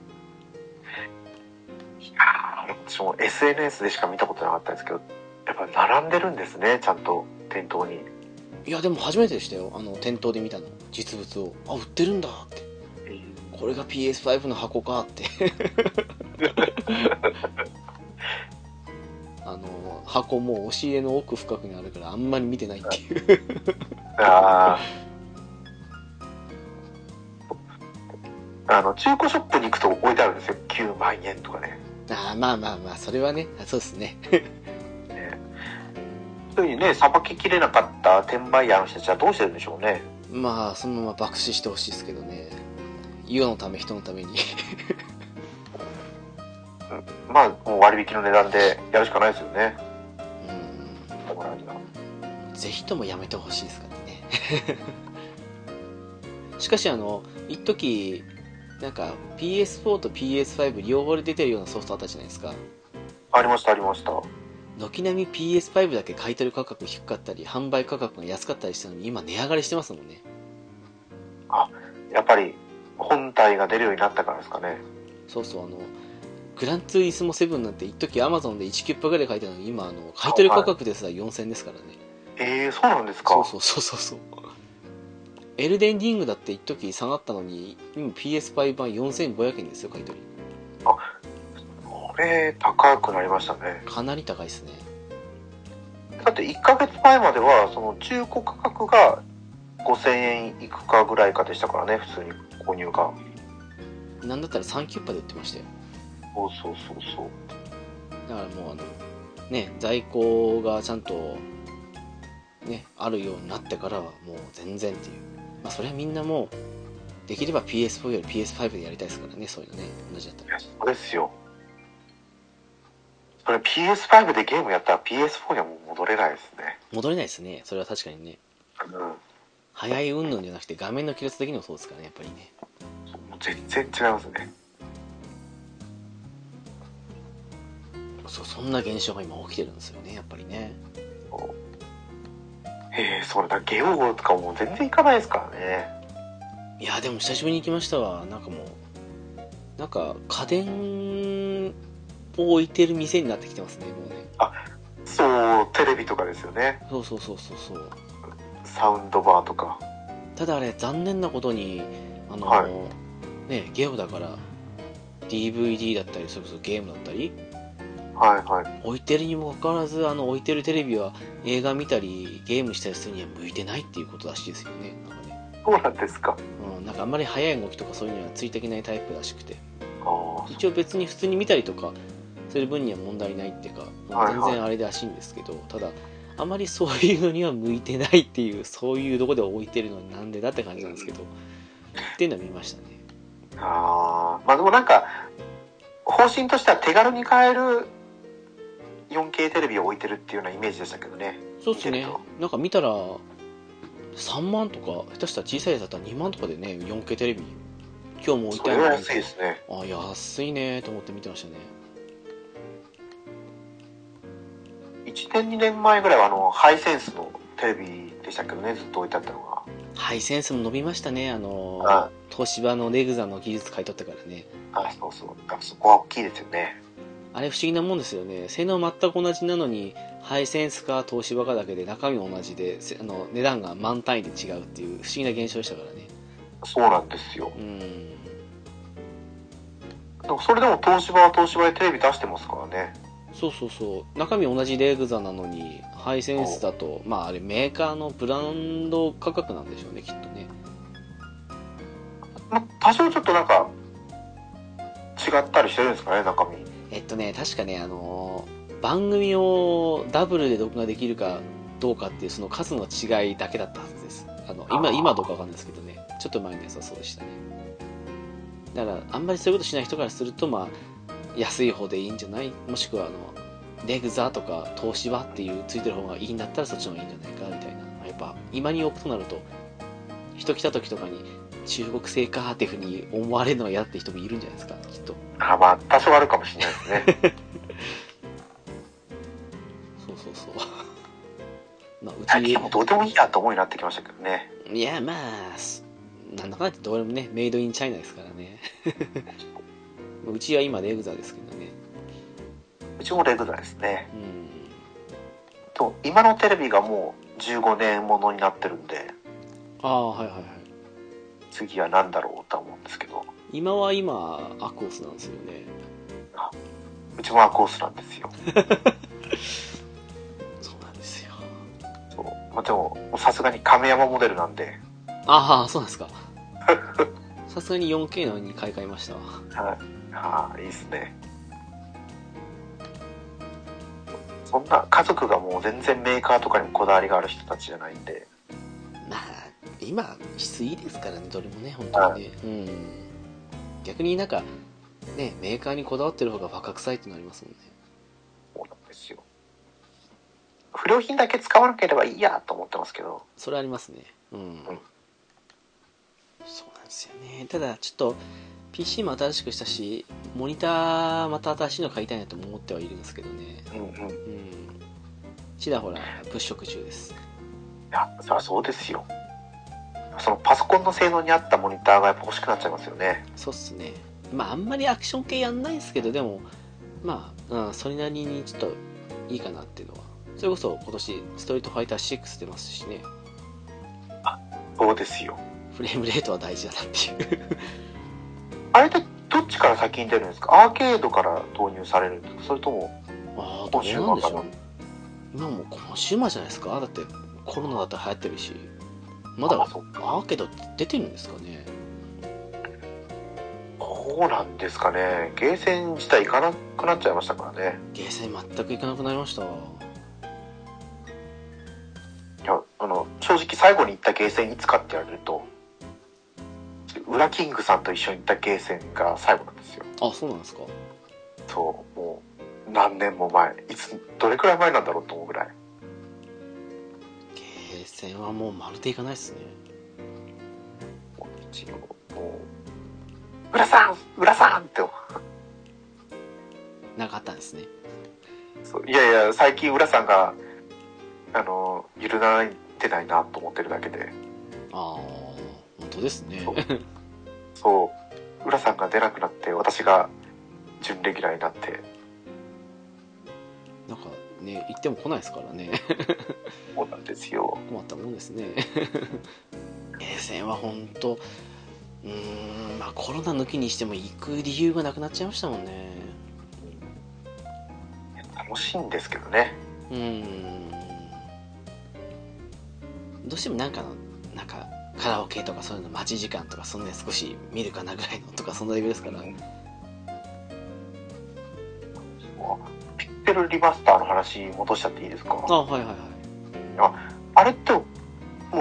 S2: 私も SNS でしか見たことなかったんですけどやっぱ並んでるんですねちゃんと店頭に
S1: いやでも初めてでしたよあの店頭で見たの実物をあ売ってるんだってこれが PS5 の箱かってあの箱もう押し入れの奥深くにあるからあんまり見てないっていう
S2: あああの中古ショップに行くと置いてあるんですよ9万円とかね
S1: あーまあまあまあそれはねあそうですね
S2: ねそういうねさばききれなかった転売ヤーの人たちはどうしてるんでしょうね
S1: まあそのまま爆死してほしいですけどね世のため人のために
S2: まあもう割引の値段でやるしかないですよね
S1: う
S2: だから今
S1: んぜひともやめてほしいですからね しかしあの一時なんか PS4 と PS5 両方で出てるようなソフトあったじゃないですか
S2: ありましたありました
S1: 軒並み PS5 だけ買い取り価格低かったり販売価格が安かったりしたのに今値上がりしてますもんね
S2: やっぱり本体が出るようになったからですかね
S1: そうそうあのグランツーリスモ7なんて一時アマゾンで1キュッパぐらい買いたのに今あの買い取り価格でさえ4000円ですからね
S2: ええそうなんですか
S1: そうそうそうそうそうエルデンリングだって一時下がったのに今 PS5 版4500円ですよ買い取り
S2: これ高くなりましたね
S1: かなり高いですね
S2: だって1ヶ月前まではその中古価格が5000円いくかぐらいかでしたからね普通に購入が
S1: なんだったら3キュッパで売ってましたよ
S2: そうそうそうそう
S1: だからもうあのね在庫がちゃんとねあるようになってからはもう全然っていうまあそれはみんなもうできれば PS4 より PS5 でやりたいですからねそういうのね同じだった
S2: いや
S1: ら
S2: そうですよそれ PS5 でゲームやったら PS4 にはもう戻れないですね。
S1: 戻れないですねそれは確かにね
S2: うん。
S1: 早い云々じゃなくて画面の亀裂的にもそうですからねやっぱりね
S2: もう全然違いますね。
S1: そうそんな現象が今起きてるんですよねやっぱりね
S2: ええそれだ、ゲオゴとかもう全然行かないですからね。
S1: いやでも久しぶりに行きましたわなんかもうなんか家電を置いてる店になってきてますねもうね
S2: そう、テレビとかですよね。
S1: そうそうそうそうそう
S2: サウンドバーとか。
S1: ただあれ残念なことにあの、
S2: は
S1: ねゲームだから DVD だったりそれこそゲームだったり
S2: はいはい。
S1: 置いてるにもかかわらずあの置いてるテレビは映画見たりゲームしたりするには向いてないっていうことらしいですよねなんかね、
S2: そうなんですか。
S1: うん、なんかあんまり速い動きとかそういうのにはついていけないタイプらしくて
S2: あ
S1: 一応別に普通に見たりとかする分には問題ないっていうかまあ
S2: はい
S1: 全
S2: はい
S1: 然あれらしいんですけど、ただあまりそういうのには向いてないっていうそういうとこで置いてるのになんでだって感じなんですけど、っていうのは見ましたね
S2: あ。ああ。まあでもなんか、方針としては手軽に買える 4K テレビを置いてるっていうようなイメージでしたけどね。
S1: そうっす
S2: 見て
S1: ね
S2: ると
S1: なんか見たら3万とか下手したら小さいやつだったら2万とかでね 4K テレビ今日も置い
S2: そ
S1: てあ
S2: れ
S1: るの
S2: は
S1: に
S2: 安いですね。
S1: あ安いねと思って見てましたね
S2: 1年2年前ぐらいはあのハイセンスのテレビでしたけどねずっと置いてあったのが
S1: ハイセンスも伸びましたねあの
S2: あ
S1: 東芝のレグザの技術買い取ったからね
S2: あそうそうだからそこは大きいですよね
S1: あれ不思議なもんですよね性能全く同じなのにハイセンスか東芝かだけで中身同じでせあの値段が満単位で違うっていう不思議な現象でしたからね
S2: そうなんですよ
S1: うん
S2: でもそれでも東芝は東芝でテレビ出してますからね
S1: そうそうそう中身同じレグザなのにハイセンスだとまああれメーカーのブランド価格なんでしょうねきっとね
S2: まあ多少ちょっとなんか違ったりしてるんですかね中身
S1: えっとね確かねあのー番組をダブルで録画できるかどうかっていうその数の違いだけだったはずですあの今
S2: あー
S1: 今どうかわかんないですけどねちょっと前のやつはそうでしたねだからあんまりそういうことしない人からするとまあ安い方でいいんじゃないもしくはあのレグザとか東芝っていうついてる方がいいんだったらそっちの方がいいんじゃないかみたいなやっぱ今に置くとなると人来た時とかに中国製かっていうふうに思われるのが嫌って人もいるんじゃないですかきっと
S2: あまあ多少あるかもしれないですね
S1: そうそうそう。 まあ、う
S2: 最
S1: ち
S2: 近もうどうでもいいやと思いになってきましたけどね
S1: いや、まあ、すなんだかんだってどれもね、メイドインチャイナですからね。 うちは今、レグザですけどね。
S2: うちもレグザですね
S1: うん。
S2: と今のテレビがもう15年ものになってるんで
S1: ああ、はいはいはい。
S2: 次は何だろうとは思うんですけど
S1: 今は今、アクオスなんですよね。
S2: うちもアコースなんですよ
S1: そうなんですよ。
S2: そうまあ、でもさすがに亀山モデルなんで、
S1: ああ、そうなんです か。さすがに 4K のに買い替えましたわ。
S2: はい、はあいいですねそんな家族がもう全然メーカーとかにもこだわりがある人たちじゃないんで
S1: まあ今質いいですからねどれもね本当にね、うん逆になんかねメーカーにこだわってる方がバカ臭いってなりますもんね
S2: そうなんですよ不良品だけ使わなければいいやと思ってますけど
S1: それありますねうん、
S2: ん
S1: そうなんですよねただちょっと PC も新しくしたしモニターまた新しいの買いたいなとも思ってはいるんですけどね
S2: うんうんい
S1: うんちらほら物色中です
S2: やそりゃそうですよそのパソコンの性能に合ったモニターがやっぱ欲しくなっちゃいますよね
S1: そうっすねまああんまりアクション系やんないですけどでもまあ、うん、それなりにちょっといいかなっていうのはそれこそ今年「ストリートファイター6」出ますしね
S2: そうですよ
S1: フレームレートは大事だなっていう
S2: あれってどっちから先に出るんですかアーケードから導入されるんですかそれとも
S1: ああど
S2: コ
S1: う
S2: ンシュー
S1: な
S2: マ
S1: んで
S2: ー
S1: し
S2: か
S1: ょう
S2: な
S1: 今もうコンシューマーじゃないですかだってコロナだって流行ってるしまだ
S2: あそう
S1: アーケード出てるんですかね
S2: そうなんですかねゲーセン自体行かなくなっちゃいましたからね
S1: ゲーセン全く行かなくなりました
S2: いやあの正直最後に行ったゲーセンいつかって言われると裏キングさんと一緒に行ったゲーセンが最後なんですよ
S1: あそうなんですか
S2: そうもう何年も前いつどれくらい前なんだろうと思うぐらい
S1: ゲーセンはもうまるでいかないっすね
S2: もう一応もう「浦さん浦さん!」って
S1: なんかあったんですね
S2: そういやいや最近浦さんがあの揺るなってないなと思ってるだけで
S1: ああ本当ですね
S2: そう そう浦さんが出なくなって私が準レギュラーになって
S1: なんかね行っても来ないですからね
S2: そうなんですよ
S1: 困ったもんですね ゲーセンは本当うーんまあコロナ抜きにしても行く理由がなくなっちゃいましたもんね
S2: 楽しいんですけどね
S1: うーんどうしてもなんかのなんかカラオケとかそういうの待ち時間とかそんな少し見るかなぐらいのとかそんなレベルですから
S2: そうピクセルリマスターの話戻しちゃっていいですか
S1: あはいはいはい
S2: あれっても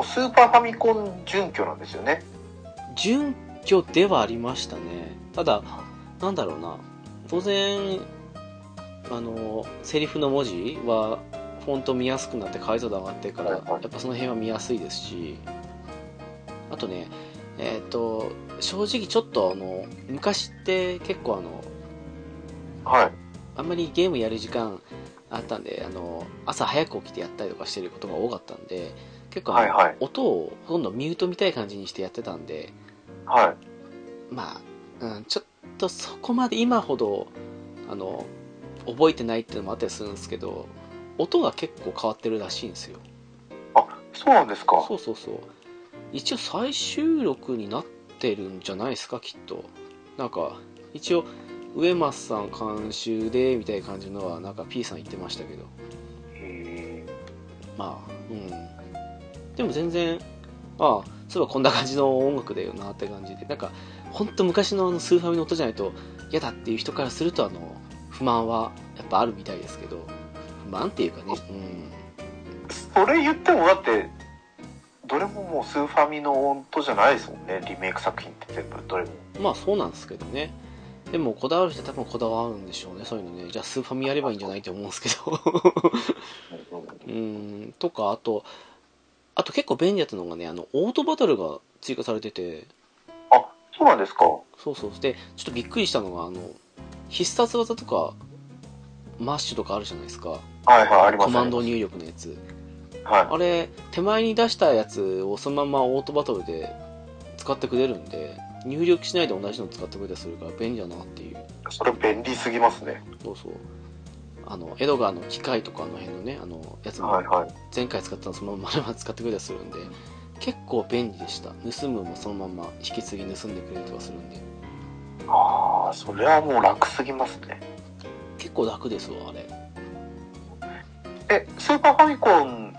S2: うスーパーファミコン準拠なんですよね
S1: 準拠ではありましたねただなんだろうな当然あのセリフの文字はフォント見やすくなって解像度上がってるから
S2: はいは
S1: や
S2: い
S1: っぱその辺は見やすいですしあとねえっ、と正直ちょっとあの昔って結構あの
S2: はい
S1: あんまりゲームやる時間あったんであの朝早く起きてやったりとかしてることが多かったんで結構あの、
S2: はいはい
S1: 音をほとんどミュートみたいな感じにしてやってたんで
S2: はい
S1: まあ、うん、ちょっとそこまで今ほどあの覚えてないっていうのもあったりするんですけど音が結構変わってるらしいんですよ
S2: あそうなんですか
S1: そうそうそう一応最終録になってるんじゃないですかきっとなんか一応上松さん監修でみたいな感じのはなんか P さん言ってましたけど
S2: へ
S1: まあうんでも全然ああそういえばこんな感じの音楽だよなって感じでなんかほんと昔のあのスーファミの音じゃないと嫌だっていう人からするとあの不満はやっぱあるみたいですけど不満っていうかね
S2: ーそれ言ってもだってどれももうスーファミの音じゃないですもんねリメイク作品って全部どれも
S1: うんまあそうなんですけどねでもこだわる人は多分こだわるんでしょうねそういうのねじゃあスーファミやればいいんじゃないと思うんですけど うんとかあとあと結構便利だったのがねあのオートバトルが追加されてて
S2: あそうなんですか
S1: そうそうでちょっとびっくりしたのがあの必殺技とかマッシュとかあるじゃないですか
S2: はいはいあります
S1: コマンド
S2: あり
S1: 入力のやつ
S2: ますは
S1: あれ手前に出したやつをそのままオートバトルで使ってくれるんで入力しないで同じの使ってくれたりするから便利だなっていう
S2: いそれ便利すぎますね
S1: そうそうあのエドガーの機械とかあの辺のねあのやつも
S2: はいはい
S1: 前回使ったのそのまま丸々使ってくれたりするんで結構便利でした盗むもそのまま引き継ぎ盗んでくれるとかするんで
S2: ああそれはもう楽すぎますね
S1: 結構楽ですわあれ
S2: えスーパーファミコン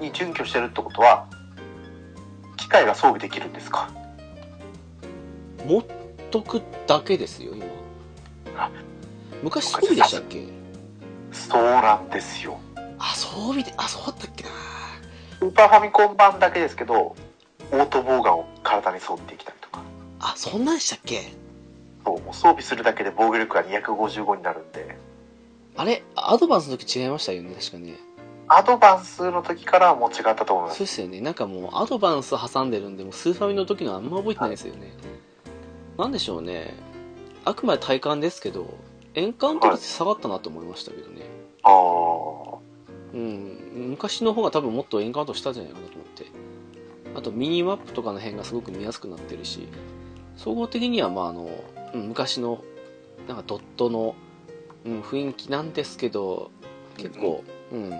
S2: に準拠してるってことは機械が装備できるんですか
S1: 持っとくだけですよ今
S2: あ
S1: 昔装備でしたっけ
S2: そうなんですよ
S1: あ装備であそうだったっけな
S2: スーパーファミコン版だけですけどオートボウガンを体に装備できたりとか
S1: あそんなんでしたっけ
S2: そうもう装備するだけで防御力が255になるんで
S1: あれアドバンスの時違いましたよね確かね
S2: アドバンスの時からはもう違ったと思いま
S1: そう
S2: す
S1: ですよねなんかもうアドバンス挟んでるんでもうスーファミの時のあんま覚えてないですよね、なんでしょうねあくまで体感ですけどエンカウント率下がったなと思いましたけどね、
S2: ああ
S1: うん、昔の方が多分もっとエンカウントしたんじゃないかなと思ってあとミニマップとかの辺がすごく見やすくなってるし総合的にはまああの、うん昔のなんかドットの、うん、雰囲気なんですけど結構、うん、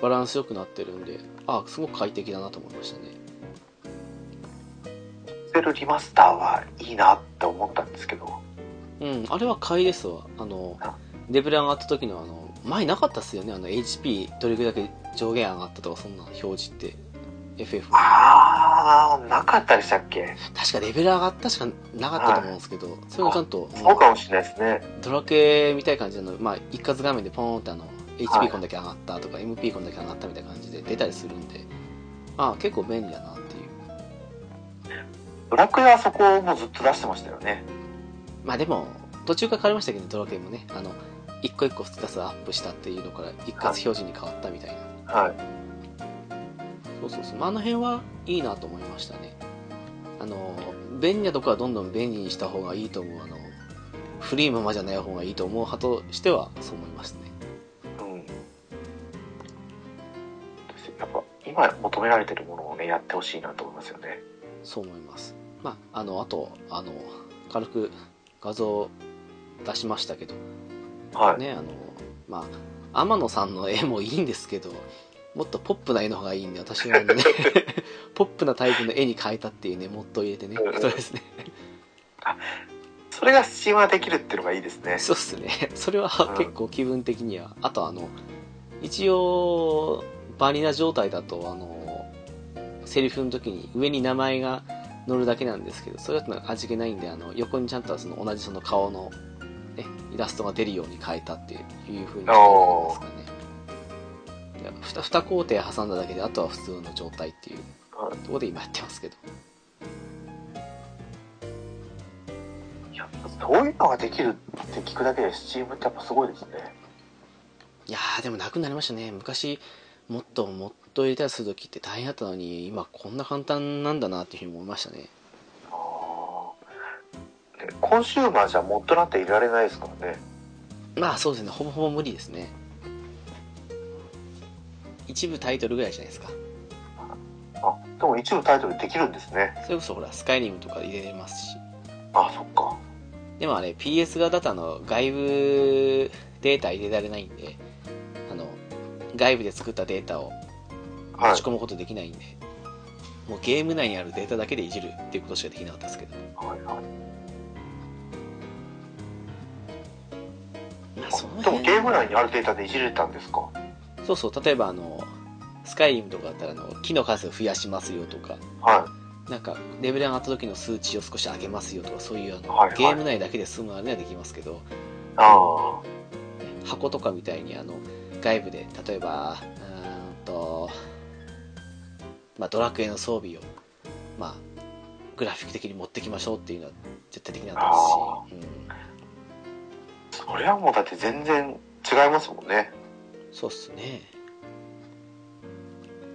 S1: バランスよくなってるんであすごく快適だなと思いましたね
S2: セルリマスターはいいなって思ったんですけど
S1: うんあれは買いですわあの
S2: あ
S1: レベル上がった時のあの前なかったっすよねあの HP どれぐらいだけ上限上がったとかそんな表示って FF
S2: ああなかったでしたっけ
S1: 確かレベル上がったしかなかったと思うんですけど、それがちゃんと
S2: そうかもしれないですね
S1: ドラクエみたいな感じの、まあ、一括画面でポーンってあの
S2: は
S1: HP
S2: い
S1: こんだけ上がったとか、MP こんだけ上がったみたいな感じで出たりするんでああ結構便利だなっていう
S2: ドラクエはそこをもうずっと出してましたよね
S1: まあでも途中から変わりましたけどドラクエもねあの一個一個2つアップしたっていうのから一括表示に変わったみたいな、
S2: はい。
S1: そうそうそうまああの辺はいいなと思いましたねあの便利なとこはどんどん便利にした方がいいと思うあの古いままじゃない方がいいと思う派としてはそう思いますね
S2: うん。ですやっぱ、今求められてるものをね、やってほしいなと思いますよね。
S1: そう思いますまああのあとあの軽く画像を出しましたけど
S2: はい。
S1: ねあのまあ天野さんの絵もいいんですけどもっとポップな絵の方がいいんで私はね ポップなタイプの絵に変えたっていうねモッドを入れてね
S2: うんうん
S1: そうですね
S2: それがスチームができるっていうのがいいですね。
S1: そうっすね それは
S2: うん
S1: 結構気分的にはあとあの一応バニラ状態だとあのセリフの時に上に名前が載るだけなんですけどそれだとなんか味気ないんであの横にちゃんとその同じその顔の、ね、イラストが出るように変えたっていうふうにして
S2: お
S1: ますかねでふた二工程挟んだだけであとは普通の状態っていう
S2: はい
S1: ところで今やってますけど
S2: いや、そういうのができるって聞くだけで、スチームってやっぱすごいですね。
S1: いやーでもなくなりましたね昔もっともっと入れたりする時って大変だったのに今こんな簡単なんだなっていうふうに思いましたね
S2: あーねコンシューマーじゃモッドなんていられないですからね。
S1: まあそうですねほぼほぼ無理ですね一部タイトルぐらいじゃないですか
S2: あ、でも一部タイトルできるんですね。
S1: それこそほらスカイリムとか入れれますし
S2: あ、そっか。
S1: でもあれ PS 側だとあの外部データ入れられないんであの外部で作ったデータを
S2: は
S1: 打
S2: い
S1: ち。込むことできないんで、もうゲーム内にあるデータだけでいじるっていうことしかできなかったですけど
S2: はいはい
S1: まあその
S2: でも
S1: 辺
S2: ゲーム内にあるデータでいじれたんですか
S1: そうそう例えばあのスカイリムとかだったらあの木の数増やしますよとか
S2: はい。
S1: なんかレベル上がった時の数値を少し上げますよとかそういうあの、
S2: はいはい
S1: ゲーム内だけで済むあれにはできますけど
S2: ああ。
S1: 箱とかみたいにあの外部で例えばうーんと、まあ、ドラクエの装備を、まあ、グラフィック的に持ってきましょうっていうのは絶対できなかったですし、
S2: それはもうだって全然違いますもんね。
S1: うん、そうっすね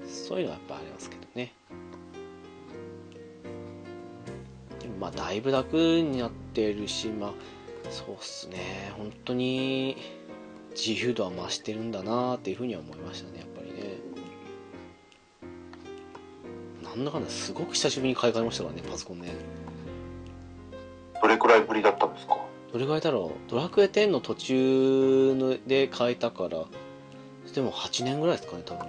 S1: そういうのはやっぱありますけどねでもまあだいぶ楽になってるしまあそうっすね本当に自由度は増してるんだなっていうふうには思いましたねやっぱりねなんだかんだすごく久しぶりに買い替えましたからねパソコンね
S2: どれくらいぶりだったんですか
S1: どれぐらいだろうドラクエ10の途中ので変えたからでも8年ぐらいですかね多分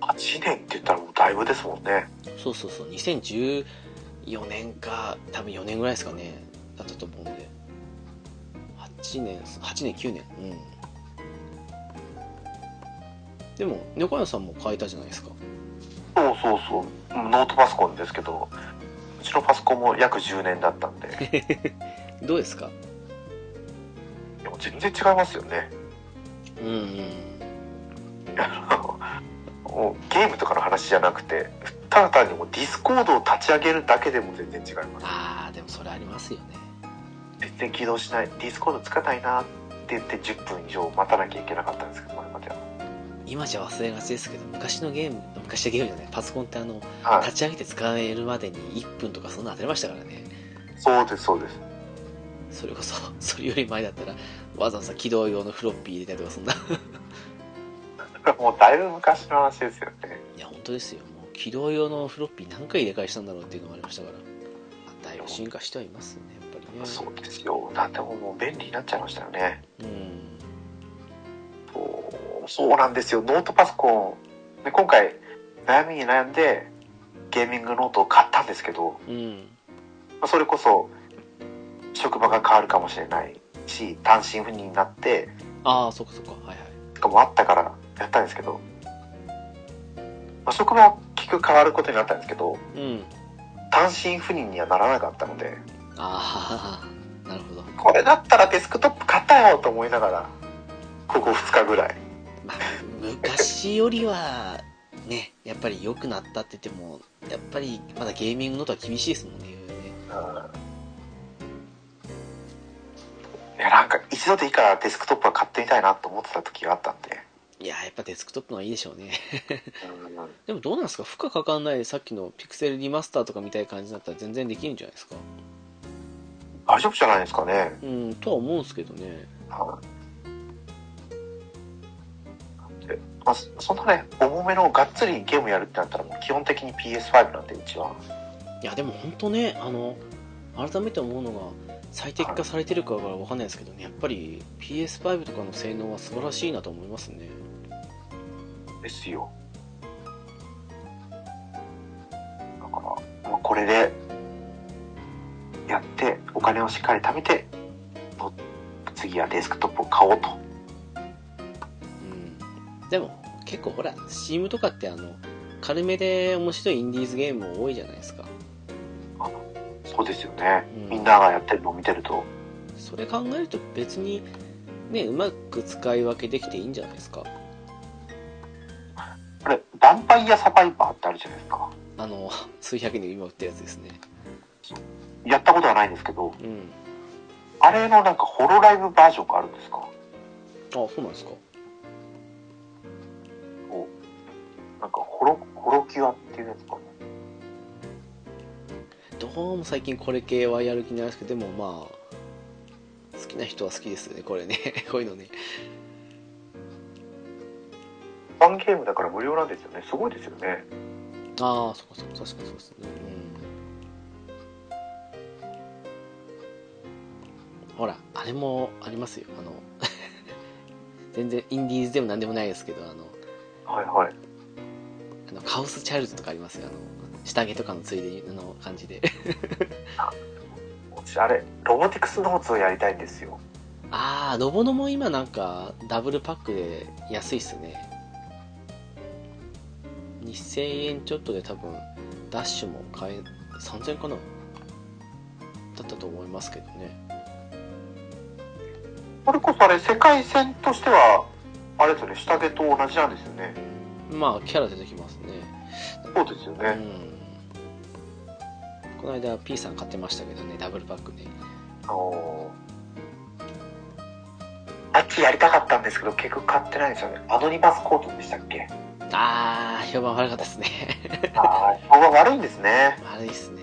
S2: ?8 年って言ったらもうだいぶですもんね。
S1: そうそうそう2014年か多分4年ぐらいですかねだったと思うんで8年8年9年うんでも猫屋さんも変えたじゃないですか
S2: そうそうそう。ノートパソコンですけど、うちのパソコンも約10年だったんで、
S1: どうですか
S2: でも全然違いますよね。
S1: うんうん
S2: あのもうゲームとかの話じゃなくて、ただ単にもうディスコードを立ち上げるだけでも全然違います。
S1: ああでもそれありますよね
S2: 全然起動しない、ディスコードつかないなって言って10分以上待たなきゃいけなかったんですけど、これまでは。
S1: 今じゃ忘れがちですけど昔のゲーム昔のゲームじゃないパソコンってあの
S2: はい
S1: 立ち上げて使えるまでに1分とかそんなの当たりましたからね
S2: そうですそうです
S1: それこそそれより前だったらわざわざ起動用のフロッピー入れたりとかそんな
S2: もうだいぶ昔の話ですよね
S1: いや本当ですよもう起動用のフロッピー何回入れ替えしたんだろうっていうのもありましたからあだいぶ進化してはいますねやっぱりね
S2: そうですよだってもうもう便利になっちゃいましたよね
S1: うん
S2: そうそうなんですよノートパソコンで今回悩みに悩んでゲーミングノートを買ったんですけど、
S1: うん
S2: まあそれこそ職場が変わるかもしれないし単身赴任になって
S1: ああそっかそっかはいはい
S2: しかもあったからやったんですけど、まあ職場は結局変わることになったんですけど
S1: うん
S2: 単身赴任にはならなかったので
S1: ああなるほど
S2: これだったらデスクトップ買ったよと思いながらここ2日ぐらい
S1: まあ、昔よりはねやっぱり良くなったって言ってもやっぱりまだゲーミングのとは厳しいですもんねいろいろね
S2: うん一度でいいからデスクトップは買ってみたいなと思ってた時があったんで、
S1: いやーやっぱデスクトップの方がいいでしょうね
S2: うん、
S1: でもどうなんですか負荷かかんないさっきのピクセルリマスターとかみたいな感じだったら全然できるんじゃないですか
S2: 大丈夫じゃないですかね、
S1: うんとは思うんですけどね
S2: はいでまあ、そそんなね重めのがっつりゲームやるってなったらもう基本的に PS5 なんでうちはい
S1: やでも本当ねあの改めて思うのが最適化されてるかがわかんないですけどねやっぱり PS5 とかの性能は素晴らしいなと思いますね
S2: ですよだから、まあ、これでやってお金をしっかり貯めての次はデスクトップを買おうと
S1: うんでも結構ほら Steam とかってあの軽めで面白いインディーズゲーム多いじゃないですか
S2: そうですよね、
S1: うん
S2: みんながやってるのを見てると
S1: それ考えると別にねうまく使い分けできていいんじゃないですか
S2: あれヴァンパイアサバイバーってあるじゃないですか
S1: あの数百人今売ってるやつですね
S2: やったことはないんですけど
S1: うん
S2: あれのなんかホロライブバージョンがあるんですか
S1: あそうなんですか
S2: なんかホロホロキュアっていうやつかな
S1: どうも最近これ系はやる気ないですけどでもまあ好きな人は好きですよねこれね こういうのね
S2: ファンゲームだから無料なんですよねすごいですよね
S1: ああそうかそうか確かにそうですねうんほらあれもありますよあの 全然インディーズでも何でもないですけどあの
S2: はいはい
S1: あのカオスチャイルドとかありますよあの下着とかのついでの感じで
S2: 私あれロボティクスノーツをやりたいんですよ
S1: ああロボノも今なんかダブルパックで安いっすね2000円ちょっとで多分ダッシュも買え3000円かなだったと思いますけどね
S2: これこそあれ世界戦としてはあれですよね下着と同じなんですよね
S1: まあキャラ出てきますね
S2: そうですよね、
S1: うんこの間 P さん買ってましたけどねダブルパックね
S2: あのーあっちやりたかったんですけど結局買ってないんですよねアノニマスコートでしたっけ
S1: ああ評判悪かったですね
S2: ああ評判悪いんですね
S1: 悪いっすね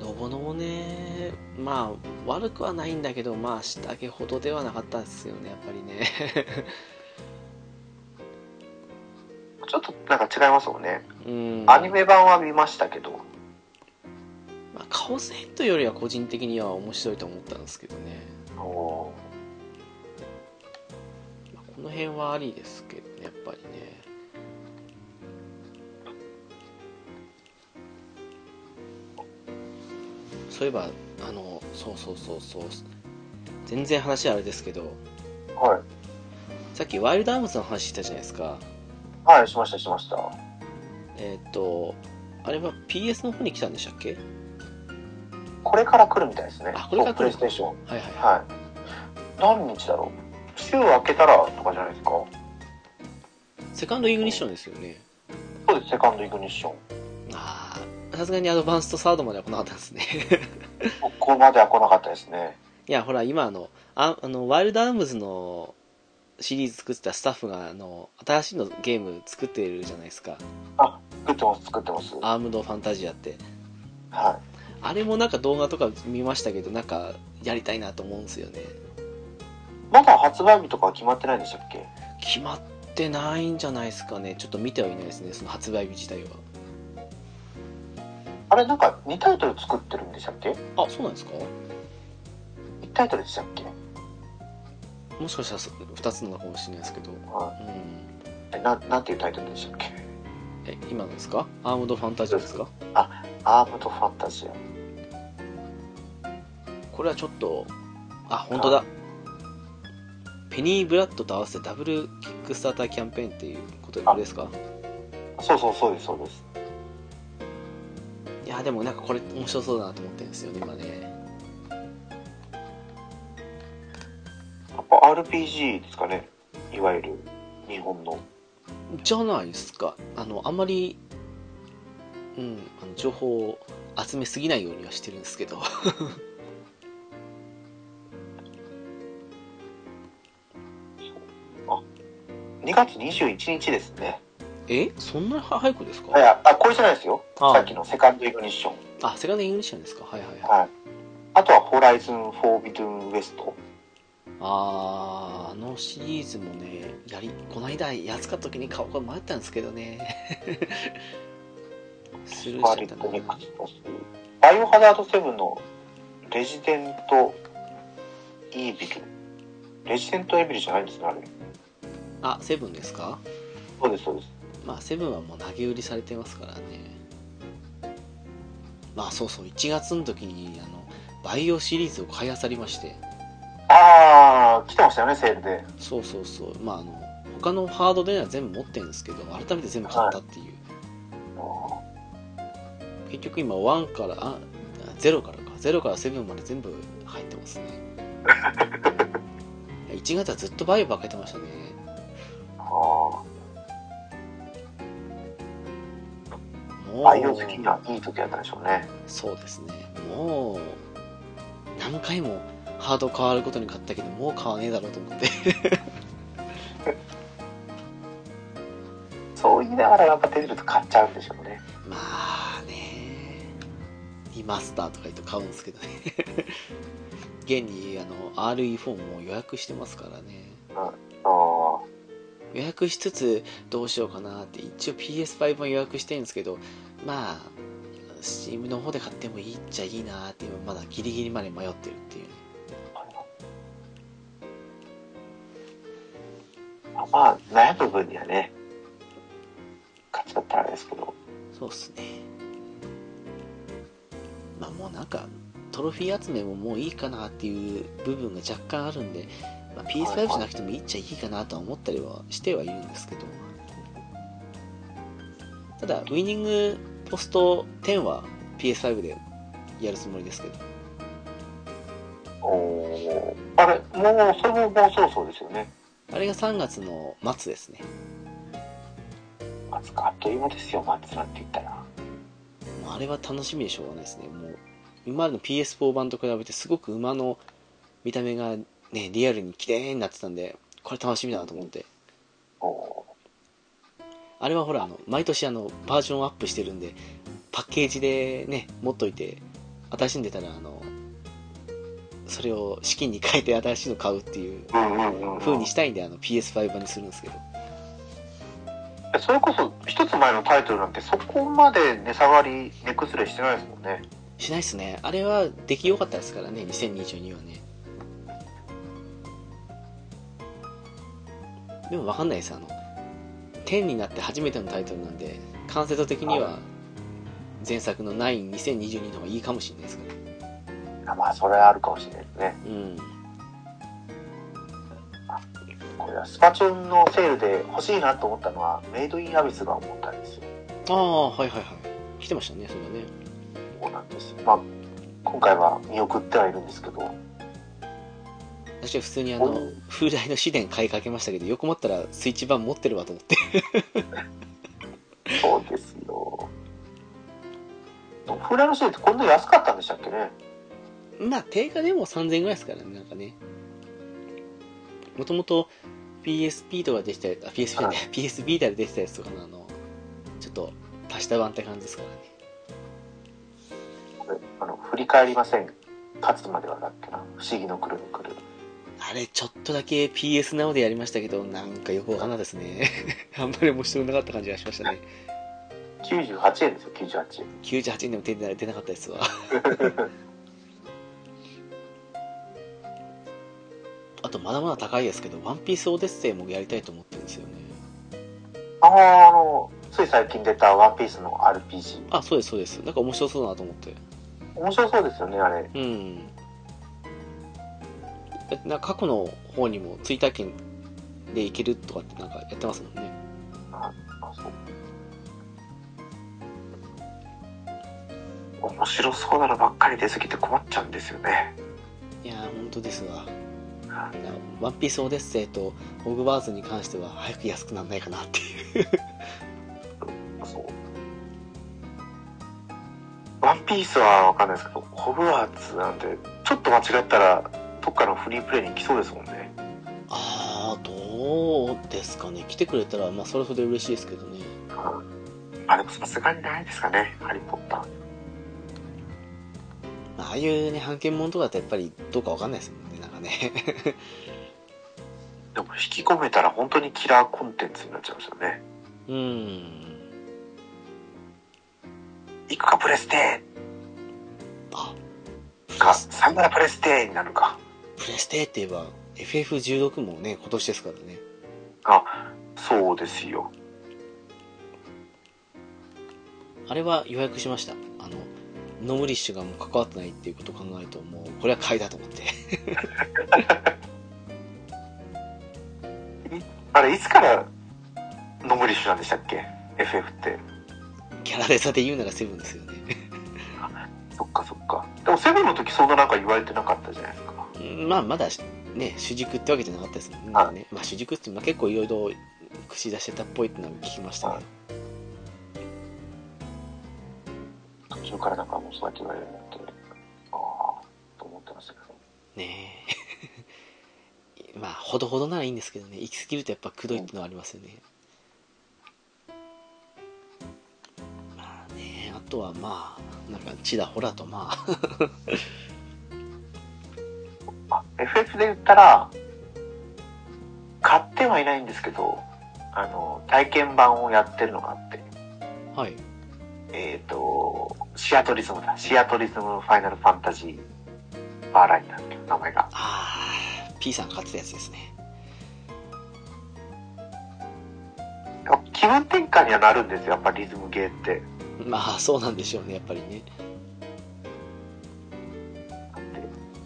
S1: ロボノボねまあ悪くはないんだけどまあ下着ほどではなかったですよねやっぱりね
S2: ちょっとなんか違いますもんね
S1: うん
S2: アニメ版は見ましたけど
S1: まあ、カオスヘッドよりは個人的には面白いと思ったんですけどね、
S2: お
S1: まあこの辺はありですけどねやっぱりねそういえばあのそうそうそうそう全然話はあれですけど
S2: ーはい
S1: さっきワイルドアームズの話したじゃないですか
S2: はいしましたしました
S1: えーっとあれは PS の方に来たんでしたっけ
S2: これから来るみたいですね
S1: あこれから来る
S2: そうプレイステーション
S1: はいはい、は
S2: はい何日だろう週明けたらとかじゃないですか
S1: い、セカンドイグニッションですよね
S2: そうですセカンドイグニッション
S1: ああさすがにアドバンスとサードまでは来なかったんですね
S2: ここまでは来なかったですね
S1: いやほら今あのああのワイルドアームズのシリーズ作ってたスタッフがあの新しいのゲーム作ってるじゃないですか
S2: 作ってます作ってます
S1: アームドファンタジアって
S2: は
S1: あれもなんか動画とか見ましたけどなんかやりたいなと思うんですよね
S2: いまだ発売日とかは決まってないんでしたっけ
S1: 決まってないんじゃないですかねちょっと見てはいないですねその発売日自体は
S2: あれなんか2タイトル作ってるんでしたっけ
S1: あそうなんですか
S2: 1タイトルでしたっけ
S1: もしかしたらそ2つなのかもしれないですけど、うん、
S2: はえななんていうタイトルでしたっけ
S1: え今のですかアームドファンタジアですか
S2: アームドファンタジア
S1: これはちょっとあ本当だペニーブラッドと合わせてダブルキックスターターキャンペーンっていうことでこれですか
S2: そうそうそうですそうです
S1: いやでもなんかこれ面白そうだなと思ってるんですよね今ね
S2: やっぱ RPG ですかねいわゆる日本の
S1: じゃないですかあのあんまりうんあの情報を集めすぎないようにはしてるんですけど
S2: 2月21日ですね。
S1: えそんな早くですか、
S2: いや、あ、これじゃないですよ。
S1: あ
S2: さっきのセカンドイグニッション。
S1: あセカンドイングリッシュなんですかはいはいはい
S2: はい。あとはホライズン・フォービドゥン・ウエスト。
S1: あーあのシリーズもねやりこの間安かった時に買おうか迷ったんですけどね スルー
S2: バ
S1: しちゃっ
S2: ーレッ
S1: た
S2: ト・ネク
S1: な
S2: ストス。バイオハザード7のレジデント・イービル。レジデント・イービルじゃないんですね、あれ。
S1: あセブンですか
S2: そうです、そうです。
S1: まあセブンはもう投げ売りされてますからねまあそうそう1月の時にあのバイオシリーズを買い漁りまして
S2: あー、来てましたよね、セールで。
S1: そうそうそうまああの他のハードでは全部持ってるんですけど改めて全部買ったっていう、結局今1からあ0からか0から7まで全部入って ますね1月はずっとバイオばっかりやってましたね
S2: あー
S1: もう
S2: バイオ好きにはいい時だったんでしょうね。
S1: そうですねもう何回もハード変わることに買ったけどもう買わねえだろうと思って
S2: そう言いながらやっぱ出てると買っちゃうんでしょうね。
S1: まあねリマスターとか言うと買うんですけどね 現にあの RE4 も予約してますからね
S2: あー
S1: 予約しつつどうしようかなって一応 PS5 も予約してるんですけどまあ Steam の方で買ってもいいっちゃいいなって今まだギリギリまで迷ってるっていうね
S2: まあまあ、悩む分にはね、買っちゃったらあれですけど。
S1: そうっすねまあもうなんかトロフィー集めももういいかなっていう部分が若干あるんで、まあ、PS5 じゃなくてもいいっちゃいいかなとは思ったりはしてはいるんですけどただウィニングポスト10は PS5 でやるつもりですけど
S2: おあれ、もう、それももうそろそろですよね。
S1: あれが3月の末ですね。
S2: 松か、あっという間ですよ、松なんて言ったら。
S1: もうあれは楽しみでしょうがないですね。もう、今までの PS4 版と比べてすごく馬の見た目がね、リアルに綺麗になってたんで、これ楽しみだなと思って。
S2: お
S1: あれはほら、あの、毎年あの、バージョンアップしてるんで、パッケージでね、持っといて、新しんでたら、あの、それを資金に変えて新しいの買うっていう
S2: うんうんうん。
S1: 風にしたいんで、あの、PS5 版にするんですけど。
S2: それこそ、一つ前のタイトルなんて、そこまで値下がり、値崩れしてないですもんね。
S1: しないっすね。あれは出来良かったですからね、2022はね。でも分かんないです、あの、10になって初めてのタイトルなんで、完成度的には前作の9、2022の方がいいかもしれないですから。
S2: あまあ、それはあるかもしれないですね。
S1: うん。
S2: これは、スパチューンのセールで欲しいなと思ったのは、メイドインアビスが思ったんですよ。
S1: ああ、はいはいはい。来てましたね、それはね。
S2: そうなんですよ。まあ、今回は見送ってはいるんですけど。
S1: 私は普通にあの、風来の試練買いかけましたけど、よく思ったらスイッチ版持ってるわと思って。
S2: そうですよ。フライのシールってこんな安かったんでしたっけね
S1: まあ定価でも3000円ぐらいですからねなんかねもともと PSP とかできたやつあ PSP じゃ ない PS ビータでできたやつとかのあのちょっと足した版って感じですからね
S2: これあの振り返りません。勝つまではだっけな。不思議のくるみくる。
S1: あれちょっとだけ PS な o でやりましたけどなんかよくわかんないですね あんまり面白くなかった感じがしましたね
S2: 98円ですよ、98円。
S1: 98円でも手に出なかったですわあとまだまだ高いですけど「ワンピースオデッセイもやりたいと思ってるんですよね
S2: ああ、あの、つい最近出たワンピースの RPG。
S1: あそうですそうですなんか面白そうだなと思って
S2: 面白そうですよね、あれ。
S1: うん。だってなんか過去の方にも追体験でいけるとかってなんかやってますもんね。
S2: あそう面白そうなのばっかり出すぎて困っちゃうんですよね。
S1: いやー、本当ですわ。
S2: はい
S1: やワンピースオデッセイとホグワーツに関しては早く安くなんないかなっていう。
S2: そう。ワンピースはわかんないですけど、ホグワーツなんて、ちょっと間違ったら、どっかのフリープレイに行きそうですもんね。
S1: あー、どううですかね来てくれたらまあそれはそれで嬉しいですけどね
S2: あれもさすがにないですかね「ハリー・ポッター
S1: まあああいうね判件もんとかだとやっぱりどうかわかんないですもんねなんかね」
S2: でも引き込めたら本当にキラーコンテンツになっちゃいますよね
S1: うん
S2: 「行くかプレステ
S1: あプレ
S2: か「
S1: ス
S2: さよならプレステ」になるか
S1: プレステって言えば FF16 もね今年ですからね
S2: そうですよ
S1: あれは予約しましたあのノムリッシュがもう関わってないっていうことを考えるともうこれは買いだと思って
S2: あれいつからノムリッシュなんでしたっけ FF って
S1: キャラレサで言うならセブンですよね
S2: そっかそっかでもセブンの時そんななんか言われてなかったじゃないですか
S1: うんまあまだね主軸ってわけじゃなかったですもんねなんかね、まあ、主軸ってまあ結構いろいろ口出してたっぽいってのは聞きましたけど
S2: 途中からなんかもうそうやって言われるようになってああと思ってましたけど
S1: ね えまあほどほどならいいんですけどね行き過ぎるとやっぱくどいってのはありますよね、まあねあとはまあなんかちだほらとまあ
S2: あ FF で言ったら買ってはいないんですけどあの体験版をやってるのがあって
S1: はい
S2: えっ、とシアトリズムだシアトリズムファイナルファンタジーバーラインなんだっけ名前が
S1: ああ P さん買ってたやつですね
S2: 気分転換にはなるんですよやっぱリズムゲーって
S1: まあそうなんでしょうねやっぱりね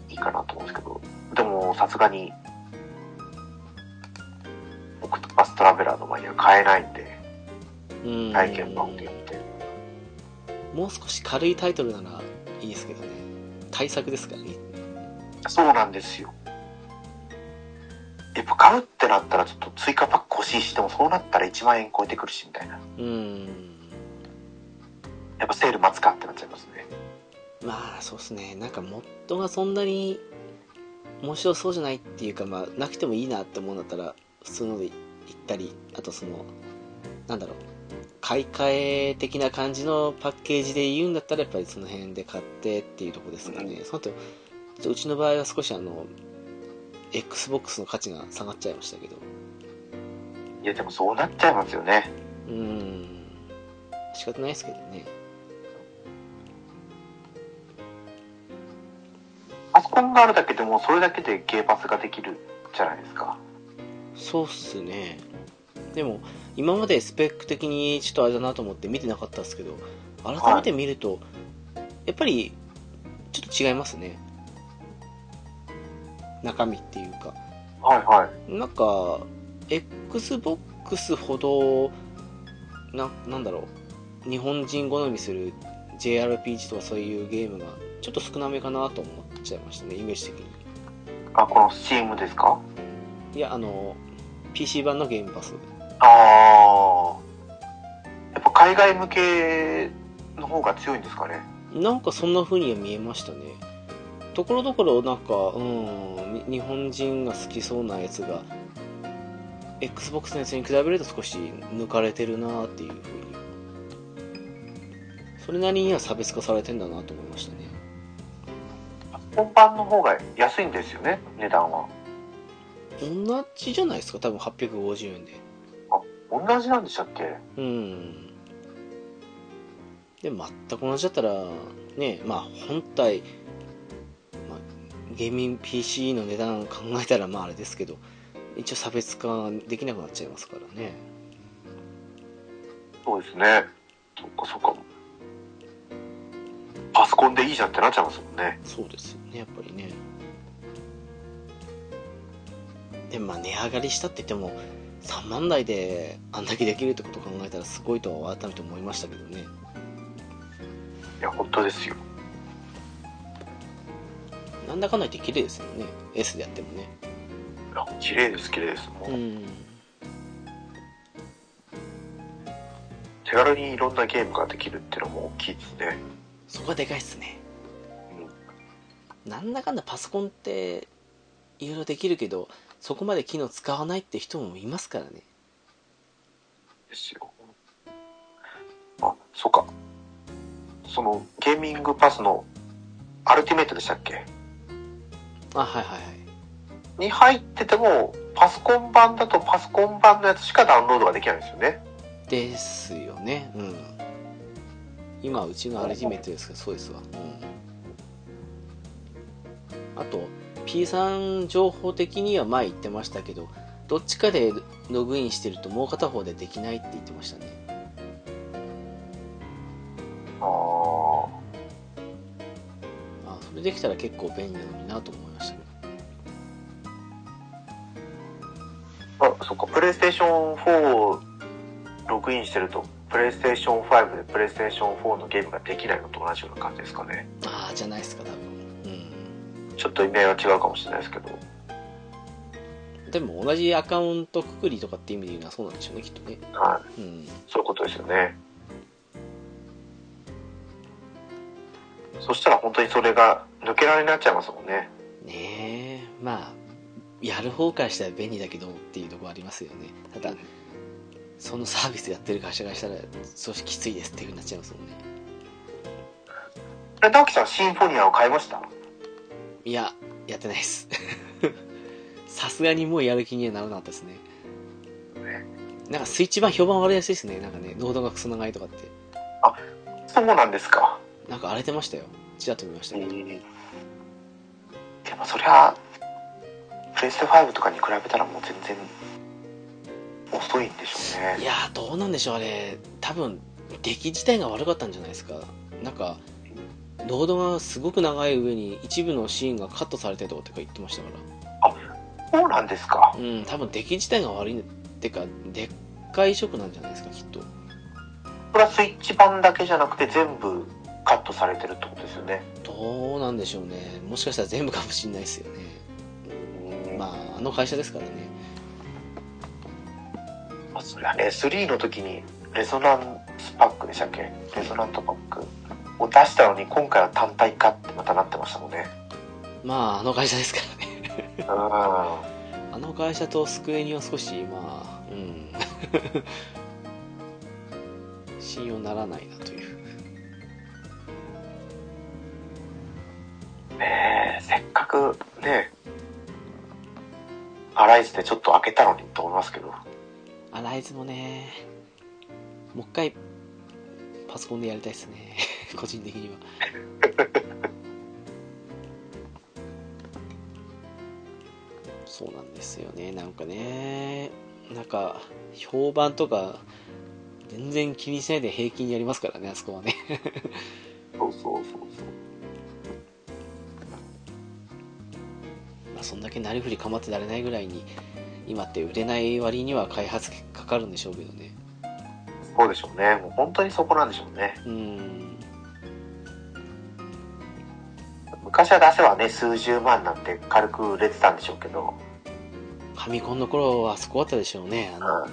S2: いいかなと思うんですけどでもさすがにオクトパストラベラーの前には買えないんで
S1: うん
S2: 体験版でやって
S1: もう少し軽いタイトルならいいですけどね対策ですからね
S2: そうなんですよやっぱ買うってなったらちょっと追加パック欲しいしでもそうなったら1万円超えてくるしみたいな
S1: うん
S2: やっぱセール待つかってなっちゃいますね
S1: まあそうですねなんかモッドがそんなに面白そうじゃないっていうかまあなくてもいいなって思うんだったら普通ので行ったりあとそのなんだろう買い替え的な感じのパッケージで言うんだったらやっぱりその辺で買ってっていうとこですかね、その後ちょうちの場合は少しあの XBOX の価値が下がっちゃいましたけど
S2: いやでもそうなっちゃいますよね
S1: うーん仕方ないですけどね
S2: パソコンがあるだけでもそれだけでゲーパスができるじゃないですか
S1: そうっすねでも今までスペック的にちょっとあれだなと思って見てなかったですけど改めて見ると、やっぱりちょっと違いますね中身っていうか
S2: はいはい
S1: なんか XBOX ほどななんだろう日本人好みする JRPG とかそういうゲームがちょっと少なめかなと思っちゃいましたねイメージ的に
S2: あこの Steam ですか
S1: いやあの PC 版のゲームパス
S2: ああやっぱ海外向けの方が強いんですかね
S1: なんかそんな風には見えましたねところどころなんかうんに日本人が好きそうなやつが XBOX のやつに比べると少し抜かれてるなっていう風にそれなりには差別化されてんだなと思いましたね
S2: 本版の方が安いんですよね値段は
S1: 同じじゃないですか多分850円で
S2: 同じなんでしたっけ
S1: うんで全く同じだったらねまあ本体、まあ、ゲーミング PC の値段考えたらまああれですけど一応差別化できなくなっちゃいますからね
S2: そうですね。そっかそっか。パソコンでいいじゃんってなっちゃいますもんね。
S1: そうですよねやっぱりねでもまあ値上がりしたって言っても3万台であんだけできるってことを考えたらすごいとは改めて思いましたけどね
S2: いや、本当ですよ。
S1: なんだかんだ言って綺麗ですよね S でやってもね
S2: いや綺麗です、綺麗です。もう、
S1: うん
S2: 手軽にいろんなゲームができるっていうのも大きいですね。
S1: そこがでかいっすね
S2: うん
S1: なんだかんだパソコンっていろいろできるけどそこまで機能使わないって人もいますからね
S2: ですよあそっかそのゲーミングパスのアルティメイトでしたっけ
S1: あはいはいはい
S2: に入っててもパソコン版だとパソコン版のやつしかダウンロードができないんですよね
S1: ですよねうん今うちのアルティメットですけどそうですわうんあと P さん情報的には前言ってましたけどどっちかでログインしてるともう片方でできないって言ってましたね
S2: ああ
S1: あそれできたら結構便利なのになと思いましたけど
S2: あ、そっか、プレイステーション4をログインしてると、プレイステーション5でプレイステーション4のゲームができないのと同じような感じですかね。
S1: ああじゃないですか多分うん
S2: ちょっと意味合いは違うかもしれないですけど。
S1: でも同じアカウントくくりとかって意味で言うのはそうなんでしょうねきっとね
S2: はい。
S1: うん
S2: そういうことですよね。そしたら本当にそれが抜けられになっちゃいますもんね。
S1: ねえまあやる方からしたら便利だけどっていうところありますよねただそのサービスやってる会社からしたら少しきついですっていうふうになっちゃいますもんね
S2: え、直樹さん、シンフォニアを買いました
S1: いややってないです さすがにもうやる気にはならなかったですねなんかスイッチ版評判悪いらしいですねなんかねノードがクソ長いとかって
S2: そうなんですか。
S1: なんか荒れてましたよちらっと見ました
S2: で
S1: けど
S2: もそりゃ、プレイステ5とかに比べたらもう全然遅いんでしょうね。
S1: いやーどうなんでしょうあれ多分出来自体が悪かったんじゃないですかなんかロードがすごく長い上に一部のシーンがカットされてとかってか言ってましたか。
S2: そうなんですから
S1: うん多分出来自体が悪いってかでっかいショックなんじゃないですかきっと
S2: これはスイッチ版だけじゃなくて全部カットされてるってことですよね。
S1: どうなんでしょうねもしかしたら全部かもしんないですよね
S2: ま
S1: まああの会社ですからね
S2: あ、そりゃね、3の時にレゾナンスパックでしたっけレゾナントパックを出したのに今回は単体化ってまたなってましたもんね。
S1: まああの会社ですからね
S2: うん。あ
S1: あの会社とスクエニは少しまあうん 信用ならないなという
S2: ねえ、せっかくね、アライズでちょっと開けたのにと思いますけど。
S1: アライズもねもう一回パソコンでやりたいですね 個人的にはそうなんですよねなんかねなんか評判とか全然気にしないで平均にやりますからねあそこはね
S2: そうそうそうそう。
S1: まあそんだけなりふり構ってられないぐらいに今って売れない割には開発かかるんでしょうけどね
S2: そうでしょうね。もう本当にそこなんでしょうね。
S1: うん
S2: 昔は出せばね、数十万なんて軽く売れてたんでしょうけど。
S1: ファミコンの頃はすごかったでしょうねあの
S2: うん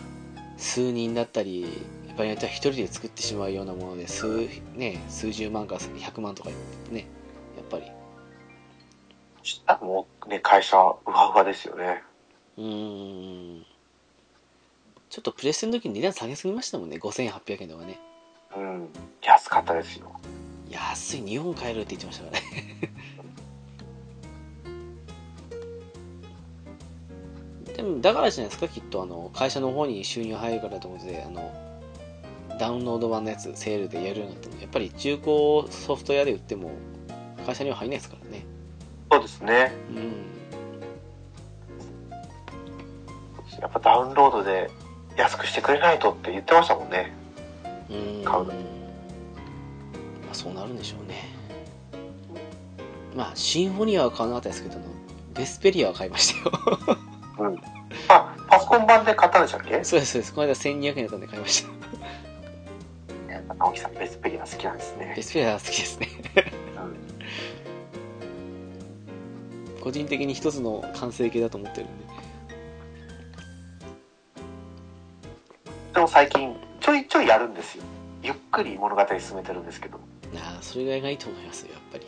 S1: 数人だったり場合によっては一人で作ってしまうようなもので数,、ね、数十万から100万とかねやっぱり
S2: したらもうね、会社、うわうわですよね。
S1: うーんちょっとプレステの時に値段下げすぎましたもんね5800円とかね
S2: うん。安かったですよ。
S1: 安い2本買えるって言ってましたからね でもだからじゃないですかきっとあの会社の方に収入入るからと思ってあのダウンロード版のやつセールでやるようになったのやっぱり中古ソフト屋で売っても会社には入んないですからね
S2: そうですね。
S1: うん
S2: やっぱダウンロードで安くしてくれないとって言ってましたもんね。
S1: うん
S2: 買う
S1: まあ、そうなるんでしょうねまあシンフォニアは買わなかったですけどあのベスペリアは買いましたよ
S2: あ、パソコン版で買ったんでしたっけ
S1: そうですそうですこの間1200円だったんで買いました
S2: 青木さん、ベスペリア好きなんです
S1: ベ
S2: ね。
S1: スペラ好きですね
S2: うん
S1: 個人的に一つの完成形だと思ってるんで
S2: でも最近、ちょいちょいやるんですよ。ゆっくり物語進めてるんですけど。
S1: ああそれぐらいがいいと思いますよやっぱり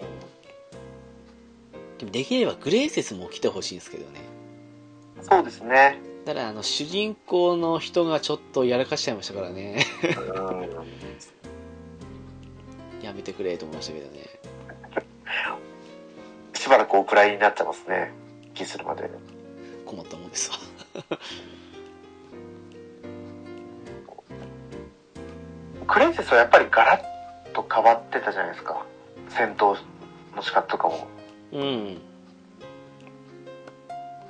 S1: でもできればグレーセスも来てほしいんですけどね
S2: そうですね。
S1: ただあの主人公の人がちょっとやらかしちゃいましたからね
S2: うん
S1: やめてくれと思いましたけどね
S2: しばらくお蔵入りになってますね。気するまで。
S1: 困ったもんですわ
S2: クレイセスはやっぱりガラッと変わってたじゃないですか。戦闘の仕方とかも。
S1: うん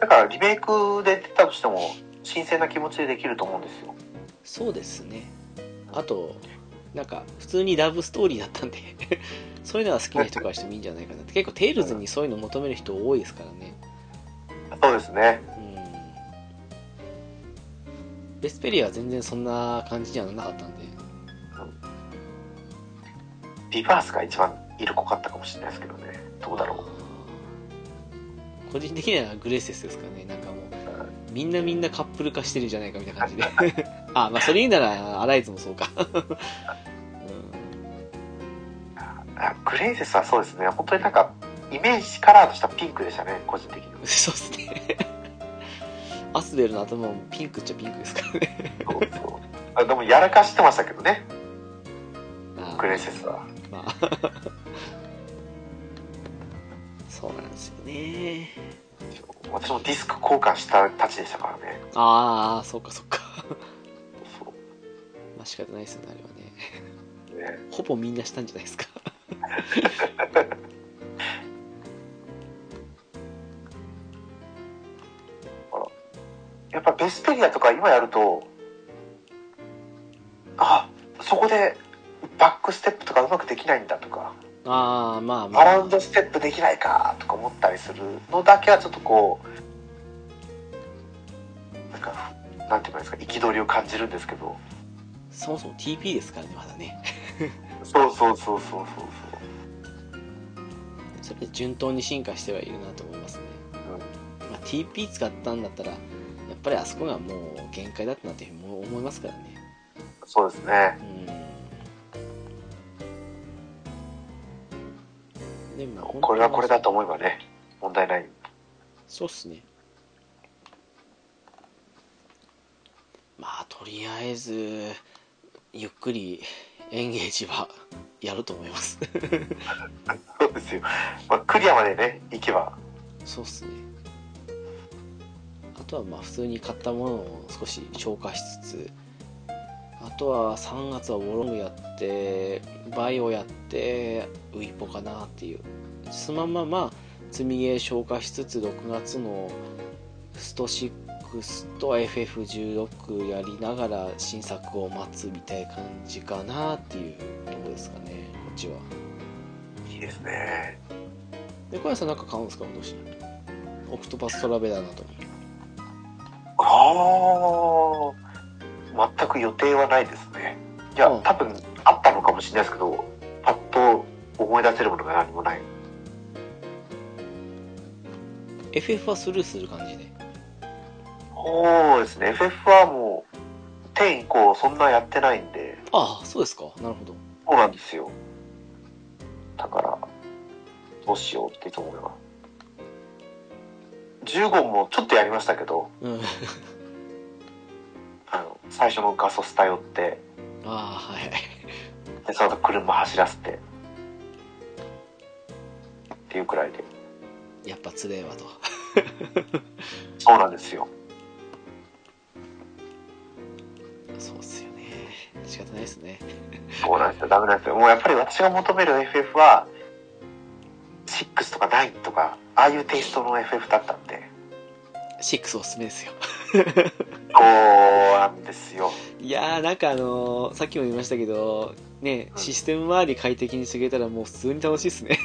S2: だからリメイクで出たとしても、新鮮な気持ちでできると思うんですよ。
S1: そうですねあとなんか普通にラブストーリーだったんで そういうのは好きな人からしてもいいんじゃないかなって結構テイルズにそういうの求める人多いですからね
S2: そうですね。
S1: うんベスペリアは全然そんな感じにはならなかったんで
S2: リバースが一番色濃かったかもしれないですけどね。どうだろ
S1: 個人的にはグレーセスですかねなんかもうみんなみんなカップル化してるじゃないかみたいな感じ であまあそれ言うならアライズもそうか、うん
S2: う。あグレイセスはそうですね。本当になんか、イメージカラーとしたピンクでしたね、個人的に。
S1: そうですねアスベルの頭もピンクっちゃピンクですからね
S2: そうそうあでもやらかしてましたけどね、
S1: あー
S2: グレイセスは。
S1: まあそうなんですよね
S2: 私もディスク交換したたちでしたからね。
S1: ああそうかそうか
S2: そ
S1: まあ仕方ないですよねあれはね
S2: うね
S1: ほぼみんなしたんじゃないですか
S2: やっぱベスペリアとか今やると、あ、そこでバックステップとかうまくできないんだとか、
S1: ああまあま
S2: ア
S1: あ
S2: ラウンドステップできないかとか思ったりするのだけはちょっとこう、なんか、なんて言うんですか、憤りを感じるんですけど。
S1: そもそも TP ですからねまだね
S2: そうそうそうそうそう
S1: それで順当に進化してはいるなと思いますね、まあ、TP 使ったんだったらやっぱりあそこがもう限界だったなというふうにも思いますからね
S2: そう。そうですね。
S1: うんでも
S2: これはこれだと思えばね、問題ない。
S1: そうっすねまあとりあえずゆっくりエンゲージはやると思います
S2: そうですよ。まあ、クリアまでね、行けば。
S1: そうっすねあとはまあ普通に買ったものを少し消化しつつあとは3月はウォロングやってバイオやってウイポかなっていうそのまんままあ積みゲー消化しつつ6月のスト6と FF16 やりながら新作を待つみたいな感じかなっていうとこですかねこっちはい
S2: いですね。
S1: で小林さんなんか買うんですか今年オクトパストラベラーなと
S2: ああ、全く予定はないですね。いや、
S1: うん
S2: 多分あったのかもしれないですけど、パッと思い出せるものが何もない。
S1: FF はスルーする感じで
S2: そうですね。FF はもう、10以降そんなやってないんで、
S1: ああそうですかなるほど
S2: そうなんですよ。だから、どうしようっていつも思います。15もちょっとやりましたけど、
S1: うん
S2: あの、最初のガソスタ寄って、
S1: ああはい
S2: でその後車走らせてっていうくらいで
S1: やっぱつれえわと
S2: そうなんですよ
S1: そうっすよね仕方ないですね
S2: そうなんですよダメなんですよもうやっぱり私が求める FF は6とか9とかああいうテイストの FF だったんで
S1: 6おすすめですよ
S2: こうなんですよ
S1: いやーなんかあのーさっきも言いましたけどね
S2: うん
S1: システム周り快適にしてくれたらもう普通に楽しいっすね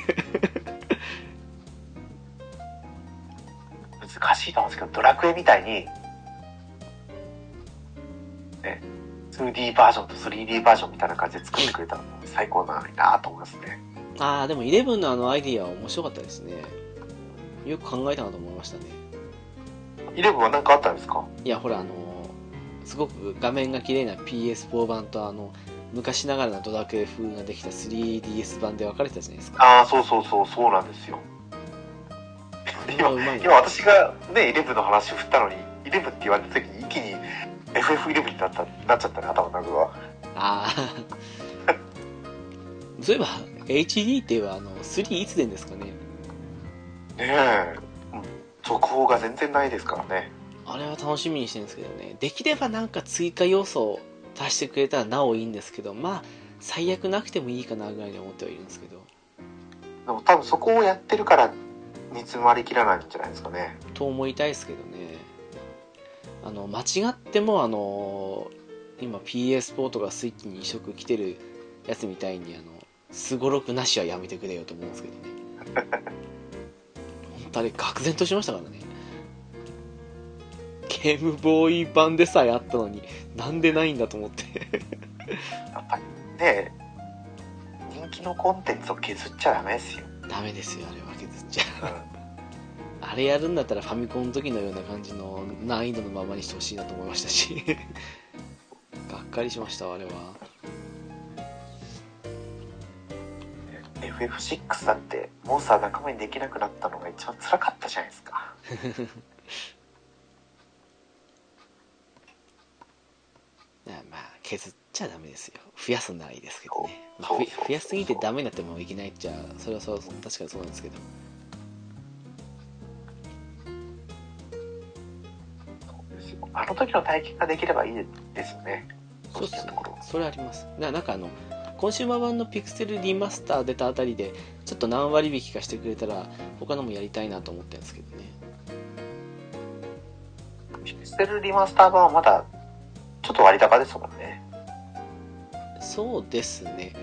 S2: 難しいと思うんですけどドラクエみたいにね 2D バージョンと 3D バージョンみたいな感じで作ってくれたらもう最高なのになと思いますね
S1: ああでも11のあのアイディアは面白かったですねよく考えたなと思いましたね
S2: 11は何かあったんですか
S1: いやほらあのーすごく画面が綺麗な PS4 版とあの昔ながらのドラクエ風ができた 3DS 版で分かれてたじゃないですか
S2: ああそうそうそうそうなんですよ
S1: はうまい
S2: 今
S1: な
S2: 私がね11の話振ったのに11って言われた時に一気に FF11 になったなっちゃったね頭の中が
S1: ああ そういえば HD って言えばあの3いつでんですかね
S2: ねえうん続報が全然ないですからね
S1: あれは楽しみにしてるんですけどねできればなんか追加要素を足してくれたらなおいいんですけどまあ最悪なくてもいいかなぐらいに思ってはいるんですけど
S2: でも多分そこをやってるから煮詰まりきらないんじゃないですかね
S1: と思いたいですけどねあの間違ってもあの今 PS4 とかスイッチに移植来てるやつみたいにあのすごろくなしはやめてくれよと思うんですけどね 本当あれ愕然としましたからねゲームボーイ版でさえあったのになんでないんだと思って
S2: やっぱりね人気のコンテンツを削っちゃダメですよ
S1: ダメですよあれは削っちゃあれやるんだったらファミコンの時のような感じの難易度のままにしてほしいなと思いました しがっかりしましたあれは
S2: FF6 だってモンスター仲間にできなくなったのが一番辛かったじゃないですか
S1: いやまあ削っちゃダメですよ増やすならいいですけどね、まあ、
S2: そう
S1: ふ
S2: そう
S1: 増やしすぎてダメになってもいけないっちゃそれはそう確かにそうなんですけど
S2: あの時の体験ができればいいですよね
S1: そう
S2: そう
S1: ですね
S2: ところ
S1: それありますななんかあのコンシューマー版のピクセルリマスター出たあたりでちょっと何割引きかしてくれたら他のもやりたいなと思ってるんですけどね
S2: ピクセルリマスター版はまだちょっと割高ですもんね
S1: そうですね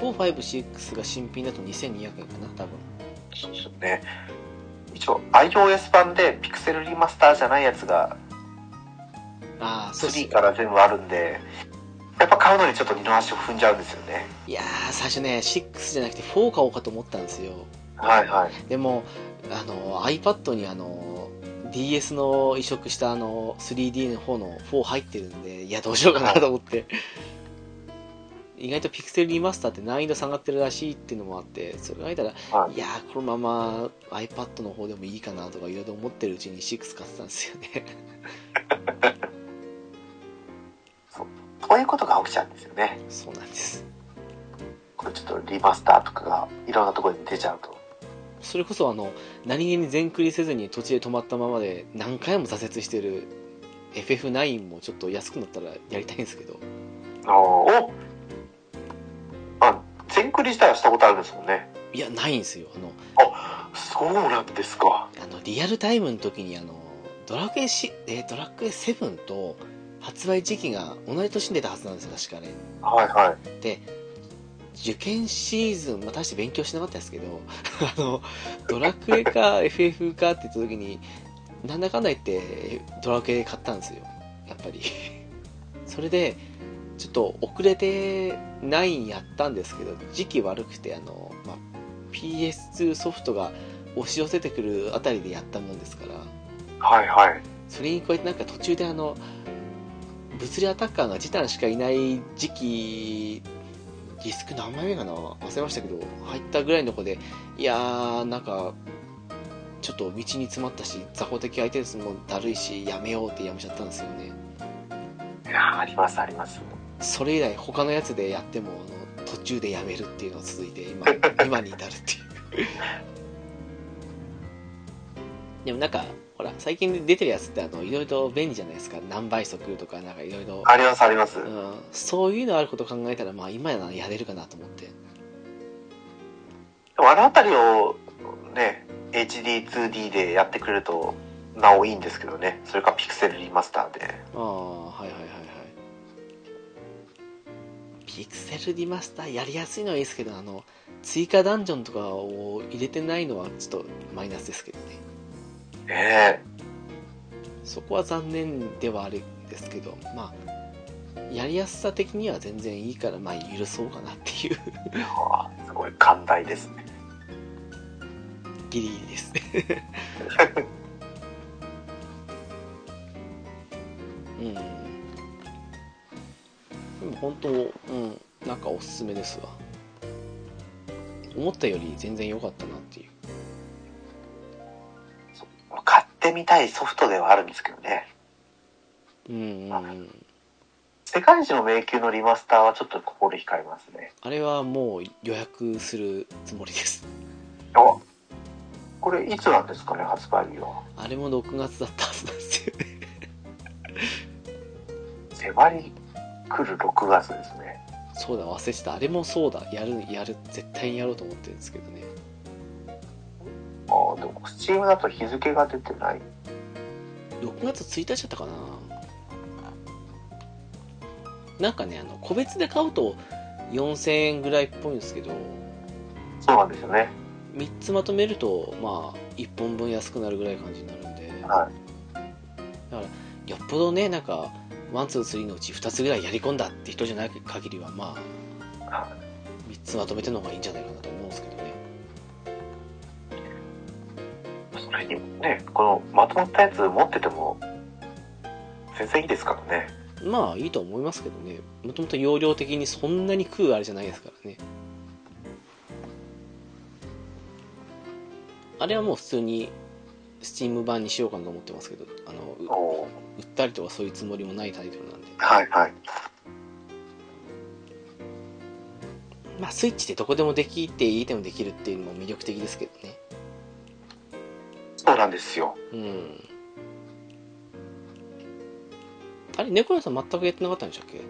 S1: 456が新品だと2200円かな多分
S2: そうですよね一応 iOS 版でピクセルリマスターじゃないやつが
S1: ああそうっす
S2: 3から全部あるんでやっぱ買うのにちょっと二の足を踏んじゃうんですよね
S1: いやー最初ね6じゃなくて4買おうかと思ったんですよ
S2: はいはい
S1: でもあの iPad にあの DS の移植したあの 3D の方の4入ってるんでいやどうしようかなと思って意外とピクセルリマスターって難易度下がってるらしいっていうのもあってそれがいたら
S2: はい
S1: いやーこのまま iPad の方でもいいかなとかいろいろ思ってるうちに6買ってたんですよね
S2: そういうことが起きちゃうんですよね
S1: そうなんです
S2: これちょっとリマスターとかがいろんなところに出ちゃうと
S1: それこそあの何気に全クリせずに途中で止まったままで何回も挫折してる FF9 もちょっと安くなったらやりたいんですけど
S2: おーおあ全クリしたらしたことあるんですもんね
S1: いやないんですよあの
S2: そうなんですか
S1: あのリアルタイムの時にあのドラクエシ、えードラクエ7と発売時期が同じ年に出たはずなんですよ確かね
S2: はいはい
S1: で受験シーズン、まあ、大して勉強してなかったですけど あのドラクエか FF かって言った時になんだかんだ言ってドラクエ買ったんですよやっぱり それでちょっと遅れて9やったんですけど時期悪くてあの、まあ、PS2 ソフトが押し寄せてくるあたりでやったもんですから
S2: はいはい
S1: それに加えてなんか途中であの物理アタッカーがジタンしかいない時期ディスク何枚目かな忘れましたけど入ったぐらいの子でいやーなんかちょっと道に詰まったし雑魚的相手ですもんだるいしやめようってやめちゃったんですよね
S2: いやーありますあります
S1: それ以来他のやつでやってもあの途中でやめるっていうのが続いて今今に至るっていうでもなんかほら最近出てるやつってあのいろいろと便利じゃないですか何倍速とかなんかいろいろ、
S2: ありますあります、
S1: うん、そういうのあることを考えたらまあ今ならやれるかなと思って
S2: でもあの辺りをね HD2D でやってくれるとなおいいんですけどねそれかピクセルリマスターで
S1: ああはいはいはいはいピクセルリマスターやりやすいのはいいですけどあの追加ダンジョンとかを入れてないのはちょっとマイナスですけどね
S2: ねえ
S1: そこは残念ではあるんですけど、まあ、やりやすさ的には全然いいから、まあ、許そうかなっていう
S2: あーすごい寛大ですね
S1: ギリギリです。 うん。でも本当、うん、なんかおすすめですわ。思ったより全然良かったなっていう。
S2: そってみたいソフトではあるんですけどね。
S1: うんうんうん
S2: 世界一の迷宮のリマスターはちょっと心惹かれますね。
S1: あれはもう予約するつもりです
S2: おこれいつなんですかね、発売日は。
S1: あれも6月だったはずなんですよね
S2: 迫り来る6月ですね。
S1: そうだ忘れてたあれもそうだやるやる絶対にやろうと思ってるんですけどね
S2: あーでも、スチームだと日付が出てない。
S1: 6月1日だったかななんかねあの個別で買うと4000円ぐらいっぽいんですけど
S2: そうなんですよね。
S1: 3つまとめるとまあ1本分安くなるぐらいの感じになるんで、
S2: は
S1: だからよっぽどねなんかワンツースリーのうち2つぐらいやり込んだって人じゃない限りはまあ
S2: は
S1: 3つまとめての方がいいんじゃないかなと思うんですけどね
S2: それにね、このまとまったやつ持ってても、全然いいですからね。
S1: まあいいと思いますけどねもともと容量的にそんなに食うあれじゃないですからねあれはもう普通に Steam 版にしようかなと思ってますけどあのう
S2: お
S1: 売
S2: ー
S1: ったりとかそういうつもりもないタイトルなんで
S2: はいはい。
S1: まあスイッチでどこでもできて家でもできるっていうのも魅力的ですけどね
S2: そうなんですよ。
S1: うんあれ猫屋さん全くやってなかったんでしたっけ
S2: ち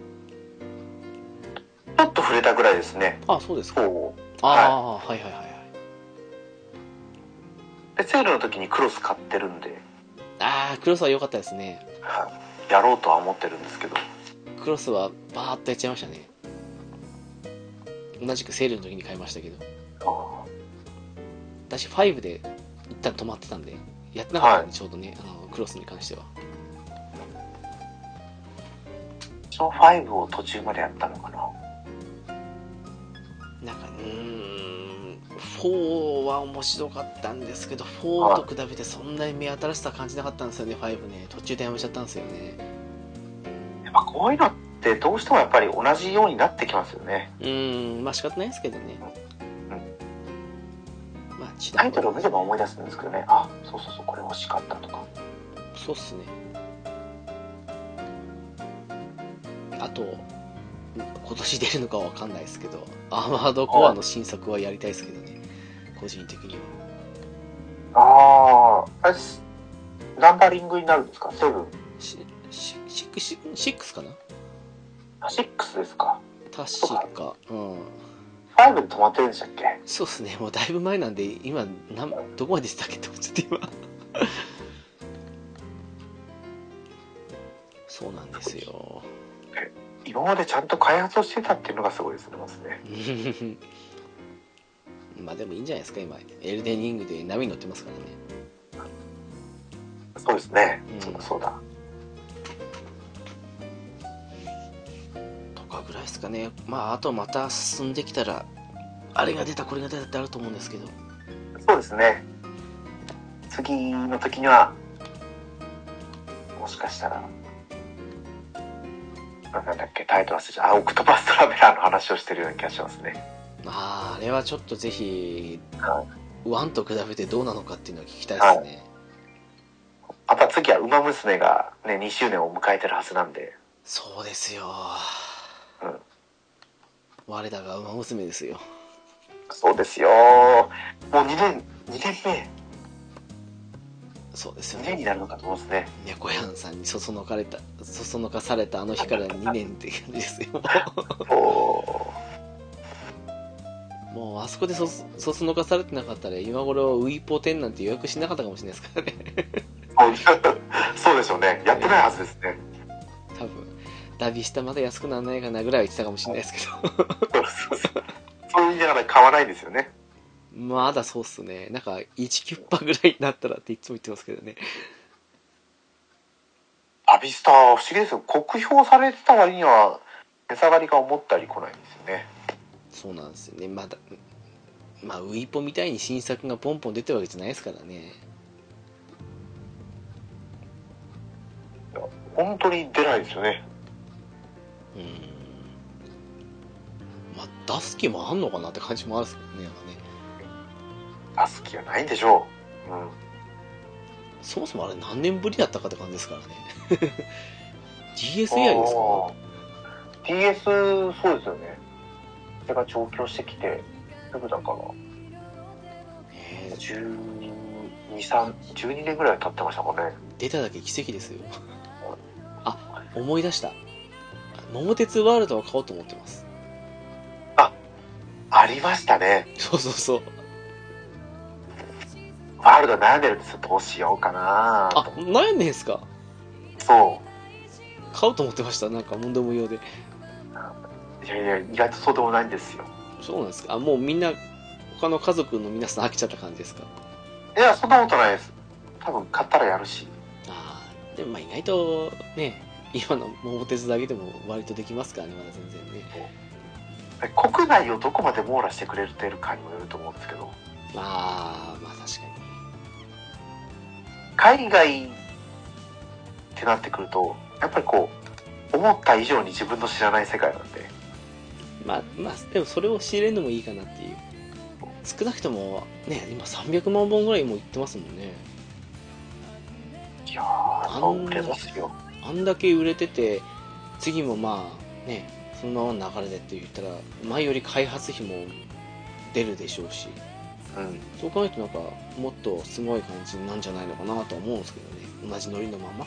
S2: ょっと触れたぐらいですね。
S1: あそうですか
S2: そう。
S1: ああー、はい、はいはいはい
S2: で、セールの時にクロス買ってるんで、
S1: ああクロスは良かったですね
S2: はいやろうとは思ってるんですけど。
S1: クロスはバーッとやっちゃいましたね同じくセールの時に買いましたけど私5で一旦止まってたんでやってなかったんで、
S2: は
S1: ちょうどねあのクロスに関しては
S2: その5を途中までやったのかな。
S1: なんかうーん4は面白かったんですけど4と比べてそんなに目新しさ感じなかったんですよね5ね途中でやめちゃったんですよね
S2: やっぱこういうのってどうしてもやっぱり同じようになってきますよね。
S1: うーんまあ仕方ないですけどねまあち
S2: タイトルを見れば思い出すんですけどね。あ、そうそうそう、これ欲しかったとか。
S1: そうっすねあと今年出るのかわかんないですけどアーマードコアの新作はやりたいですけどね個人的には
S2: ああ、あれすナンバリングになるんですかセブン。
S1: シシシックシシックスかな
S2: あ、シックスですか。
S1: 確かうん
S2: ファイブで止まってるんでしたっけ
S1: そうっすねもうだいぶ前なんで今なんどこまでしたっけと思っちゃって今 そうなんですよ
S2: 今までちゃんと開発をしてたっていうのがすごいですね。まずね
S1: うん まあでもいいんじゃないですか今エルデンリングで波に乗ってますからね
S2: そうですね。
S1: うん
S2: そうだそうだ。
S1: とかぐらいですかねまああとまた進んできたらあれが出たこれが出たってあると思うんですけど
S2: そうですね。次の時には、もしかしたら、あなんだっけ、タイトル忘れちゃった。あ、オクトパストラベラーの話をしてるような気がしますね。
S1: まああれはちょっとぜひ
S2: は
S1: ワンと比べてどうなのかっていうのを聞きたいですね、
S2: また次は、ウマ娘がね、2周年を迎えてるはずなんで、
S1: そうですよ、
S2: うん
S1: 我らが馬娘ですよ
S2: そうですよもう2年、2年
S1: そうです
S2: 目、
S1: よ
S2: 2年に
S1: ね
S2: なるのかと思うんですね。
S1: 猫やんさんにそそのかれたそそのかされたあの日から2年って感じですよ
S2: お
S1: もうあそこでそそそのかされてなかったら今頃ウイポテンなんて予約しなかったかもしれないですからね
S2: そうでしょうね。やってないはずですね。
S1: 多分ダビ下まだ安くならないかなぐらいは言ってたかもしれないですけ ど
S2: そうそうそう。そう言いながら買わないんですよね。
S1: まだそうっすねなんか1キュッパぐらいになったらっていつも言ってますけどね
S2: アビスターは不思議ですよ酷評されてた割には値下がりが思ったより来ないんですよね
S1: そうなんですよねまだまあウイポみたいに新作がポンポン出てるわけじゃないですからね
S2: 本当に出ないですよね
S1: うんまあ出す気もあんのかなって感じもあるんですけどねなんかね
S2: 出す気がないんでしょう、うん、
S1: そもそもあれ何年ぶりだったかって感じですからね DS 以来ですか
S2: あー DS そうですよねそれが上京してきてすぐだから
S1: えー
S2: 121312年ぐらい経ってましたもんね
S1: 出ただけ奇跡ですよあ思い出した桃鉄ワールドを買おうと思ってます
S2: ありましたね
S1: そうそうそう
S2: ワールド悩んでるんですよどうしようかな
S1: あ
S2: と
S1: 悩んでんすか
S2: そ
S1: 買おうと思ってましたなんか問題無用で
S2: ういやいや意外とそうでもないんですよ
S1: そうなんですかあもうみんな他の家族の皆さん飽きちゃった感じですか
S2: いやそんなことないです多分買ったらやるし
S1: ああでもまあ意外とね今の桃鉄だけでも割とできますからねまだ全然ね
S2: 国内をどこまで網羅してくれてるかにもよると思うんですけど
S1: まあまあ確かに
S2: 海外ってなってくるとやっぱりこう思った以上に自分の知らない世界なんで
S1: まあまあでもそれを知れるのもいいかなっていう少なくともね今300万本ぐらいもういってますもんね
S2: いやーそう売れますよ
S1: あんだけ売れてて次もまあねそのままの流れでって言ったら前より開発費も出るでしょうし
S2: うん
S1: そう考えるとなんかもっとすごい感じなんじゃないのかなとは思うんですけどね同じノリのまま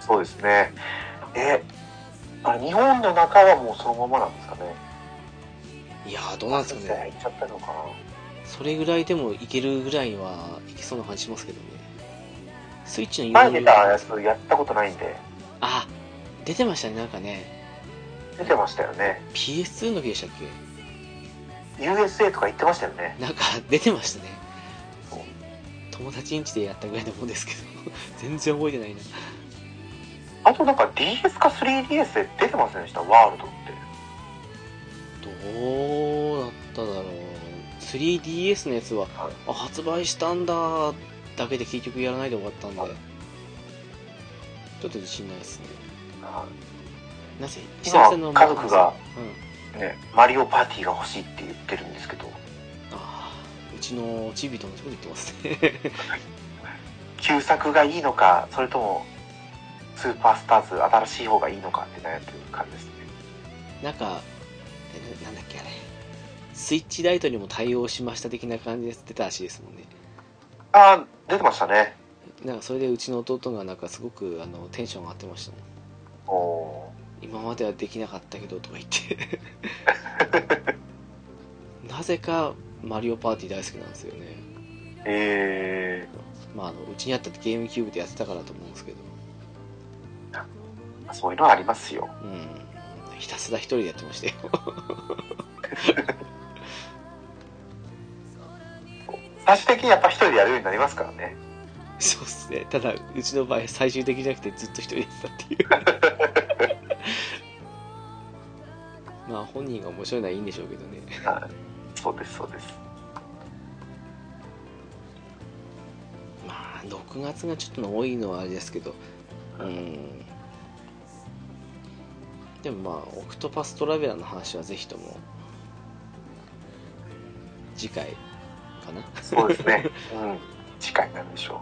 S2: そうですねえあれ日本の中はもうそのままなんですかね
S1: いやーどうなんですかね
S2: 行っちゃったのかな
S1: それぐらいでもいけるぐらいはいけそうな感じしますけどねスイッチの
S2: 前
S1: 容
S2: 出
S1: 量
S2: たやつやったことないんで
S1: あ出てましたねなんかね
S2: 出てましたよね
S1: PS2 の日でしたっけ
S2: USA とか行ってましたよね
S1: なんか出てましたね
S2: そう
S1: 友達ん家でやったぐらいのもんですけど 全然覚えてないな
S2: あとなんか DS か 3DS で出てませんでしたワールドって
S1: どうだっただろう 3DS のやつは、
S2: はい
S1: あ発売したんだだけで結局やらないで終わったんで
S2: はい
S1: ちょっと自信ないですね
S2: は
S1: なぜ
S2: い今家族が
S1: うん
S2: ねマリオパーティーが欲しいって言ってるんですけど
S1: ああうちのチビと同じこと言ってますね
S2: 旧作がいいのかそれともスーパースターズ新しい方がいいのかって悩んでる感じですね
S1: なんかえななんだっけあれスイッチライトにも対応しました的な感じで出たらしいですもんね
S2: あー出てましたね
S1: なんかそれでうちの弟がなんかすごくあのテンション上がってましたもん
S2: おお
S1: 今まではできなかったけどとか言ってなぜかマリオパーティー大好きなんですよね
S2: ーえ
S1: まああのうちにあったゲームキューブでやってたからと思うんですけど
S2: ー、そういうのはありますよ
S1: うんひたすら一人でやってましたよ
S2: 最終的にやっぱ一人でやるようになりますからね
S1: そうっすねただうちの場合最終的じゃなくてずっと一人でやってたっていうまあ本人が面白いのはいいんでしょうけどね
S2: はいそうですそうです
S1: まあ6月がちょっと多いのはあれですけどうんでもまあオクトパストラベラーの話はぜひとも次回かな
S2: そうです ねうん次回になるでしょ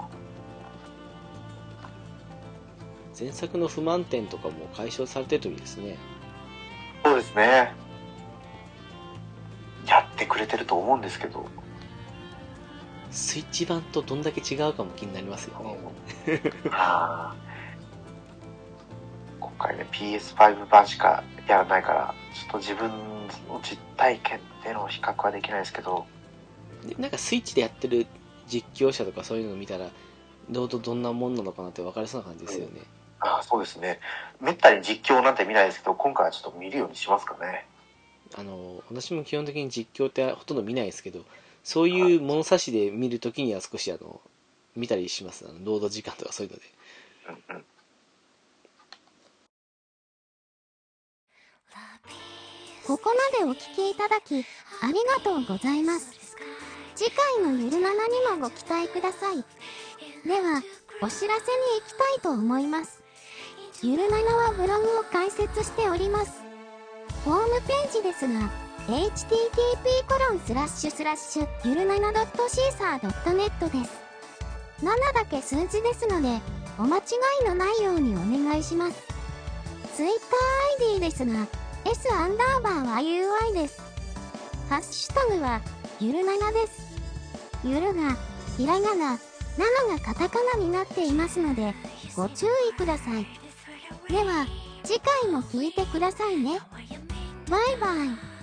S1: 前作の不満点とかも解消されてるといいですね
S2: うそうですねやってくれてると思うんですけど
S1: スイッチ版とどんだけ違うかも気になりますよね
S2: あー今回ね PS5 版しかやらないからちょっと自分の実体験での比較はできないですけど
S1: でなんかスイッチでやってる実況者とかそういうのを見たらどうとどんなもんなのかなって分かりそうな感じですよね、
S2: あーそうですねめったに実況なんて見ないですけど今回はちょっと見るようにしますかね
S1: あの私も基本的に実況ってほとんど見ないですけどそういう物差しで見るときには少しあの見たりしますあのロード時間とかそういうので
S2: うんうん
S3: ここまでお聞きいただき、ありがとうございます。次回のゆるななにもご期待ください。では、お知らせに行きたいと思います。ゆるななはブログを開設しております。ホームページですが、http:// ゆるなな .caesar.net です。 7だけ数字ですので、お間違いのないようにお願いします。TwitterID ですが、S アンダーバーは UI です。ハッシュタグは、ゆるななです。ゆるが、ひらがな、7がカタカナになっていますので、ご注意ください。では、次回も聞いてくださいね。バイバイ。